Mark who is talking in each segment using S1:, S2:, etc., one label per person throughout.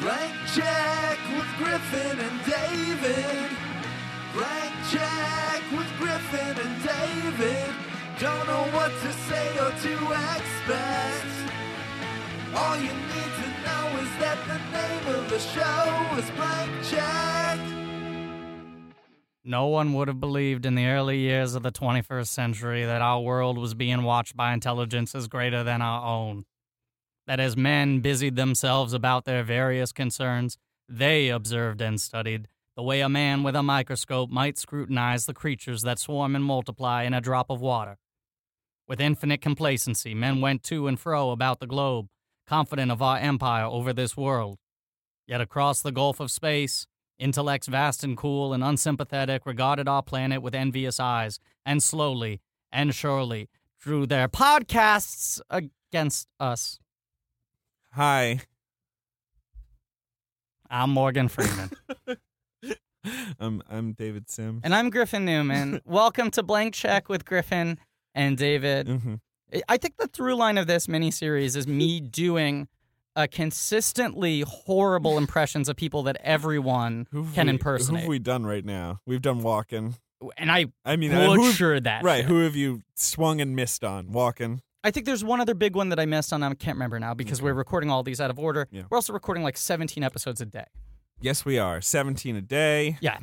S1: Blank check with Griffin and David. Blank check with Griffin and David. Don't know what to say or to expect. All you need to know is that the name of the show is Blank Check.
S2: No one would have believed in the early years of the 21st century that our world was being watched by intelligences greater than our own. That as men busied themselves about their various concerns, they observed and studied the way a man with a microscope might scrutinize the creatures that swarm and multiply in a drop of water. With infinite complacency, men went to and fro about the globe, confident of our empire over this world. Yet across the gulf of space, Intellects vast and cool and unsympathetic regarded our planet with envious eyes, and slowly and surely drew their podcasts against us.
S3: Hi.
S2: I'm Morgan Freeman.
S3: I'm I'm David Sim.
S2: and I'm Griffin Newman. Welcome to Blank Check with Griffin and David.
S3: Mhm.
S2: I- I think the through line of this miniseries is me doing uh, consistently horrible impressions of people that everyone
S3: Who've
S2: can
S3: we- Who
S2: impersonate.
S3: have we done right now? We've done walking.
S2: and I
S3: I mean, uh, who have-
S2: butchered that.
S3: right?
S2: shit.
S3: Who have you swung and missed on? Walking.
S2: I think there's one other big one that I missed on. I can't remember now because we're recording all these out of order.
S3: Yeah.
S2: We're also recording like 17 episodes a day.
S3: Yes, we are. Seventeen a day.
S2: Yeah.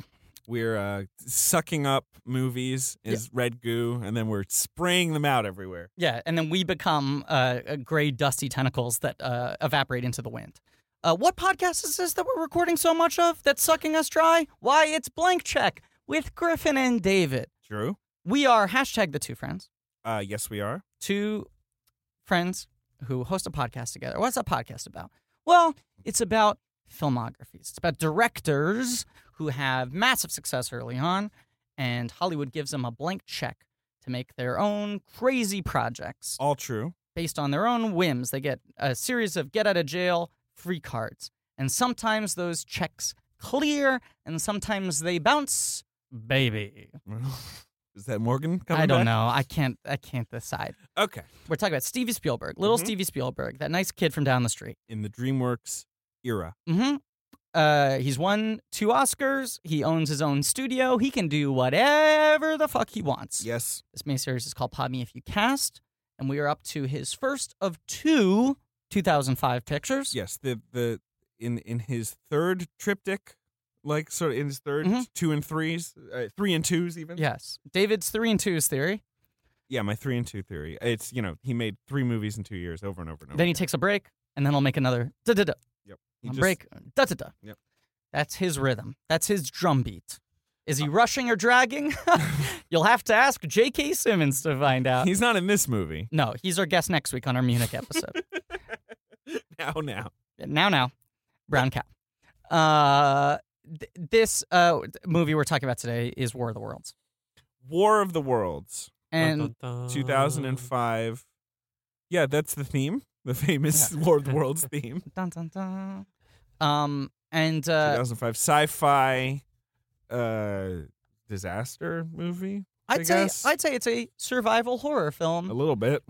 S3: We're uh, sucking up movies as red goo, and then we're spraying them out everywhere.
S2: Yeah, and then we become uh, uh, gray, dusty tentacles that uh, evaporate into the wind. Uh, what podcast is this that we're recording so much of that's sucking us dry? Why, it's Blank Check with Griffin and David.
S3: True.
S2: We are hashtag the two friends,
S3: Uh, yes, we are.
S2: two friends who host a podcast together. What's that podcast about? Well, it's about filmographies. It's about directors who have massive success early on, and Hollywood gives them a blank check to make their own crazy projects
S3: All true.
S2: based on their own whims. They get a series of get out of jail free cards. And sometimes those checks clear, and sometimes they bounce. Baby.
S3: Is that Morgan? Coming
S2: I don't
S3: back?
S2: know. I can't I can't decide.
S3: Okay.
S2: We're talking about Stevie Spielberg, little
S3: Mhm.
S2: Stevie Spielberg, that nice kid from down the street.
S3: In the DreamWorks era,
S2: Mm-hmm. Uh, he's won two Oscars. He owns his own studio. He can do whatever the fuck he wants.
S3: yes,
S2: This miniseries is called Pod Me If You Cast, and we are up to his first of two 2005 pictures.
S3: yes. The the in in his third triptych, like sort of in his 3rd
S2: Mhm.
S3: two and threes, uh, three and twos even.
S2: Yes. David's three and twos theory.
S3: yeah. My three and two theory. It's you know he made three movies in two years over and over and over.
S2: Then he
S3: again.
S2: takes a break, and then he'll make another da da da
S3: He
S2: on
S3: just-
S2: break da da da.
S3: Yep.
S2: That's his rhythm. That's his drum beat. Is
S3: Uh,
S2: he rushing or dragging? You'll have to ask J.K. Simmons to find out.
S3: He's not in this movie.
S2: No, he's our guest next week on our Munich episode.
S3: Now, now.
S2: now now brown cow uh th- this uh movie we're talking about today is war of the worlds
S3: War of the Worlds,
S2: and
S3: 2005. Yeah, that's the theme. The famous War of the Worlds theme.
S2: dun, dun, dun. um and uh
S3: 2005 sci-fi uh disaster movie. I
S2: i'd say
S3: guess.
S2: i'd say it's a survival horror
S3: A
S2: film
S3: little bit,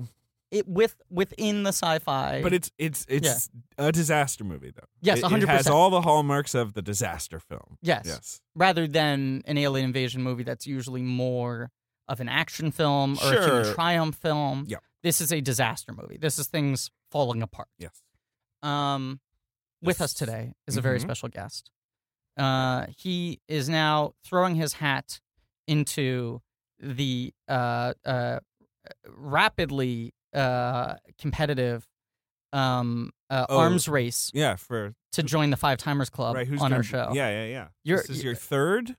S2: it with within the sci-fi
S3: but it's it's it's a disaster movie though.
S2: Yes,
S3: It- It
S2: 100%.
S3: has all the hallmarks of the disaster film.
S2: yes,
S3: Yes.
S2: rather than an alien invasion movie that's usually more of an action film or a
S3: Sure.
S2: human triumph film
S3: Yeah.
S2: this is a disaster movie this is things falling apart
S3: Yes.
S2: um, with us
S3: Yes.
S2: today is a very
S3: Mhm.
S2: special guest. Uh, he is now throwing his hat into the uh, uh, rapidly uh, competitive um, uh,
S3: Oh.
S2: arms race
S3: Yeah, for
S2: to join the Five Timers Club
S3: right who's
S2: on our
S3: gonna-
S2: show.
S3: Yeah, yeah, yeah.
S2: You're-
S3: this is your third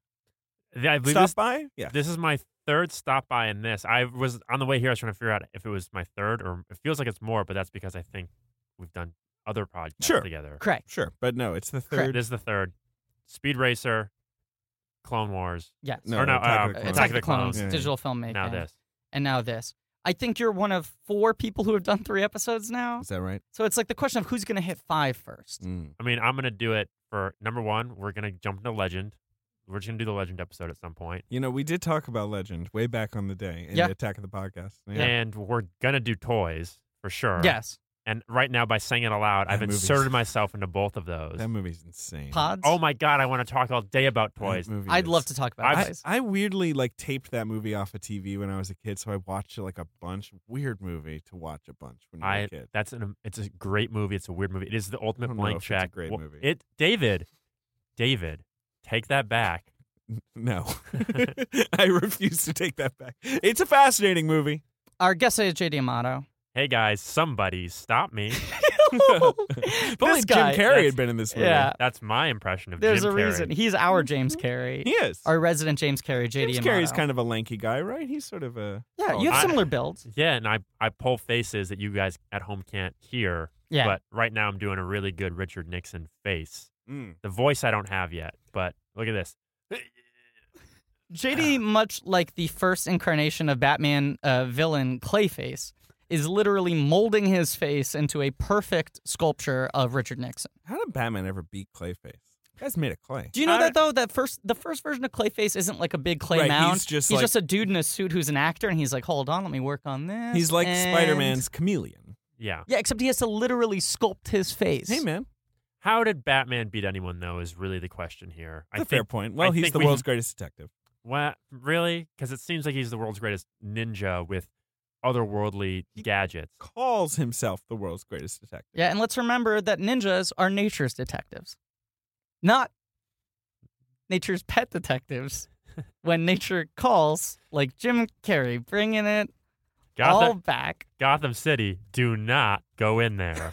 S4: I believe
S3: stop
S4: this,
S3: by? Yeah.
S4: this is my third stop by in this. I was on the way here. I was trying to figure out if it was my third or it feels like it's more, but that's because I think we've done other podcasts
S3: Sure.
S4: together.
S2: Correct.
S3: Sure, but no, it's the
S2: Correct.
S3: third.
S4: This is the third. Speed Racer, Clone Wars,
S2: Yes.
S3: No,
S4: or no,
S3: Attack of the
S4: uh,
S3: Clones.
S2: Attack of the Clones,
S3: Yeah.
S2: digital filmmaking.
S4: now this.
S2: And now this. I think you're one of four people who have done three episodes now.
S3: Is that right?
S2: So it's like the question of who's going to hit five first.
S3: Mm.
S4: I mean, I'm gonna do it for number one. We're gonna jump into Legend. We're just gonna do the Legend episode at some point,
S3: You know, we did talk about Legend way back on the day in
S2: Yeah.
S3: the Attack of the Podcast.
S2: Yeah.
S4: and we're gonna do toys for sure.
S2: Yes.
S4: And right now, by saying it aloud,
S3: That
S4: I've
S3: movie's-
S4: inserted myself into both of those.
S3: That movie's insane.
S2: Pods?
S4: Oh my god, I want to talk all day about toys.
S3: That movie
S2: I'd
S3: is-
S2: love to talk about
S4: I've-
S3: I,
S2: toys.
S3: I weirdly like taped that movie off of TV when I was a kid, so I watched it like a bunch. Weird movie to watch a bunch when you were
S4: I
S3: a kid.
S4: that's an it's a great movie. It's a weird movie. It is the ultimate
S3: don't know
S4: blank
S3: if it's a
S4: check.
S3: great
S4: Well,
S3: movie.
S4: It David, David, take that back.
S3: No, I refuse to take that back. It's a fascinating movie.
S2: Our guest is JD Amato.
S4: Hey guys, somebody stop me.
S3: If
S2: This
S3: only
S2: guy-
S3: Jim Carrey
S4: that's-
S3: had been in this movie.
S2: Yeah.
S4: That's my impression of
S2: There's
S4: Jim
S2: a
S4: Carrey.
S2: reason. He's our James Carrey.
S3: he is.
S2: Our resident James Carrey, JD
S3: Jim
S2: Amato.
S3: Carrey's kind of a lanky guy, right? He's sort of Oh, a
S2: yeah, you have
S4: I-
S2: similar builds.
S4: Yeah, and I I pull faces that you guys at home can't hear.
S2: Yeah.
S4: But right now I'm doing a really good Richard Nixon face.
S3: Mm.
S4: The voice I don't have yet, but look at this.
S2: JD, much like the first incarnation of Batman uh, villain Clayface, is literally molding his face into a perfect sculpture of Richard Nixon.
S3: How did Batman ever beat Clayface? That's made of clay.
S2: Do you know
S4: I-
S2: that though? That first, the first version of Clayface isn't like a big clay
S3: Right,
S2: mound.
S3: he's just like-
S2: a dude in a suit who's an actor, and he's like, "Hold on, let me work on this."
S3: He's like
S2: and-
S3: Spider Man's chameleon.
S4: Yeah.
S2: Yeah, except he has to literally sculpt his face.
S3: Hey man,
S4: How did Batman beat anyone though is really the question here.
S3: that's
S4: I
S3: a fair
S4: think
S3: point. Well, he's
S4: think
S3: the
S4: we-
S3: world's greatest detective.
S4: Well, really? Because it seems like he's the world's greatest ninja with otherworldly
S3: He-
S4: gadgets.
S3: Calls himself the world's greatest detective.
S2: Yeah, and let's remember that ninjas are nature's detectives, not nature's pet detectives. when nature calls, like Jim Carrey, bringing it all
S4: Gotham,
S2: back.
S4: Gotham City, do not go in there.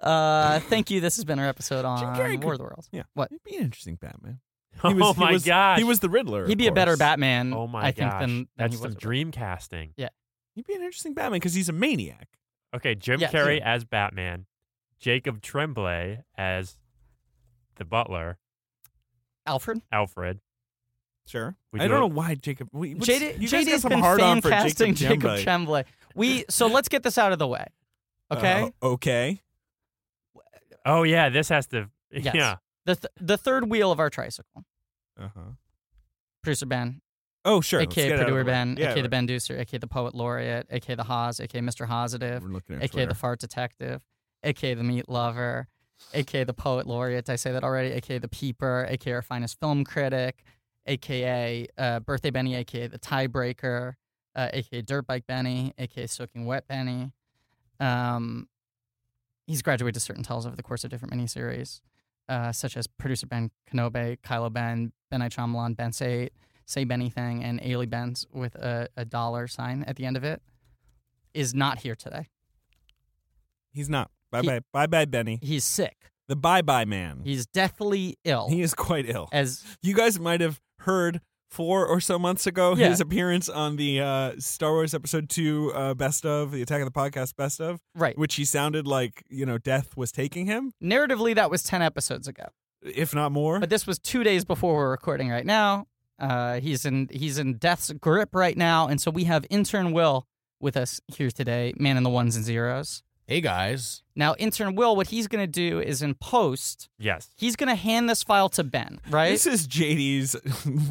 S2: Uh, thank you. This has been our episode
S3: Jim
S2: on
S3: Carrey could-
S2: War of the Worlds.
S3: Yeah.
S2: What?
S3: He'd be an interesting Batman.
S4: oh
S3: was-
S4: my
S3: was,
S4: gosh.
S3: He was the Riddler. of
S2: He'd be a better
S3: course.
S2: Batman.
S4: Oh my
S2: I think
S4: gosh.
S2: than, than
S4: That's
S2: he
S4: some
S2: was.
S4: dream casting.
S3: He'd be an interesting Batman because he's a maniac.
S4: Okay, Jim
S2: Yeah.
S4: Carrey as Batman, Jacob Tremblay as the butler,
S2: Alfred.
S4: Alfred.
S3: Sure.
S4: We
S3: I
S4: do
S3: don't
S4: it-
S3: know why Jacob. We, what's-
S2: JD,
S3: you guys got
S2: JD's
S3: some
S2: been
S3: hard on
S2: fan
S3: for
S2: casting
S3: Jacob
S2: Jacob
S3: Tremblay.
S2: Tremblay. We so let's get this out of the way. Okay.
S3: Uh, okay.
S4: Oh yeah, this has to.
S2: Yes.
S4: Yeah.
S2: the th- the third wheel of our tricycle.
S3: Uh
S4: Uh-huh.
S3: huh.
S2: Producer Ben,
S3: Oh sure. Let's
S2: aka
S3: get it out of
S2: Producer
S3: the way.
S2: Ben,
S3: Yeah,
S2: aka the
S3: right.
S2: Ben Deucer, aka the Poet Laureate, aka the Haas, aka Mr. Hositive,
S3: We're looking at
S2: aka
S3: Twitter.
S2: the Fart Detective, aka the Meat Lover, aka the Poet Laureate. Did I say that already? Aka the Peeper, aka our finest film critic, aka uh, Birthday Benny, aka the Tiebreaker, uh, aka Dirt Bike Benny, aka Soaking Wet Benny. Um, he's graduated to certain titles over the course of different miniseries, uh, such as producer Ben Kenobe, Kylo Ben, Ben I Chamalan, Ben Say Say Benny Thing, and Ailey Benz with a, a dollar sign at the end of it. Is not here today.
S3: He's not. Bye bye. Bye bye, Benny.
S2: He's sick.
S3: The bye bye man.
S2: He's deathly ill.
S3: He is quite ill.
S2: as
S3: You guys might have heard four or so months ago
S2: Yeah.
S3: his appearance on the uh, Star Wars Episode Two uh, Best of the Attack of the Podcast Best of,
S2: right.
S3: which he sounded like you know death was taking him,
S2: Narratively, that was ten episodes ago,
S3: if not more.
S2: but this was two days before we're recording right now. Uh, he's in he's in death's grip right now, and so we have intern Will with us here today, man in the ones and zeros.
S5: Hey guys.
S2: Now, intern Will, what he's going to do is in post,
S4: Yes.
S2: he's going to hand this file to Ben, right?
S3: This is JD's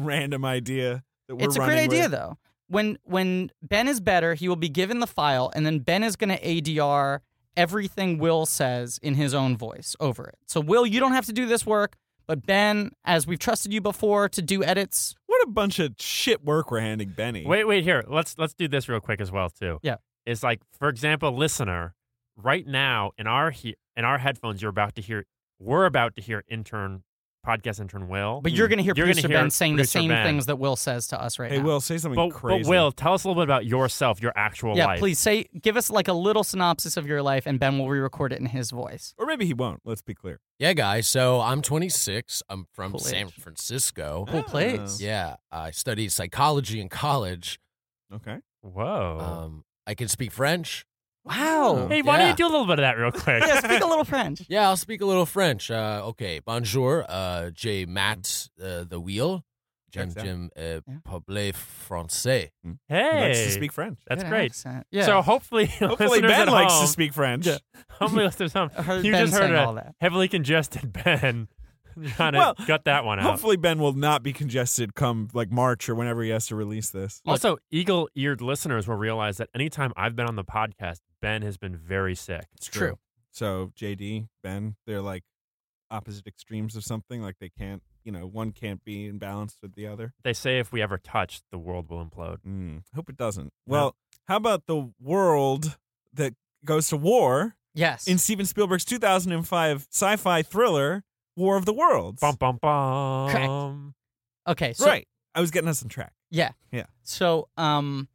S3: random idea that we're
S2: it's a
S3: running
S2: great idea,
S3: with.
S2: though. When when Ben is better, he will be given the file, and then Ben is going to ADR everything Will says in his own voice over it. So, Will, you don't have to do this work, but Ben, as we've trusted you before to do edits,
S3: What a bunch of shit work we're handing Benny.
S4: Wait, wait here. Let's let's do this real quick as well too.
S2: Yeah.
S4: It's like, for example, listener, right now in our he- in our headphones, you're about to hear we're about to hear intern podcast intern Will.
S2: but you're going to hear
S4: Hmm. You're gonna
S2: producer
S4: hear
S2: Ben saying
S4: producer
S2: the same
S4: Ben.
S2: things that Will says to us right
S3: hey,
S2: now.
S3: Will, say something
S4: but,
S3: crazy.
S4: but Will, tell us a little bit about yourself, your actual
S2: yeah,
S4: life.
S2: please say give us like a little synopsis of your life, and Ben will re-record it in his voice.
S3: or maybe he won't. Let's be clear.
S5: Yeah, guys. So I'm 26. I'm from
S2: Cool
S5: San
S2: age.
S5: Francisco.
S2: Cool
S3: Ah.
S2: place.
S5: Yeah, I studied psychology in college.
S3: Okay.
S2: Uh,
S4: Whoa.
S5: Um, I can speak French.
S3: Oh,
S2: Wow.
S4: hey, why
S5: yeah.
S4: don't you do a little bit of that real quick?
S2: yeah, speak a little French.
S5: Yeah, I'll speak a little French. Uh, okay, bonjour, uh, j'ai mat uh, the wheel. J'aime
S3: Checks out.
S5: j'aime uh,
S2: Yeah.
S5: parler français.
S3: He
S4: hey,
S3: likes to speak French.
S4: that's
S2: Good
S4: great.
S2: accent. Yeah.
S4: So hopefully,
S3: Hopefully,
S4: listeners
S3: Ben
S4: at
S3: likes
S4: home-
S3: to speak French.
S4: Yeah. Hopefully, listeners at home.
S2: I heard
S4: You
S2: Ben
S4: just heard
S2: saying
S4: a-
S2: all that.
S4: heavily congested Ben trying to
S3: Well,
S4: gut that one out.
S3: Hopefully, Ben will not be congested come like March or whenever he has to release this.
S4: Also, eagle eared listeners will realize that anytime I've been on the podcast, Ben has been very sick.
S5: It's true.
S3: So JD, Ben, they're like opposite extremes of something. Like they can't, you know, one can't be in balance with the other.
S4: They say if we ever touch, the world will implode.
S3: Mm, hope it doesn't. Well, how about the world that goes to war
S2: Yes.
S3: in Steven Spielberg's 2005 sci-fi thriller War of the Worlds?
S4: Bum bum bum.
S2: okay. So,
S3: Right. I was getting us on track.
S2: Yeah.
S3: Yeah.
S2: So, um,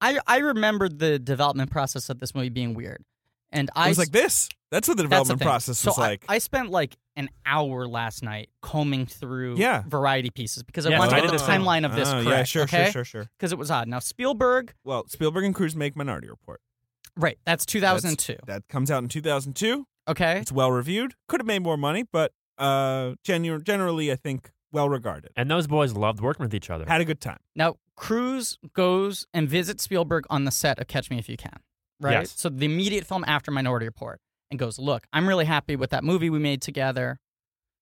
S2: I I remembered the development process of this movie being weird, and
S3: I
S2: I
S3: was like, this. That's what the
S2: That's the
S3: development
S2: thing.
S3: process
S2: So
S3: was
S2: I-
S3: like.
S2: I, spent like an hour last night combing through
S3: Yeah.
S2: variety pieces because I
S4: Yes,
S2: wanted
S4: I
S2: to get
S4: did
S2: the
S4: the same.
S2: timeline of this
S3: Oh,
S2: correct.
S3: yeah, sure,
S2: okay?
S3: sure, sure, sure.
S2: Because it was odd. Now Spielberg,
S3: Well, Spielberg and Cruz make Minority Report.
S2: right? That's 2002.
S3: That comes out in 2002.
S2: okay.
S3: It's well reviewed. Could have made more money, but uh, genu- generally, I think well regarded.
S4: And those boys loved working with each other.
S3: Had a good time.
S2: Now Cruz goes and visits Spielberg on the set of Catch Me If You Can. Right.
S4: Yes.
S2: So the immediate film after Minority Report, and goes, "Look, I'm really happy with that movie we made together.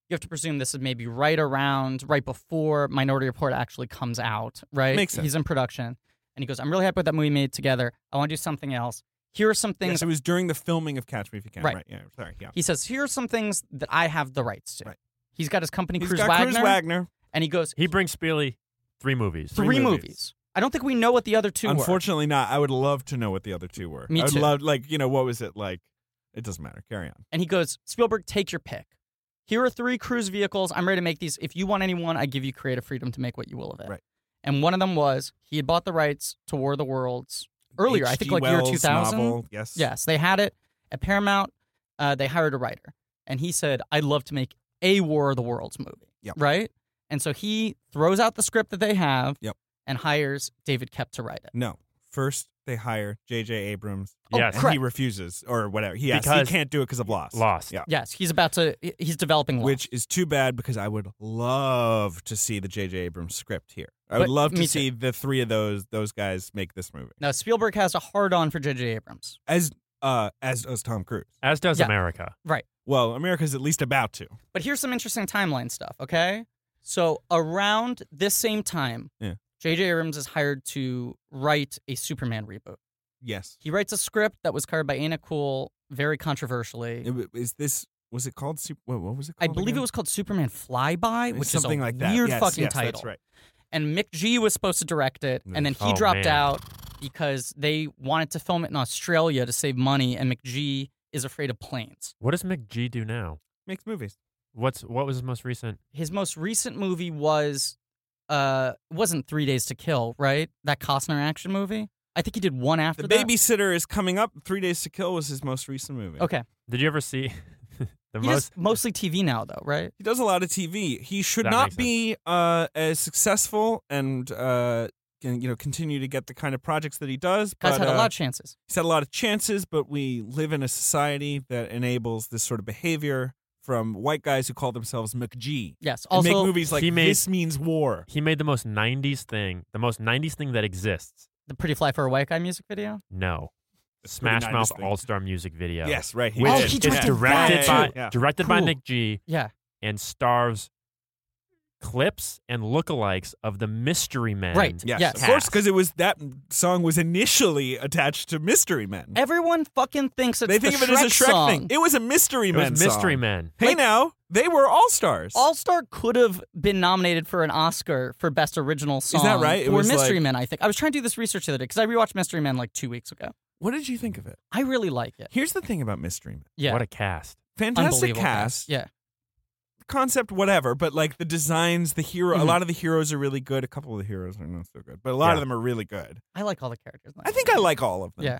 S2: You have to presume this is maybe right around, right before Minority Report actually comes out, right?
S3: Makes sense.
S2: He's in production. And he goes, I'm really happy with that movie we made together. I want to do something else. Here are some things.
S3: Yes, it was during the filming of Catch Me If You Can.
S2: Right.
S3: Right. Yeah. Sorry. Yeah.
S2: he says, Here are some things that I have the rights to.
S3: Right.
S2: He's got his company,
S3: He's
S2: Cruz
S3: got
S2: Wagner.
S3: Cruz Wagner.
S2: And he goes,
S4: He brings Spieley three movies.
S2: Three, movies. I don't think we know what the other two were.
S3: Unfortunately, not. I would love to know what the other two were.
S2: Me
S3: I would
S2: too.
S3: love, like, you know, what was it like? It doesn't matter. Carry on.
S2: And he goes, Spielberg, take your pick. Here are three cruise vehicles. I'm ready to make these. If you want any one, I give you creative freedom to make what you will of it.
S3: Right.
S2: And one of them was he had bought the rights to War of the Worlds earlier. I
S3: H.G.
S2: think like
S3: Wells
S2: year 2000.
S3: Novel. Yes.
S2: Yes, they had it at Paramount. Uh, they hired a writer, and he said, "I'd love to make a War of the Worlds movie."
S3: Yep.
S2: Right. And so he throws out the script that they have.
S3: Yep.
S2: And hires David Kep to write it.
S3: No. First, they hire J.J. Abrams.
S2: Oh,
S4: Yes.
S3: And
S2: crap.
S3: he refuses or whatever. He, asks, he
S4: Because-
S3: can't do it because of loss.
S4: Lost.
S3: Yeah.
S2: Yes, he's about to. he- He's developing. Lost.
S3: Which is too bad because I would love to see the J.J. Abrams script here. I would
S2: But-
S3: love
S2: me
S3: to see the three of those those guys make this movie
S2: now Spielberg has a hard on for J.J. Abrams.
S3: as uh as as Tom Cruise.
S4: As does
S2: Yeah.
S4: America.
S3: Well, America's at least about to.
S2: But here's some interesting timeline stuff, okay? So around this same time,
S3: Yeah.
S2: J.J. Abrams is hired to write a Superman reboot.
S3: Yes.
S2: He writes a script that was covered by Anna Cool very controversially.
S3: It- Is this was it called? Super, what, what was it
S2: I
S3: called?
S2: believe
S3: again?
S2: it was called Superman Flyby, which
S3: something
S2: is a
S3: like that.
S2: weird
S3: Yes,
S2: fucking
S3: yes,
S2: title.
S3: That's right.
S2: And Mick G was supposed to direct it, and then he
S4: Oh,
S2: dropped
S4: man.
S2: out because they wanted to film it in Australia to save money, and McG is afraid of planes.
S4: What does McG do now?
S3: Makes movies.
S4: What's what was his most recent?
S2: his most recent movie was uh it wasn't Three Days to Kill, right? That Costner action movie. I think he did one after
S3: The
S2: that.
S3: Babysitter is coming up. Three Days to Kill was his most recent movie.
S2: Okay,
S4: Did you ever see the
S2: he does
S4: most?
S2: mostly TV now though, right?
S3: He does a lot of TV. He should
S4: That
S3: not
S4: makes
S3: be
S4: sense.
S3: uh, as successful and uh, can, you know continue to get the kind of projects that he does. but,
S2: Guys had a
S3: uh,
S2: lot of chances.
S3: he's had a lot of chances, but we live in a society that enables this sort of behavior from white guys who call themselves McG.
S2: Yes.
S3: and
S2: Also,
S3: make movies like
S4: he made-
S3: this means war.
S4: He made the most '90s thing, the most '90s thing that exists.
S2: the Pretty Fly for a White Guy music video.
S4: No,
S3: It's
S4: Smash
S3: pretty
S4: Mouth
S3: nice thing.
S4: All Star music video.
S3: Yes, right.
S4: which
S2: Oh,
S3: did.
S2: he
S4: is
S2: directed
S4: directed
S2: that
S4: by
S2: too.
S3: Yeah.
S4: directed by
S2: Cool.
S4: Nick G
S2: Yeah.
S4: and stars clips and lookalikes of the Mystery Men.
S2: Right.
S3: Yes,
S2: Yes.
S3: of course, because it was that song was initially attached to Mystery Men.
S2: Everyone fucking thinks it's
S3: Mm. they think
S2: the
S3: of it as a Shrek
S2: song.
S3: thing. It was a Mystery
S4: It
S3: Men.
S4: was Mystery
S3: song.
S4: Men.
S3: Hey,
S2: Like-
S3: now they were all stars.
S2: All Star could have been nominated for an Oscar for Best Original Song.
S3: that right? It
S2: for
S3: was
S2: Mystery
S3: like-
S2: Men, I think. I was trying to do this research the other day because I rewatched Mystery Men like two weeks ago.
S3: what did you think of it?
S2: I really like it.
S3: Here's the thing about Mystery Men.
S2: Yeah.
S4: What a cast.
S3: Fantastic
S2: unbelievable
S3: cast.
S2: Yeah.
S3: concept, whatever, but like the designs, the hero, a
S2: Mhm.
S3: lot of the heroes are really good. A couple of the heroes are not so good, but a lot of
S4: Yeah.
S3: them are really good.
S2: I like all the characters. in that
S3: I think I like all of them.
S2: Yeah.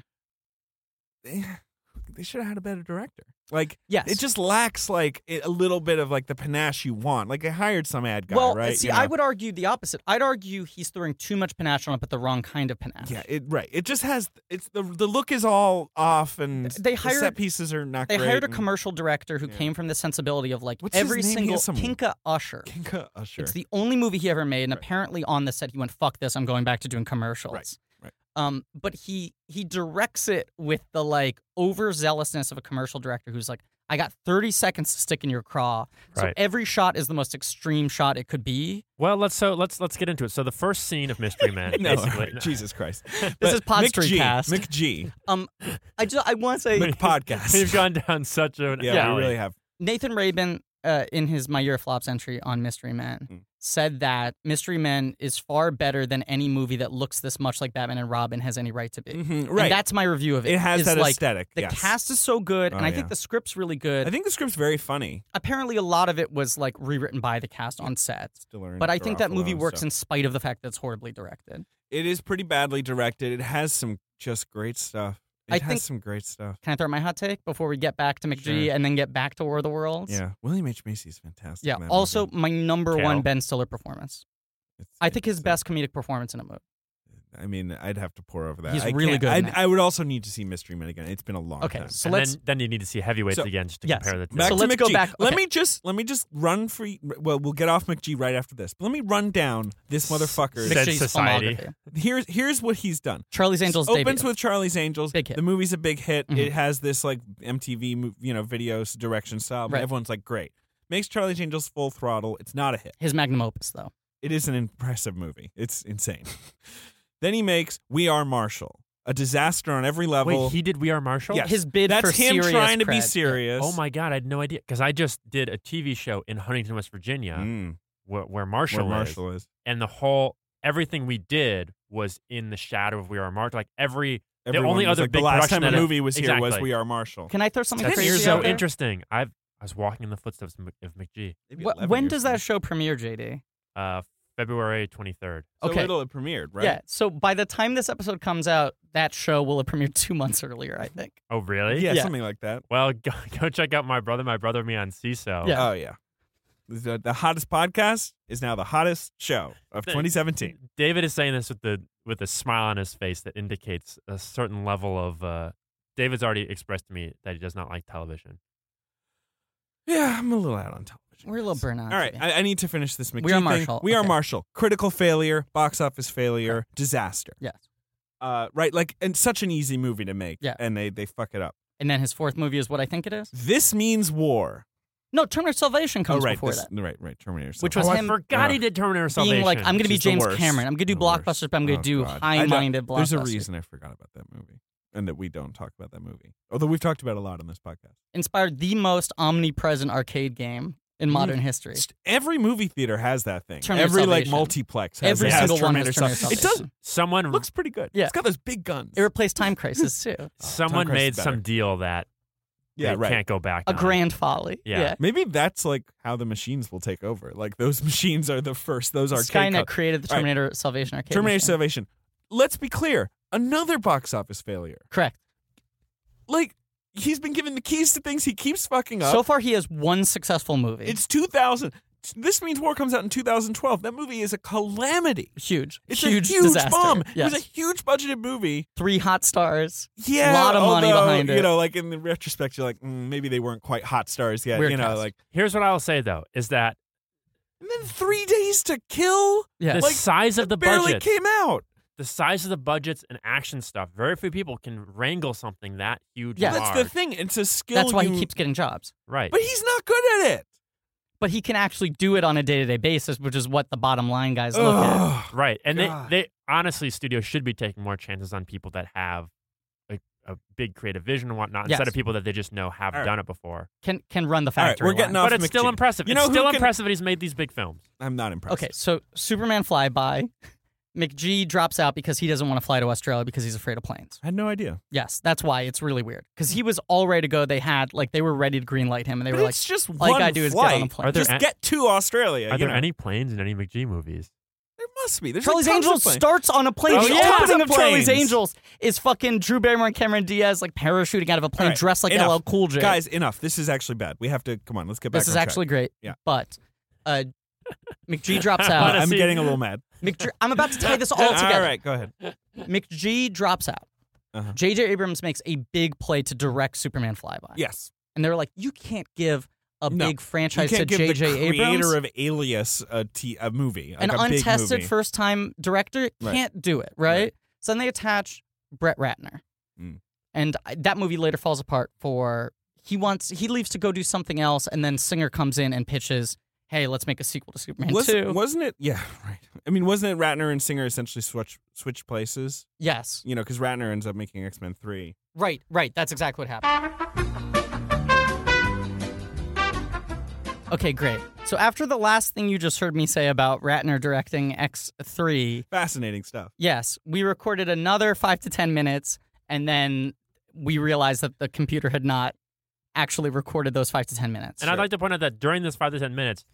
S3: They, they should have had a better director. Like,
S2: Yes.
S3: it just lacks like it, a little bit of like the panache you want. Like, they hired some ad guy,
S2: well,
S3: right?
S2: see,
S3: You
S2: I
S3: know?
S2: would argue the opposite. I'd argue he's throwing too much panache on it, but the wrong kind of panache.
S3: Yeah, it, right. It just has it's the the look is all off and
S2: They
S3: the set
S2: hired-
S3: pieces are not.
S2: They
S3: great
S2: hired a
S3: and-
S2: commercial director who
S3: Yeah.
S2: came from the sensibility of like
S3: What's his
S2: every
S3: name? He
S2: single
S3: has some-
S2: Kinka Usher.
S3: Kinka Usher.
S2: It's the only movie he ever made, and
S3: Right.
S2: apparently on the set he went, "Fuck this! I'm going back to doing commercials."
S3: Right, right.
S2: Um, but he he directs it with the like overzealousness of a commercial director who's like, I got 30 seconds to stick in your craw. So
S4: Right.
S2: every shot is the most extreme shot it could be.
S4: Well, let's so let's let's get into it. So the first scene of Mystery Men,
S3: No,
S4: basically,
S3: Jesus Christ. This
S2: is Pod Street
S3: G,
S2: Cast.
S3: McG.
S2: Um, I just I want to say
S3: McPodcast.
S4: We've gone down such a
S3: yeah,
S2: oh,
S3: we really have.
S2: Nathan Rabin, uh, in his My Year of Flops entry on Mystery Men,
S3: Mm.
S2: said that Mystery Men is far better than any movie that looks this much like Batman and Robin has any right to be.
S3: Mhm,
S2: And
S3: right.
S2: that's my review of it.
S3: it has
S2: is
S3: that
S2: like,
S3: aesthetic.
S2: The
S3: yes.
S2: cast is so good, and
S3: Oh,
S2: I
S3: yeah.
S2: think the script's really good.
S3: I think the script's very funny.
S2: Apparently, a lot of it was like rewritten by the cast on set.
S3: Still Aaron
S2: But I think that movie
S3: Garofalo,
S2: works
S3: so-
S2: in spite of the fact that it's horribly directed.
S3: It is pretty badly directed. It has some just great stuff. It
S2: I
S3: has
S2: think-
S3: some great stuff.
S2: Can I throw out my hot take before we get back to McG
S3: Sure.
S2: and then get back to War of the Worlds?
S3: Yeah, William H Macy is fantastic.
S2: Yeah.
S3: in that
S2: Also,
S3: movie.
S2: my number
S4: Cal.
S2: one Ben Stiller performance.
S3: It's-
S2: I think his
S3: it's-
S2: best comedic performance in a movie.
S3: I mean, I'd have to pour over that.
S2: He's
S3: I
S2: really
S3: can't-
S2: good in
S3: I'd-
S2: that.
S3: I would also need to see Mystery Men again. It's been a long
S2: Okay,
S3: time.
S2: so
S4: And
S2: let's
S4: then, then you need to see heavyweights
S3: So-
S4: again just to
S2: Yes.
S4: compare the two.
S3: Back
S2: So
S3: to
S2: let's go
S3: McG.
S2: back-
S3: Let
S2: okay.
S3: me just let me just run for. Well, we'll get off McG right after this. But let me run down this motherfucker.
S4: Said
S2: McGee's
S4: Society.
S2: filmography.
S3: Here's here's what he's done.
S2: Charlie's Angels
S3: opens
S2: debut.
S3: with Charlie's Angels.
S2: Big hit.
S3: The movie's a big hit.
S2: Mhm.
S3: It has this like MTV, mo- you know, videos direction style. But
S2: Right.
S3: Everyone's like, great. Makes Charlie's Angels full throttle. It's not a hit.
S2: his magnum opus, though.
S3: It is an impressive movie. It's insane. then he makes We Are Marshall, a disaster on every level.
S4: Wait, he did We Are Marshall?
S3: Yes.
S2: His bid
S3: That's
S2: for
S3: him
S2: serious
S3: trying to be
S2: cred.
S3: serious.
S4: Oh my God, I had no idea because I just did a TV show in Huntington, West Virginia,
S3: Mm,
S4: where, where
S3: where
S4: Marshall is,
S3: Marshall is.
S4: and the whole everything we did was in the shadow of We Are Marshall. Like every
S3: Everyone
S4: only
S3: was
S4: other
S3: like,
S4: big
S3: the last
S4: production
S3: time a
S4: that-
S3: movie was here was
S4: Exactly.
S3: We Are Marshall.
S2: Can I throw something
S4: that's
S3: Ten
S2: crazy
S3: years
S4: so
S2: out there?
S4: interesting. I've I was walking in the footsteps of Mc- of McGee,
S3: Maybe
S2: Wh-
S3: 11
S2: when
S3: years
S2: does
S3: ago.
S2: that show premiere, JD?
S4: uh, February twenty third.
S3: So
S2: Okay.
S3: it'll have premiered, right?
S2: Yeah. So by the time this episode comes out, that show will have premiered two months earlier, I think.
S4: Oh really?
S3: Yeah,
S2: Yeah.
S3: something like that.
S4: Well, go, go check out my brother, my brother, me on CISO.
S2: Yeah.
S3: Oh yeah. The, the hottest podcast is now the hottest show of
S4: Thanks.
S3: 2017.
S4: David is saying this with the with a smile on his face that indicates a certain level of. Uh, David's already expressed to me that he does not like television.
S3: Yeah, I'm a little out on television.
S2: We're a little burnt out.
S3: All right,
S2: today.
S3: I, I need to finish this. McGee
S2: We Are
S3: thing.
S2: Marshall.
S3: We are
S2: Okay.
S3: Marshall. Critical failure, box office failure, disaster.
S2: Yes.
S3: Uh, right, like and such an easy movie to make.
S2: Yeah.
S3: and they they fuck it up.
S2: And then his fourth movie is what I think it is.
S3: This means war.
S2: No, Terminator Salvation comes
S3: oh right,
S2: before
S3: this-
S2: that.
S3: right, right. Terminator.
S2: Which
S3: Salvation.
S2: was
S4: oh, I
S2: him uh,
S4: forgot
S3: Yeah.
S4: he did Terminator Salvation.
S2: Being like, I'm going to be
S3: She's the
S2: James
S3: worst.
S2: Cameron. I'm going to do
S3: The worst.
S2: blockbusters, but I'm going
S3: Oh,
S2: to do
S3: God. I don't-
S2: high-minded blockbusters.
S3: There's a reason I forgot about that movie, and that we don't talk about that movie. Although we've talked about it a lot on this podcast.
S2: Inspired the most omnipresent arcade game
S3: Hmm.
S2: in modern history.
S3: St- Every movie theater has that thing.
S2: Terminator
S3: Every like
S2: Salvation.
S3: multiplex has
S2: Every
S3: it. It has
S2: single one has
S3: Terminator
S2: Terminator
S3: Sal- It
S2: Salvation.
S3: does.
S4: Someone
S3: Looks pretty good.
S2: Yeah.
S3: It's got those big guns.
S2: It replaced Time Crisis too.
S4: someone
S3: Tom Cruise is
S4: made
S3: better.
S4: some deal that
S3: yeah,
S4: they
S3: right.
S4: can't go back.
S2: A
S4: on.
S2: grand folly.
S4: Yeah.
S2: yeah.
S3: Maybe that's like how the machines will take over. Like those machines are the first. Those are
S2: Skynet created the
S3: All right.
S2: Terminator Salvation arcade.
S3: Terminator
S2: machine.
S3: Salvation. Let's be clear. Another box office failure.
S2: Correct.
S3: Like he's been given the keys to things he keeps fucking up.
S2: So far, he has one successful movie.
S3: it's 2000. This means War comes out in 2012. That movie is a calamity.
S2: huge.
S3: It's
S2: huge,
S3: a huge
S2: disaster.
S3: bomb.
S2: Yes.
S3: It was a huge budgeted movie.
S2: Three hot stars.
S3: Yeah,
S2: Lot of money
S3: although,
S2: behind
S3: You
S2: it.
S3: know, like in the retrospect, you're like, mm, maybe they weren't quite hot stars yet.
S2: Weird
S3: you know,
S2: cast.
S3: like
S4: Here's what I'll say though: is that
S3: and then three days to kill
S2: Yeah.
S4: the
S3: Like,
S4: size of the
S3: barely
S4: budget,
S3: came out.
S4: the size of the budgets and action stuff. Very few people can wrangle something that huge.
S2: Yeah.
S4: and
S3: That's
S4: large.
S3: the thing. It's a skill.
S2: That's why
S3: you-
S2: he keeps getting jobs.
S4: right.
S3: But he's not good at it.
S2: But he can actually do it on a day to day basis, which is what the bottom line guys look at.
S3: Ugh.
S4: Right. And
S3: God.
S4: they, they honestly, studios should be taking more chances on people that have like a big creative vision and whatnot instead
S2: Yes.
S4: of people that they just know have
S3: All right.
S4: done it before.
S2: Can can run the
S3: All right,
S2: factory.
S3: we're getting
S2: line.
S3: off
S4: but it's still
S3: McG.
S4: impressive.
S3: You know
S4: it's
S3: who
S4: still
S3: can-
S4: impressive that he's made these big films.
S3: I'm not impressed.
S2: Okay, so Superman flyby. McGee drops out because he doesn't want to fly to Australia because he's afraid of planes.
S3: I had no idea.
S2: Yes, that's why it's really weird. Because he was all ready to go. They had like they were ready to greenlight him, and they
S3: But
S2: were like,
S3: it's just
S2: all
S3: one
S2: you gotta do is get
S3: flight.
S2: on a plane.
S4: Are there
S3: just
S4: a-
S3: get to Australia.
S4: Are
S3: you
S4: there
S3: know?
S4: any planes in any McGee movies?
S3: There must be. There's
S2: Charlie's
S3: like tons of
S2: Angels
S3: planes.
S2: starts on a plane.
S3: Oh,
S2: the
S3: yeah.
S2: opening of
S3: Tons of planes.
S2: Charlie's Angels is fucking Drew Barrymore and Cameron Diaz like parachuting out of a
S3: All
S2: plane
S3: right,
S2: dressed like
S3: enough.
S2: LL Cool J.
S3: Guys, enough. This is actually bad. We have to come on. Let's get back.
S2: this
S3: on
S2: is
S3: track.
S2: actually great.
S3: Yeah.
S2: But uh, McG drops
S4: I
S2: out.
S4: wanna
S3: I'm
S4: see-
S3: getting a little mad.
S2: McG- I'm about to tie this all together.
S3: All right, go ahead.
S2: McG drops out.
S3: Uh-huh.
S2: J.J. Abrams makes a big play to direct Superman flyby.
S3: Yes.
S2: And they're like, you can't give a
S3: No.
S2: big franchise
S3: you
S2: to
S3: can't give
S2: J.J.
S3: the creator
S2: Abrams.
S3: of Alias a, t- a movie, like
S2: an
S3: a big
S2: untested
S3: movie.
S2: first time director
S3: Right.
S2: can't do it, right? So then they attach Brett Ratner.
S3: Mm.
S2: And I- that movie later falls apart for he wants he leaves to go do something else, and then Singer comes in and pitches, "Hey, let's make a sequel to Superman
S3: Was,
S2: 2.
S3: wasn't it? Yeah, right. I mean, wasn't it Ratner and Singer essentially switch switch places?
S2: Yes,
S3: You know, because Ratner ends up making X Men three.
S2: right, right. That's exactly what happened. Okay, great. So after the last thing you just heard me say about Ratner directing X three,
S3: Fascinating stuff.
S2: Yes, we recorded another five to ten minutes, and then we realized that the computer had not actually recorded those five to ten minutes.
S4: And I'd like to point out that during this five to ten minutes,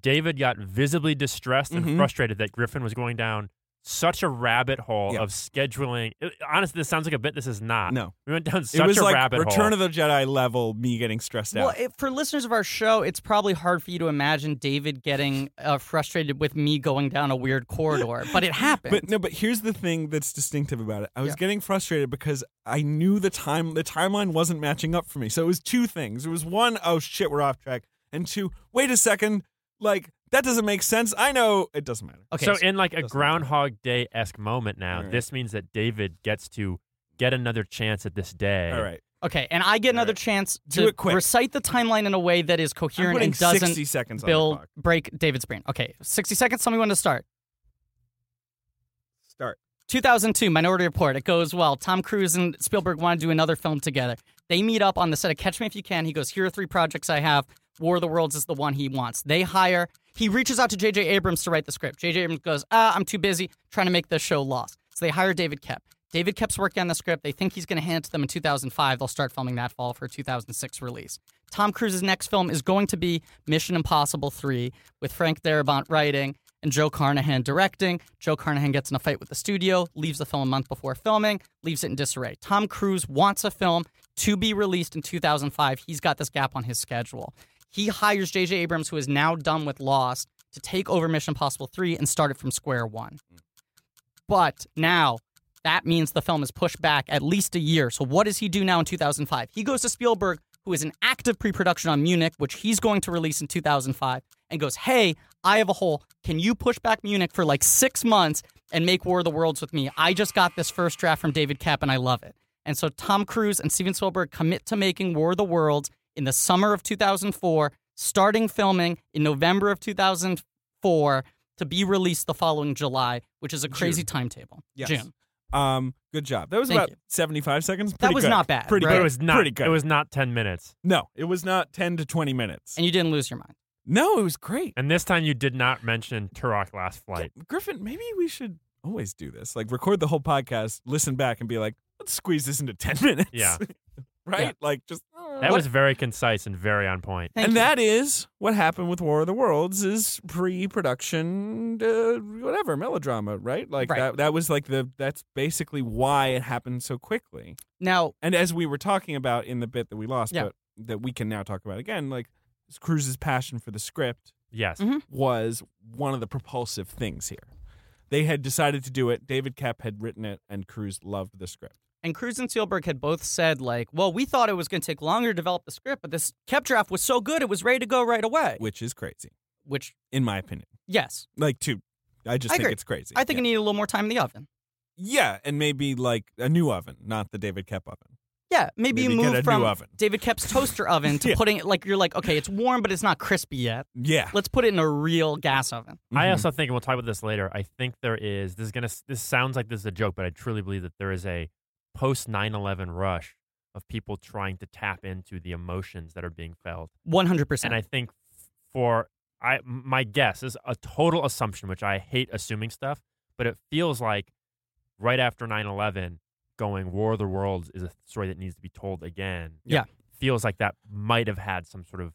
S4: David got visibly distressed and
S3: Mhm.
S4: frustrated that Griffin was going down such a rabbit hole
S3: Yeah.
S4: of scheduling. It- honestly, this sounds like a bit. This is not.
S3: No,
S4: we went down Ah, such
S3: it was
S4: a
S3: like
S4: rabbit
S3: Return
S4: hole.
S3: of the Jedi level. Me getting stressed
S2: well,
S3: out.
S2: it, for listeners of our show, it's probably hard for you to imagine David getting uh, frustrated with me going down a weird corridor, but it happened.
S3: But no, but here's the thing that's distinctive about it. I was
S2: Yeah.
S3: getting frustrated because I knew the time the timeline wasn't matching up for me. So it was two things. It was one, oh shit, we're off track, and two, wait a second, like that doesn't make sense. I know it doesn't matter.
S2: okay,
S4: so,
S2: so-
S4: in like a
S3: doesn't matter.
S4: Groundhog Day esque moment now,
S3: All right.
S4: this means that David gets to get another chance at this day.
S3: All right,
S2: okay, and I get another
S3: Alright.
S2: chance
S3: Do
S2: to
S3: it quick.
S2: recite the timeline in a way that is
S3: I'm
S2: coherent
S3: putting
S2: and doesn't
S3: sixty seconds on the
S2: build
S3: clock.
S2: break David's brain. Okay, sixty seconds. Tell me when to start.
S3: Start.
S2: 2002 Minority Report. It goes well. Tom Cruise and Spielberg want to do another film together. They meet up on the set of Catch Me If You Can. He goes, "Here are three projects I have. War of the Worlds is the one he wants." They hire. He reaches out to J.J. Abrams to write the script. J.J. Abrams goes, "Ah, I'm too busy trying to make this show lost." So they hire David Kep. David Kep's working on the script. They think he's going to hand it to them in 2005. They'll start filming that fall for 2006 release. Tom Cruise's next film is going to be Mission Impossible 3 with Frank Darabont writing and Joe Carnahan directing. Joe Carnahan gets in a fight with the studio, leaves the film a month before filming, leaves it in disarray. Tom Cruise wants a film to be released in 2005. He's got this gap on his schedule. He hires J.J. Abrams, who is now done with Lost, to take over Mission Impossible 3 and start it from square one. But now that means the film is pushed back at least a year. So what does he do now in 2005? He goes to Spielberg, who is in active pre-production on Munich, which he's going to release in 2005, and goes, "Hey, I have a hole. Can you push back Munich for like 6 months and make War of the Worlds with me? I just got this first draft from David Kapp and I love it." And so Tom Cruise and Steven Spielberg commit to making War of the Worlds in the summer of 2004, starting filming in November of 2004 to be released the following July, which is a crazy timetable.
S3: Yes.
S2: June.
S3: Um, good job. That was
S2: Thank
S3: about
S2: you.
S3: seventy-five seconds. Pretty
S2: That was
S3: good.
S2: not bad.
S3: Pretty
S2: right?
S4: But
S3: good.
S4: it was not.
S3: Pretty good.
S4: It was not ten minutes.
S3: No, it was not ten to twenty minutes.
S2: And you didn't lose your mind.
S3: no, it was great.
S4: And this time, you did not mention Turok Last Flight.
S3: Griffin, maybe we should always do this. Like record the whole podcast, listen back, and be like, let's squeeze this into ten minutes.
S4: Yeah.
S3: right?
S2: Yeah.
S3: Like just uh,
S4: That
S3: What-
S4: was very concise and very on point.
S2: Thank
S3: and
S2: you.
S3: that is what happened with War of the Worlds is pre-production, uh, whatever melodrama, right? Like
S2: Right.
S3: that. That was like the. That's basically why it happened so quickly.
S2: now,
S3: And as we were talking about in the bit that we lost,
S2: Yeah.
S3: but that we can now talk about again, like Cruz's passion for the script
S4: Yes.
S3: Mm-hmm.
S2: Mhm.
S3: was one of the propulsive things here. They had decided to do it. David Kapp had written it, and Cruz loved the script.
S2: and Cruz and Spielberg had both said, like, well, we thought it was going to take longer to develop the script, but this kept draft was so good, it was ready to go right away.
S3: which is crazy,
S2: Which,
S3: in my opinion.
S2: yes,
S3: Like, to I just
S2: I
S3: think
S2: agree.
S3: it's crazy.
S2: I think
S3: yeah.
S2: it needed a little more time in the oven.
S3: yeah, and maybe like a new oven, not the David Kep oven.
S2: Yeah, maybe, you
S3: Maybe get
S2: move
S3: a new
S2: from
S3: oven.
S2: David Kep's toaster oven to
S3: Yeah.
S2: putting it like you're like, okay, it's warm, but it's not crispy yet.
S3: Yeah,
S2: Let's put it in a real gas oven.
S4: I
S3: Mhm.
S4: also think, and we'll talk about this later. I think there is. This is gonna. This sounds like this is a joke, but I truly believe that there is a post 9/11 rush of people trying to tap into the emotions that are being felt.
S2: 100%.
S4: And I think for I my guess is a total assumption, which I hate assuming stuff, but it feels like right after 9/11 going War of the Worlds is a story that needs to be told again.
S2: Yeah.
S4: Feels like that might have had some sort of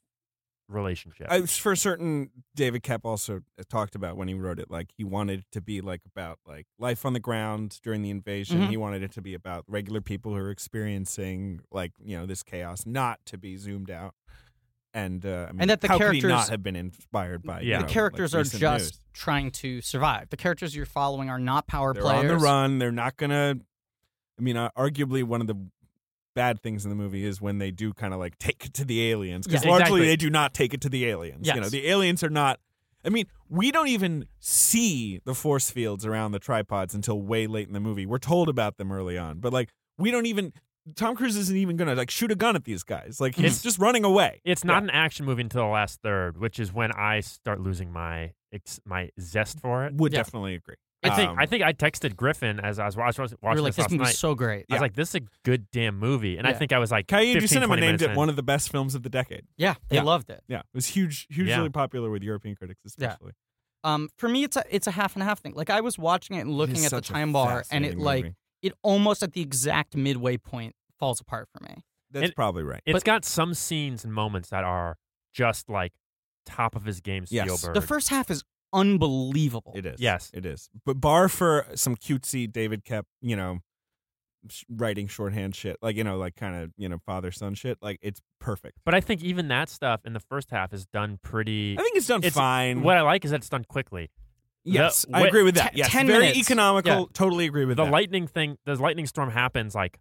S4: relationship.
S3: I, for certain, David Kep also uh, talked about when he wrote it, like he wanted it to be like about like life on the ground during the invasion.
S2: Mhm.
S3: He wanted it to be about regular people who are experiencing like you know this chaos, not to be zoomed out. And uh, I mean,
S2: that the
S3: how could he
S2: characters-
S3: not have been inspired by
S4: Yeah.
S3: you
S2: the
S3: know,
S2: characters
S3: like,
S2: are
S3: recent
S2: just
S3: news?
S2: trying to survive. The characters you're following are not power
S3: they're
S2: players.
S3: on the run. They're not gonna. I mean, uh, arguably one of the bad things in the movie is when they do kind of like take it to the aliens because
S4: Yeah,
S3: largely
S4: exactly.
S3: they do not take it to the aliens. You know,
S2: Yes.
S3: the aliens are not. I mean, we don't even see the force fields around the tripods until way late in the movie. We're told about them early on, but like we don't even Tom Cruise isn't even gonna like shoot a gun at these guys. Like he's
S4: It's-
S3: just running away.
S4: It's not an action movie until the last third, which is when I start losing my ex- my zest for it.
S3: Would
S2: Yeah.
S3: definitely agree.
S4: I think
S3: Um,
S4: I think I texted Griffin as I was wa- I was watching
S2: We were like,
S4: this
S2: this
S4: last
S2: movie's
S4: night.
S2: so great.
S4: I was like, "This is a good damn movie," and I
S2: Yeah.
S4: think I was like,
S3: Cahiers du
S4: 15,
S3: Cinema
S4: 20
S3: named
S4: minutes
S3: it
S4: in.
S3: one of the best films of the decade.
S2: yeah, they
S3: Yeah.
S2: loved it.
S3: Yeah, it was huge, hugely popular with European critics,
S2: Yeah.
S3: especially.
S2: Um, for me, it's a it's a half and half thing. Like I was watching it and
S3: It
S2: looking
S3: is
S2: at the
S3: such a
S2: time bar, and it
S3: fascinating
S2: like
S3: movie.
S2: it almost at the exact midway point falls apart for me.
S3: that's
S4: it-
S3: probably right.
S4: It's
S2: But-
S4: got some scenes and moments that are just like top of his game.
S3: Yes.
S4: Spielberg.
S2: The first half is unbelievable.
S3: It is.
S4: Yes.
S3: it is. But bar for some cutesy David kept, you know, sh- writing shorthand shit, like you know, like kind of you know father son shit. Like it's perfect.
S4: but I think even that stuff in the first half is done pretty.
S3: I think it's done
S4: It's-
S3: fine.
S4: What I like is that it's done quickly.
S3: yes,
S4: the-
S3: I
S4: what-
S3: agree with that.
S2: te-
S3: yes,
S2: 10
S3: very
S2: minutes.
S3: economical.
S2: Yeah.
S3: Totally agree with
S4: The
S3: that.
S4: lightning thing, the lightning storm happens like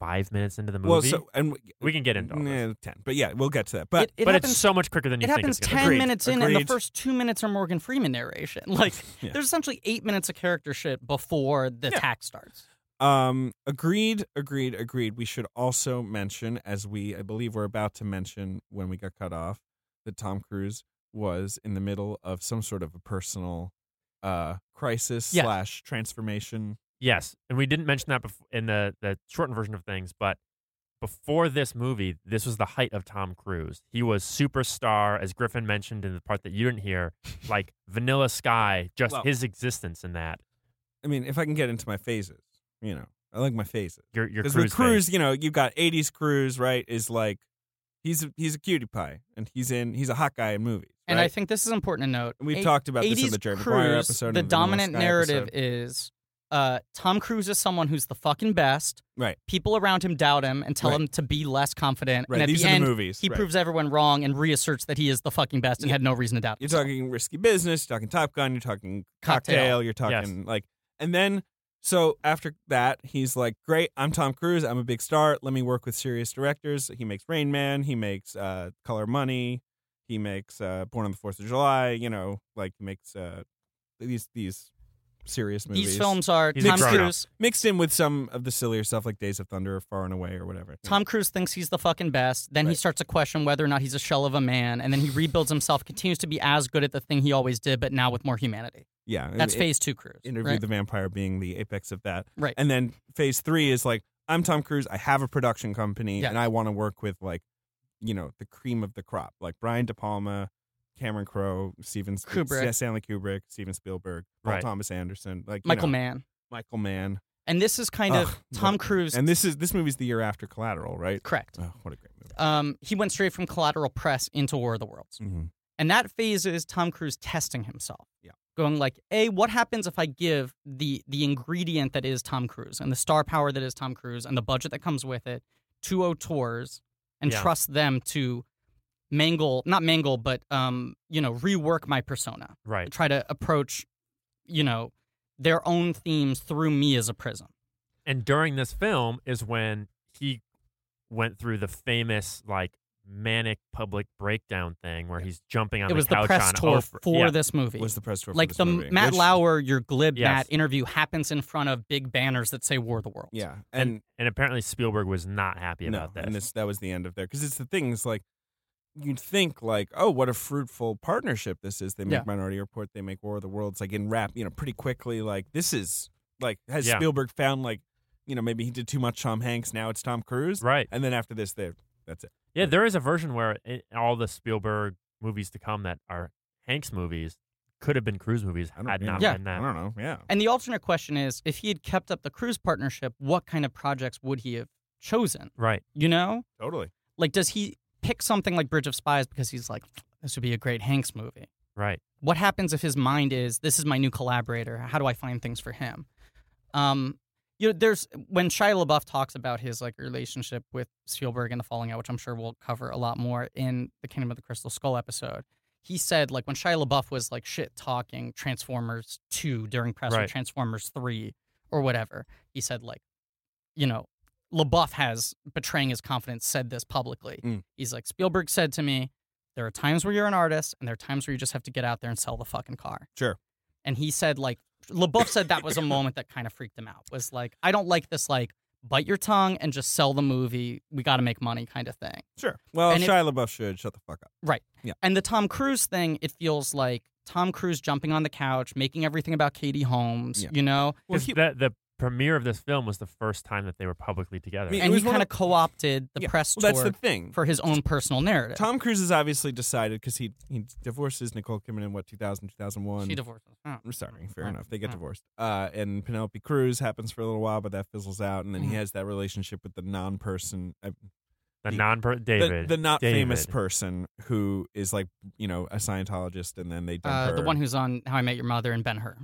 S4: five minutes into the movie.
S3: Well, so and w-
S4: we can get into all this.
S3: eh, ten, but yeah, we'll get to that. But
S2: it, it
S4: but
S2: happens,
S4: it's so much quicker than you
S2: it
S4: think.
S2: happens
S4: it's gonna
S2: ten
S4: be.
S3: Agreed.
S2: minutes in, and the
S3: Agreed.
S2: first two minutes are Morgan Freeman narration. Like
S3: Yeah.
S2: there's essentially eight minutes of character shit before the
S3: Yeah.
S2: attack starts.
S3: Um, agreed, agreed, agreed. We should also mention, as we, I believe, we're about to mention when we got cut off, that Tom Cruise was in the middle of some sort of a personal uh crisis
S2: Yeah.
S3: slash transformation.
S4: Yes, and we didn't mention that before in the the shortened version of things, but before this movie, this was the height of Tom Cruise. He was superstar, as Griffin mentioned in the part that you didn't hear, like Vanilla Sky, just
S3: Well-
S4: his existence in that.
S3: I mean, if I can get into my phases, you know, I like my phases
S4: Your your
S3: because
S4: cruise,
S3: with
S4: thing.
S3: Cruise, you know, you've got '80s Cruise, right? Is like he's a, he's a cutie pie, and he's in he's a hot guy in movies.
S2: And I
S3: right?
S2: think this is important to note.
S3: And we've
S2: Eight-
S3: talked about this in
S2: 80s
S3: the Jerry
S2: Cruise,
S3: Maguire episode. and
S2: The
S3: Vanilla
S2: dominant
S3: Sky
S2: narrative
S3: episode.
S2: is uh, Tom Cruise is someone who's the fucking best.
S3: Right.
S2: People around him doubt him and tell
S3: Right.
S2: him to be less confident.
S3: right.
S2: And at
S3: These
S2: the
S3: are
S2: end,
S3: the movies.
S2: he
S3: right.
S2: proves everyone wrong and reasserts that he is the fucking best and had no reason to doubt.
S3: You're
S2: himself.
S3: talking risky business. You're talking Top Gun. You're talking cocktail.
S2: Cocktail.
S3: You're talking like, and then so after that, he's like, "Great, I'm Tom Cruise. I'm a big star. Let me work with serious directors." He makes Rain Man. He makes uh, Color Money. He makes uh, Born on the Fourth of July. You know, like he makes uh, these these serious movies.
S2: These films are
S4: He's
S3: a
S2: Tom
S4: grown-up.
S2: Cruise.
S3: mixed in with some of the sillier stuff like Days of Thunder, or Far and Away, or whatever.
S2: Tom Cruise thinks he's the fucking best. Then he
S3: Right.
S2: starts to question whether or not he's a shell of a man, and then he rebuilds himself, continues to be as good at the thing he always did, but now with more humanity.
S3: yeah, and
S2: That's
S3: it-
S2: phase two Cruise.
S3: Interview
S2: right?
S3: the Vampire being the apex of that.
S2: Right.
S3: And then phase three is like, I'm Tom Cruise. I have a production company
S2: Yeah.
S3: and I want to work with like, you know, the cream of the crop, like Brian De Palma, Cameron Crowe, Steven S-
S2: Kubrick.
S3: Stanley Kubrick, Steven Spielberg, Paul
S4: Right.
S3: Thomas Anderson, like you
S2: Michael
S3: know,
S2: Mann.
S3: Michael Mann.
S2: And this is kind
S3: Ugh,
S2: of Tom Cruise.
S3: And this is this movie's the year after Collateral, right?
S2: correct.
S3: Oh, what a great movie.
S2: Um, he went straight from Collateral Press into War of the Worlds,
S3: Mhm.
S2: and that phase is Tom Cruise testing himself.
S3: Yeah.
S2: Going like, a, what happens if I give the the ingredient that is Tom Cruise and the star power that is Tom Cruise and the budget that comes with it to auteurs and
S4: Yeah.
S2: trust them to mangle, not mangle, but um, you know, rework my persona,
S4: right?
S2: try to approach, you know, their own themes through me as a prism.
S4: And during this film is when he went through the famous like manic public breakdown thing where he's jumping on
S2: it
S4: the
S2: was the
S4: couch
S2: press
S4: on
S2: tour
S4: Oprah.
S2: for
S4: yeah.
S2: this movie.
S3: Was the press tour for
S2: like
S3: this
S2: the
S3: movie,
S2: Matt
S3: which-
S2: Lauer, your glib
S4: Yes.
S2: Matt interview happens in front of big banners that say "War of the Worlds."
S3: Yeah,
S4: And,
S3: and
S4: and apparently Spielberg was not happy
S3: no,
S4: about this.
S3: And this that was the end of there because it's the thing is like you'd think like oh what a fruitful partnership this is. They make
S2: Yeah.
S3: Minority Report, they make War of the Worlds like in rap you know pretty quickly like this is like has
S4: Yeah.
S3: Spielberg found like you know maybe he did too much Tom Hanks now it's Tom Cruise
S4: right.
S3: and then after this they that's it.
S4: Yeah, there is a version where it, all the Spielberg movies to come that are Hanks movies could have been Cruise movies
S3: I don't
S4: had
S3: know.
S4: not
S2: Yeah.
S4: been
S3: I
S4: that.
S3: don't know. Yeah.
S2: And the alternate question is, if he had kept up the cruise partnership, what kind of projects would he have chosen?
S4: Right.
S2: You know,
S3: Totally.
S2: like does he pick something like Bridge of Spies because he's like, this would be a great Hanks movie?
S4: Right.
S2: What happens if his mind is, this is my new collaborator? How do I find things for him? Um, you know, there's when Shia LaBeouf talks about his like relationship with Spielberg and the falling out, which I'm sure we'll cover a lot more in the Kingdom of the Crystal Skull episode. He said like when Shia LaBeouf was like shit talking Transformers two during press or
S4: Right.
S2: Transformers three or whatever, he said like, you know, LaBeouf has betraying his confidence said this publicly.
S3: Mm.
S2: He's like Spielberg said to me, there are times where you're an artist and there are times where you just have to get out there and sell the fucking car.
S3: Sure.
S2: And he said like LaBeouf said that was a moment that kind of freaked him out. Was like, I don't like this like bite your tongue and just sell the movie. We got to make money, kind of thing.
S3: Sure. Well,
S2: And if-
S3: Shia LaBeouf should shut the fuck up.
S2: And the Tom Cruise thing, it feels like Tom Cruise jumping on the couch, making everything about Katie Holmes.
S3: Yeah.
S2: You know,
S4: 'Cause that- the premiere of this film was the first time that they were publicly together.
S3: Yeah. It
S2: and he
S3: was one
S2: kind
S3: of-
S2: of co-opted the
S3: Yeah.
S2: press
S3: Well, that's
S2: tour
S3: the thing.
S2: for his own personal narrative.
S3: Tom Cruise has obviously decided because he he divorces Nicole Kidman in what 2000 2001.
S2: she divorced. him. Oh.
S3: I'm sorry, fair
S2: Oh.
S3: enough. They get
S2: Oh.
S3: divorced. Uh, and Penelope Cruz happens for a little while, but that fizzles out. And then he
S2: Mhm.
S3: has that relationship with the non-person, uh,
S4: the
S3: the-
S4: non David,
S3: the, the not famous
S4: David.
S3: person who is like you know a Scientologist, and then they dump
S2: Uh,
S3: her.
S2: the one who's on How I Met Your Mother and Ben Hur.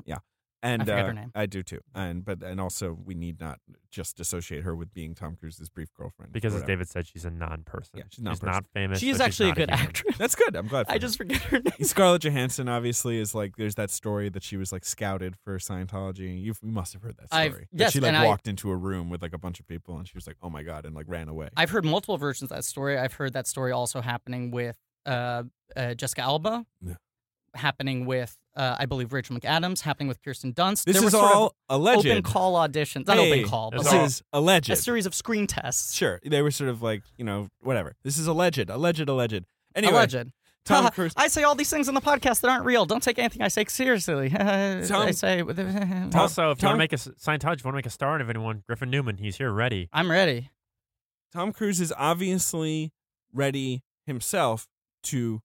S3: and
S2: I forget
S3: uh,
S2: her name.
S3: I do too. And but and also we need not just dissociate her with being Tom Cruise's brief girlfriend
S4: because
S3: or
S4: as
S3: whatever.
S4: David said, she's a non-person.
S3: Yeah, she's non-person.
S4: not famous.
S2: She
S4: so
S2: is
S4: she's
S2: actually a
S4: not
S2: good
S4: human.
S2: actress.
S3: That's good. I'm glad. For
S2: I
S3: her.
S2: just forget her name.
S3: Scarlett Johansson obviously is like there's that story that she was like scouted for Scientology. You've, you must have heard that story.
S2: I've-
S3: That
S2: yes,
S3: she like
S2: and I-
S3: walked into a room with like a bunch of people and she was like, "Oh my god," and like ran away.
S2: I've heard multiple versions of that story. I've heard that story also happening with uh, uh, Jessica Alba,
S3: Yeah.
S2: happening with uh, I believe Rachel McAdams, happening with Kirsten Dunst.
S3: this
S2: there
S3: is
S2: were sort
S3: all
S2: of
S3: alleged.
S2: open call auditions. Not
S3: Hey,
S2: open call, but
S4: That's
S3: This
S2: like
S4: all-
S3: is alleged.
S2: a series of screen tests.
S3: Sure, they were sort of like you know whatever. This is alleged, alleged, alleged. Anyway,
S2: Alleged.
S3: Tom Cruise.
S2: I say all these things in the podcast that aren't real. Don't take anything I say seriously. I say.
S3: Tom-
S4: Also, if you
S3: Tom-
S4: want to make a s- Scientology, if you want to make a star out of anyone, Griffin Newman, he's here ready.
S2: I'm ready.
S3: Tom Cruise is obviously ready himself to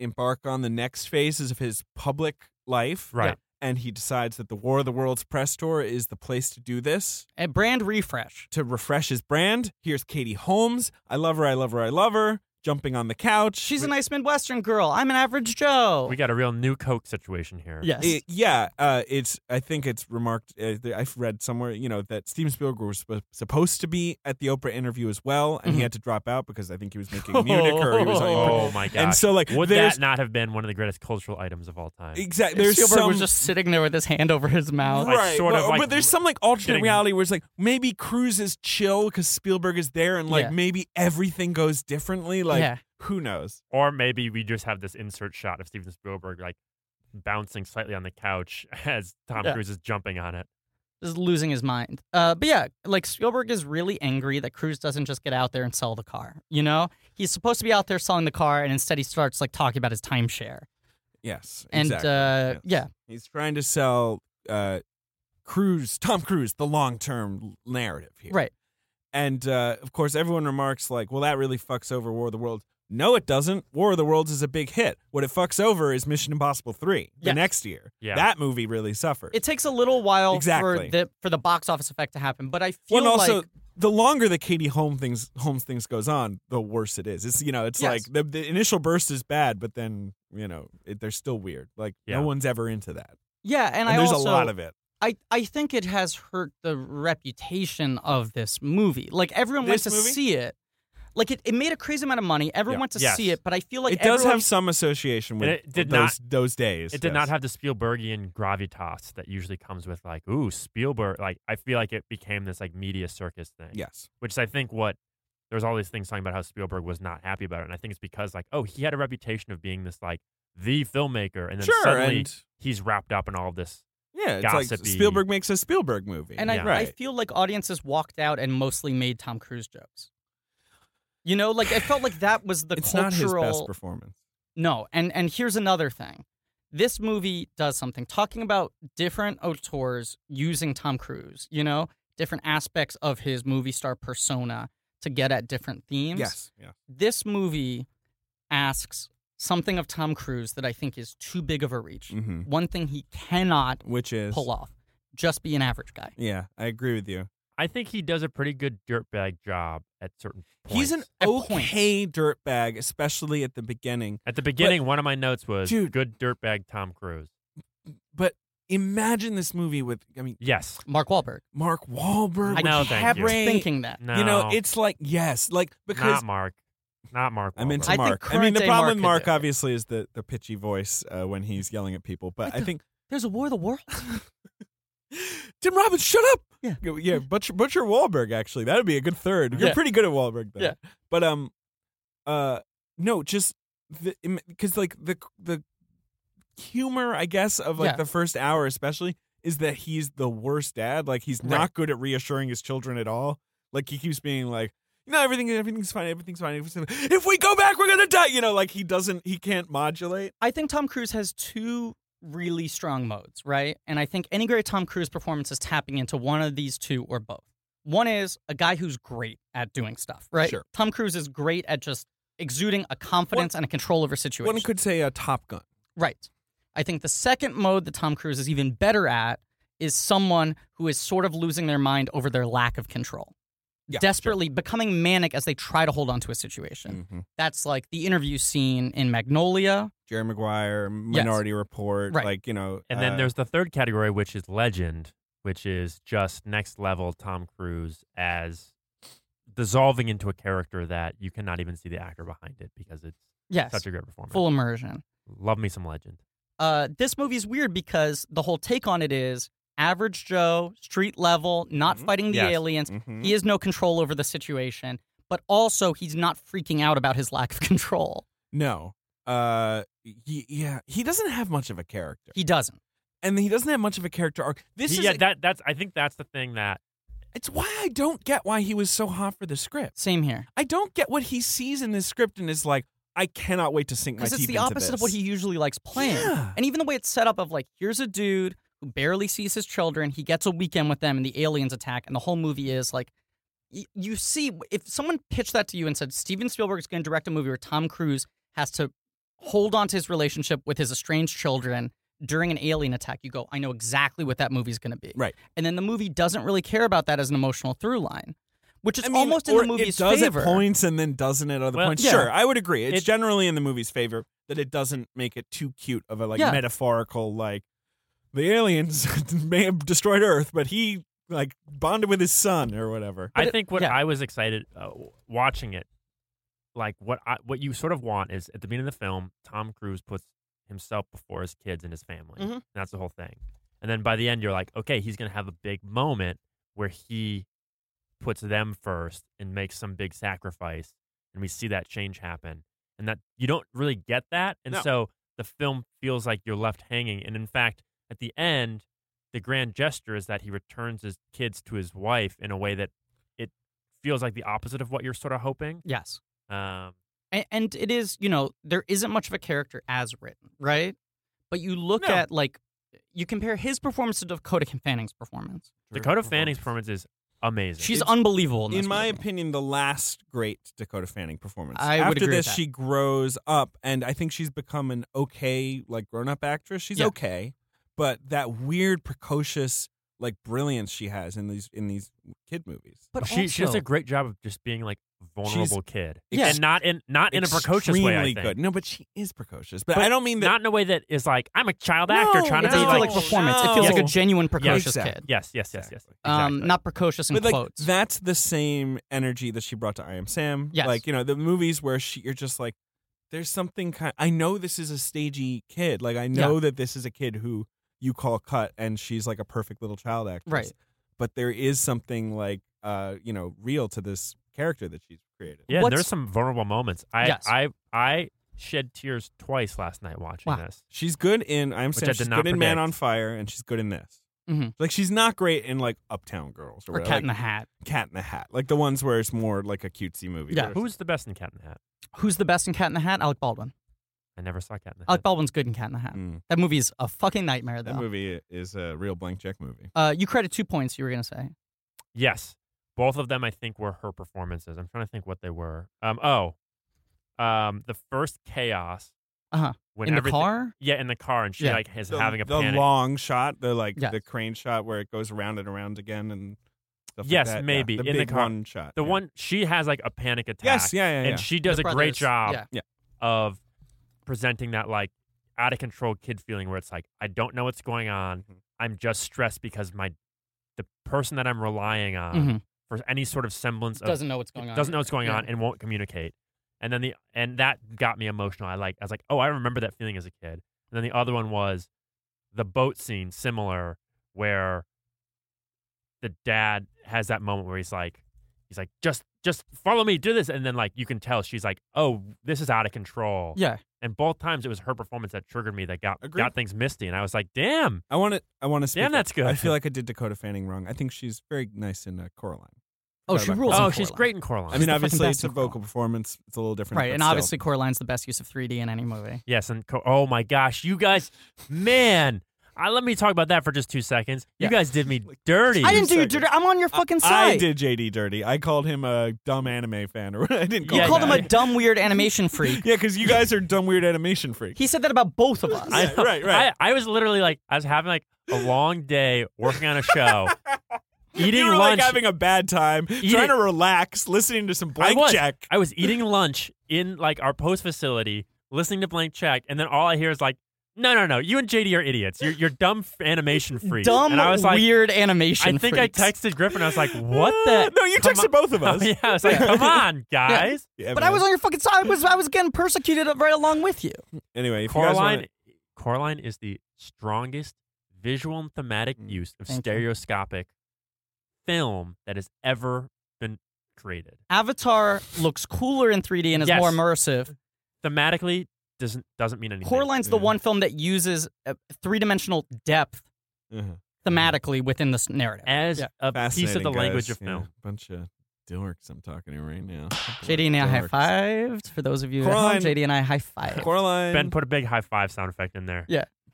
S3: embark on the next phases of his public life.
S4: Right.
S3: And he decides that the War of the Worlds press tour is the place to do this.
S2: A brand refresh.
S3: to refresh his brand. Here's Katie Holmes. I love her. I love her. I love her. Jumping on the couch.
S2: She's a nice Midwestern girl. I'm an average Joe.
S4: We got a real new Coke situation here.
S2: yes.
S3: It- yeah, uh, it's. I think it's remarked. Uh, th- I've read somewhere, you know, that Steven Spielberg was sp- supposed to be at the Oprah interview as well, and he
S2: Mhm.
S3: had to drop out because I think he was making Munich or he was.
S4: Mm-hmm. Oh
S3: On,
S4: my gosh.
S3: and so, like,
S4: would
S3: there's
S4: that not have been one of the greatest cultural items of all time?
S3: exactly there's
S2: Spielberg
S3: some
S2: was just sitting there with his hand over his mouth.
S4: like,
S3: right,
S4: sort of,
S3: well,
S4: like,
S3: but there's some like alternate
S4: getting-
S3: reality where it's like maybe Cruz is chill because Spielberg is there, and like
S2: Yeah.
S3: maybe everything goes differently. Like,
S2: yeah.
S3: who knows?
S4: Or maybe we just have this insert shot of Steven Spielberg like bouncing slightly on the couch as Tom
S2: Yeah.
S4: Cruise is jumping on it.
S2: Just losing his mind. Uh, but yeah, like Spielberg is really angry that Cruz doesn't just get out there and sell the car. You know? He's supposed to be out there selling the car, and instead he starts like talking about his timeshare.
S3: Yes,
S2: And
S3: exactly.
S2: uh, yeah.
S3: Yes. He's trying to sell uh, Cruise, Tom Cruise, the long term narrative here.
S2: Right.
S3: And uh, of course, everyone remarks, like, well, that really fucks over War of the Worlds. No, it doesn't. War of the Worlds is a big hit. What it fucks over is Mission Impossible 3 the
S2: Yes.
S3: next year.
S4: Yeah.
S3: That movie really suffered.
S2: It takes a little while
S3: Exactly.
S2: for the for the box office effect to happen, but I feel
S3: well, and also,
S2: like
S3: the longer the Katie Holmes things, Holmes things goes on, the worse it is. It's, you know, it's
S2: Yes.
S3: like the, the initial burst is bad, but then, you know, it, they're still weird. Like,
S4: Yeah.
S3: no one's ever into that.
S2: yeah, and, I
S3: there's a
S2: also
S3: lot of it.
S2: I, I think it has hurt the reputation of this movie. Like everyone
S3: This
S2: went to
S3: movie?
S2: see it. Like it, it made a crazy amount of money. Everyone
S3: Yeah.
S2: went to
S4: Yes.
S2: see it, but I feel like
S3: it does
S2: everyone-
S3: have some association with
S4: And it did
S3: those those days.
S4: It did
S3: yes.
S4: not have the Spielbergian gravitas that usually comes with like, ooh, Spielberg. Like I feel like it became this like media circus thing.
S3: Yes,
S4: which is I think what there's all these things talking about how Spielberg was not happy about it, and I think it's because like oh he had a reputation of being this like the filmmaker, and then
S3: sure,
S4: suddenly
S3: and
S4: he's wrapped up in all of this.
S3: yeah, it's like
S4: gossipy.
S3: Spielberg makes a Spielberg movie,
S2: and I,
S4: Yeah.
S2: I
S3: right?
S2: feel like audiences walked out and mostly made Tom Cruise jokes. You know, like I felt like that was the
S3: it's
S2: cultural
S3: not his best performance.
S2: No, and and here's another thing. This movie does something talking about different auteurs using Tom Cruise, you know, different aspects of his movie star persona to get at different themes.
S3: Yes, yeah.
S2: This movie asks something of Tom Cruise that I think is too big of a reach.
S3: hmm
S2: One thing he cannot
S3: which is
S2: pull off. Just be an average guy.
S3: Yeah, I agree with you.
S4: I think he does a pretty good dirtbag job at certain points.
S3: He's an
S2: At
S3: okay dirtbag, especially at the beginning.
S4: at the beginning. one of my notes was
S3: Dude.
S4: good dirtbag Tom Cruise.
S3: But imagine this movie with, I mean,
S4: Yes,
S2: Mark Wahlberg.
S3: Mark Wahlberg,
S2: I
S3: with
S4: know, thank you.
S3: Cabaret.
S2: Thinking that.
S4: no,
S3: You know, it's like yes, like because
S4: not Mark, not Mark.
S3: I'm into
S2: I think
S3: Mark. I mean,
S2: current
S3: the
S2: day
S3: problem
S2: Mark
S3: with Mark
S2: could do it.
S3: obviously is the the pitchy voice uh, when he's yelling at people. But
S2: What
S3: I
S2: the-
S3: think
S2: There's a war of the world.
S3: Tim Robbins, shut up.
S2: Yeah.
S3: Go- yeah. Butcher Butcher Wahlberg. Actually, that would be a good third. You're
S2: Yeah.
S3: pretty good at Wahlberg, though.
S2: Yeah.
S3: But um, uh, no, just the because like the the humor, I guess, of like
S2: Yeah.
S3: the first hour, especially, is that he's the worst dad. Like he's not good at reassuring his children at all. Like he keeps being like, "No, everything, everything's fine, everything's fine. everything's fine. If we go back, we're gonna die." You know, like he doesn't, he can't modulate.
S2: I think Tom Cruise has two really strong modes, right? And I think any great Tom Cruise performance is tapping into one of these two or both. One is a guy who's great at doing stuff, right?
S3: Sure.
S2: Tom Cruise is great at just exuding a confidence and a control over situations.
S3: One could say a Top Gun.
S2: Right. I think the second mode that Tom Cruise is even better at is someone who is sort of losing their mind over their lack of control.
S3: Yeah, sure. Mm-hmm.
S2: Desperately becoming manic as they try to hold on to a situation. That's like the interview scene in Magnolia.
S3: Jerry Maguire, Minority Report,
S2: Right.
S3: like you know,
S4: And then
S3: uh,
S4: there's the third category, which is legend, which is just next level Tom Cruise as dissolving into a character that you cannot even see the actor behind it because it's
S2: Yes.
S4: such a great performance.
S2: full immersion.
S4: Love me some legend.
S2: Uh, this movie's weird because the whole take on it is average Joe, street level, not
S3: Mhm.
S2: fighting the
S4: Yes.
S2: aliens.
S3: Mhm.
S2: He has no control over the situation, but also he's not freaking out about his lack of control.
S3: no. Uh, he, yeah, he doesn't have much of a character,
S2: He doesn't.
S3: and he doesn't have much of a character arc. This
S4: He-
S3: is
S4: yeah,
S3: a-
S4: that that's I think that's the thing that
S3: it's why I don't get why he was so hot for the script.
S2: Same here.
S3: I don't get what he sees in this script and is like, I cannot wait to sink my
S2: because
S3: teeth
S2: it's the
S3: into
S2: opposite of what
S3: this.
S2: he usually likes playing.
S3: Yeah.
S2: And even the way it's set up of like, here's a dude who barely sees his children. He gets a weekend with them, and the aliens attack. And the whole movie is like, y- you see, if someone pitched that to you and said Steven Spielberg is going to direct a movie where Tom Cruise has to hold on to his relationship with his estranged children during an alien attack, you go, I know exactly what that movie's going to be.
S3: Right.
S2: And then the movie doesn't really care about that as an emotional through line, which is
S3: I mean,
S2: almost in
S3: or
S2: the movie's
S3: it does
S2: favor.
S3: at points and then doesn't at other
S4: Well,
S3: points.
S2: yeah.
S3: Sure, I would agree. It's
S4: It-
S3: generally in the movie's favor that it doesn't make it too cute of a like
S2: Yeah.
S3: metaphorical like the aliens may have destroyed Earth, but he like bonded with his son or whatever.
S2: But
S4: I
S2: it-
S4: think what
S2: yeah.
S4: I was excited uh, w- watching it, like what I, what you sort of want is at the beginning of the film, Tom Cruise puts himself before his kids and his family.
S3: Mm-hmm.
S2: Mhm.
S4: And that's the whole thing. And then by the end, you're like, okay, he's gonna have a big moment where he puts them first and makes some big sacrifice, and we see that change happen. And that you don't really get that, and
S3: No.
S4: so the film feels like you're left hanging. And in fact, at the end, the grand gesture is that he returns his kids to his wife in a way that it feels like the opposite of what you're sort of hoping.
S2: Yes.
S4: Um,
S2: and, and it is you know there isn't much of a character as written right but you look
S3: No.
S2: at like you compare his performance to dakota fanning's performance
S4: Dakota Fanning's performance is amazing.
S2: she's
S3: It's-
S2: unbelievable in, this
S3: In my
S2: movie.
S3: opinion, the last great Dakota Fanning performance.
S2: I would
S3: After
S2: agree with
S3: this,
S2: that.
S3: she grows up, and I think she's become an okay, like grown-up actress. She's
S2: Yeah.
S3: okay, but that weird, precocious, like brilliance she has in these in these kid movies.
S2: but
S4: she, she does
S2: also-
S4: a great job of just being like vulnerable kid,
S2: Yeah.
S4: and not in not in a precocious way. I
S3: Extremely
S4: think.
S3: good. No, but she is precocious. But,
S4: But
S3: I don't mean that.
S4: Not in a way that is like I'm a child actor
S3: No,
S4: trying
S2: it
S4: to be
S2: doesn't feel
S3: No,
S2: like
S4: like.
S2: a performance it feels
S3: no.
S2: like a genuine precocious
S3: exactly.
S2: kid
S4: yes, yes, yes, yes.
S3: Exactly.
S2: um,
S4: exactly.
S2: not precocious in
S3: but like
S2: quotes
S3: that's the same energy that she brought to I Am Sam.
S2: Yes.
S3: Like you know the movies where she you're just like there's something kind. I know this is a stagey kid. Like I know that this is a kid who you call cut, and she's like a perfect little child actress.
S2: Right.
S3: But there is something like uh you know real to this character that she's created.
S4: yeah,
S2: what's-
S4: there's some vulnerable moments. I
S2: Yes.
S4: I I shed tears twice last night watching
S2: Wow.
S4: this.
S3: She's good in I Am
S4: Which I
S3: Sam.
S4: did
S3: She's
S4: not
S3: good in Man
S4: predict. Mm-hmm.
S3: on Fire, and she's good in this.
S2: Mhm.
S3: Like she's not great in like Uptown Girls or,
S2: or
S3: whatever,
S2: cat
S3: like,
S2: in the hat
S3: Cat in the Hat, like the ones where it's more like a cutesy movie.
S2: Yeah.
S3: Or-
S4: Who's the best in Cat in the Hat?
S2: who's the best in cat in the hat alec baldwin
S4: I never saw Cat in the Hat.
S2: alec baldwin's good in cat in the hat
S4: Hmm.
S3: Mm.
S2: that movie's a fucking nightmare though
S3: That movie is a real blank check movie.
S2: Uh, you credit two points you were gonna say
S4: Yes. Both of them, I think, were her performances. I'm trying to think what they were. Um, oh, um, the first chaos.
S2: Uh-huh.
S4: When
S2: in the
S4: everything-
S2: car
S4: Yeah, in the car, and she
S2: Yeah.
S4: like is
S3: the,
S4: having a
S3: the
S4: panic.
S3: long shot, the like
S2: Yes.
S3: the crane shot where it goes around and around again and stuff. like
S4: Yes,
S3: that. Yeah,
S4: maybe,
S3: the
S4: in the
S3: big
S4: car.
S3: one shot.
S4: the
S3: yeah.
S4: one she has like a panic attack.
S3: Yes, yeah, yeah, yeah.
S4: and she does
S2: The
S4: a
S2: brothers,
S4: great job
S2: yeah.
S4: of presenting that like out of control kid feeling where it's like I don't know what's going on.
S3: Mhm.
S4: I'm just stressed because my the person that I'm relying on
S2: Mhm.
S4: for any sort of semblance Uh, of
S2: doesn't know what's going on
S4: doesn't know what's going
S2: Yeah.
S4: on and won't communicate. And then the and that got me emotional. I like I was like, oh, I remember that feeling as a kid. And then the other one was the boat scene, similar, where the dad has that moment where he's like, he's like, just just follow me, do this. And then like you can tell she's like, oh, this is out of control.
S2: Yeah.
S4: And both times it was her performance that triggered me that got
S3: Agreed.
S4: got things misty. And I was like, damn.
S3: I want to. I want to. speak
S4: Damn,
S3: up.
S4: that's good.
S3: I feel like I did Dakota Fanning wrong. I think she's very nice in uh, Coraline.
S5: Oh, she
S3: Sorry about
S5: rules.
S3: that.
S5: in
S4: oh, she's
S5: Coraline.
S4: great in Coraline.
S3: I mean,
S2: the
S3: obviously
S2: fucking
S3: it's
S2: best
S3: a
S2: in Coraline.
S3: vocal performance. It's a little different,
S2: Right,
S3: but
S2: and
S3: still.
S2: obviously Coraline's the best use of 3D in any movie.
S4: yes. And Co- oh my gosh, you guys, man. I, let me talk about that for just two seconds. You
S2: Yeah.
S4: guys did me dirty.
S2: I didn't do you
S3: second.
S2: dirty. I'm on your fucking
S3: I,
S2: side.
S3: I did JD dirty. I called him a dumb anime fan, or I didn't. Call
S2: You
S4: Yeah,
S2: called him
S4: yeah.
S2: a dumb, weird animation freak.
S3: Yeah, because you guys are dumb weird animation freaks.
S2: He said that about both of us.
S4: I
S3: Yeah,
S4: know.
S3: right, right.
S4: I, I was literally like, I was having like a long day working on a show, eating
S3: you were
S4: lunch.
S3: like having a bad time, trying
S4: it.
S3: to relax, listening to some
S4: I was.
S3: blackjack.
S4: I was eating lunch in like our post facility, listening to Blank Check, and then all I hear is like, "No, no, no! You and JD are idiots. You're you're dumb f- animation freaks."
S2: dumb,
S4: and I was like,
S2: weird animation
S4: I think
S2: freaks.
S4: I texted Griffin. I was like, "What the?"
S3: Uh, No, you
S4: Come
S3: texted both of
S4: on- Oh,
S3: us.
S4: yeah, I was like, "Come on, guys!"
S3: Yeah,
S2: But I
S3: man.
S2: was on your fucking side. I was, I was getting persecuted right along with you.
S3: anyway. If you guys
S4: Coraline,
S3: wanna,
S4: Coraline is the strongest visual and thematic
S3: Mm.
S4: use of
S2: Thank you.
S4: stereoscopic film that has ever been created.
S2: Avatar looks cooler in 3D and is
S4: Yes.
S2: more immersive.
S4: Thematically, doesn't doesn't mean anything.
S2: Coraline's the
S3: Yeah.
S2: one film that uses uh, three dimensional depth
S3: Uh-huh.
S2: thematically within this narrative.
S4: as
S2: Yeah.
S4: a piece of the
S3: Fascinating,
S4: language
S3: guys.
S4: of film.
S3: Yeah, bunch of dorks I'm talking to right now.
S2: JD and I high
S3: Dorks.
S2: fived. For those of you at home,
S3: Coraline-
S2: JD and I high fived.
S3: Coraline.
S4: Ben put a big high five sound effect in there.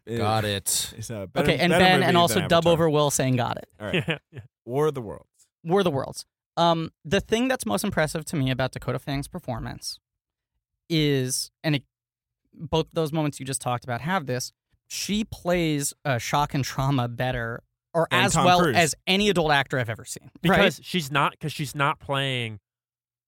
S3: is-
S5: Got it.
S3: is a better-
S2: Okay, and
S3: better
S2: Ben,
S3: movie
S2: and also
S3: than
S2: dub
S3: Avatar.
S2: over Will saying got it.
S3: All right. War of the Worlds.
S2: War of the Worlds. Um, the thing that's most impressive to me about Dakota Fanning's performance is, and it, both those moments you just talked about have this. She plays uh, shock and trauma better, or
S3: And
S2: as
S3: Tom
S2: well
S3: Cruise.
S2: as any adult actor I've ever seen.
S4: because she's not because she's not playing.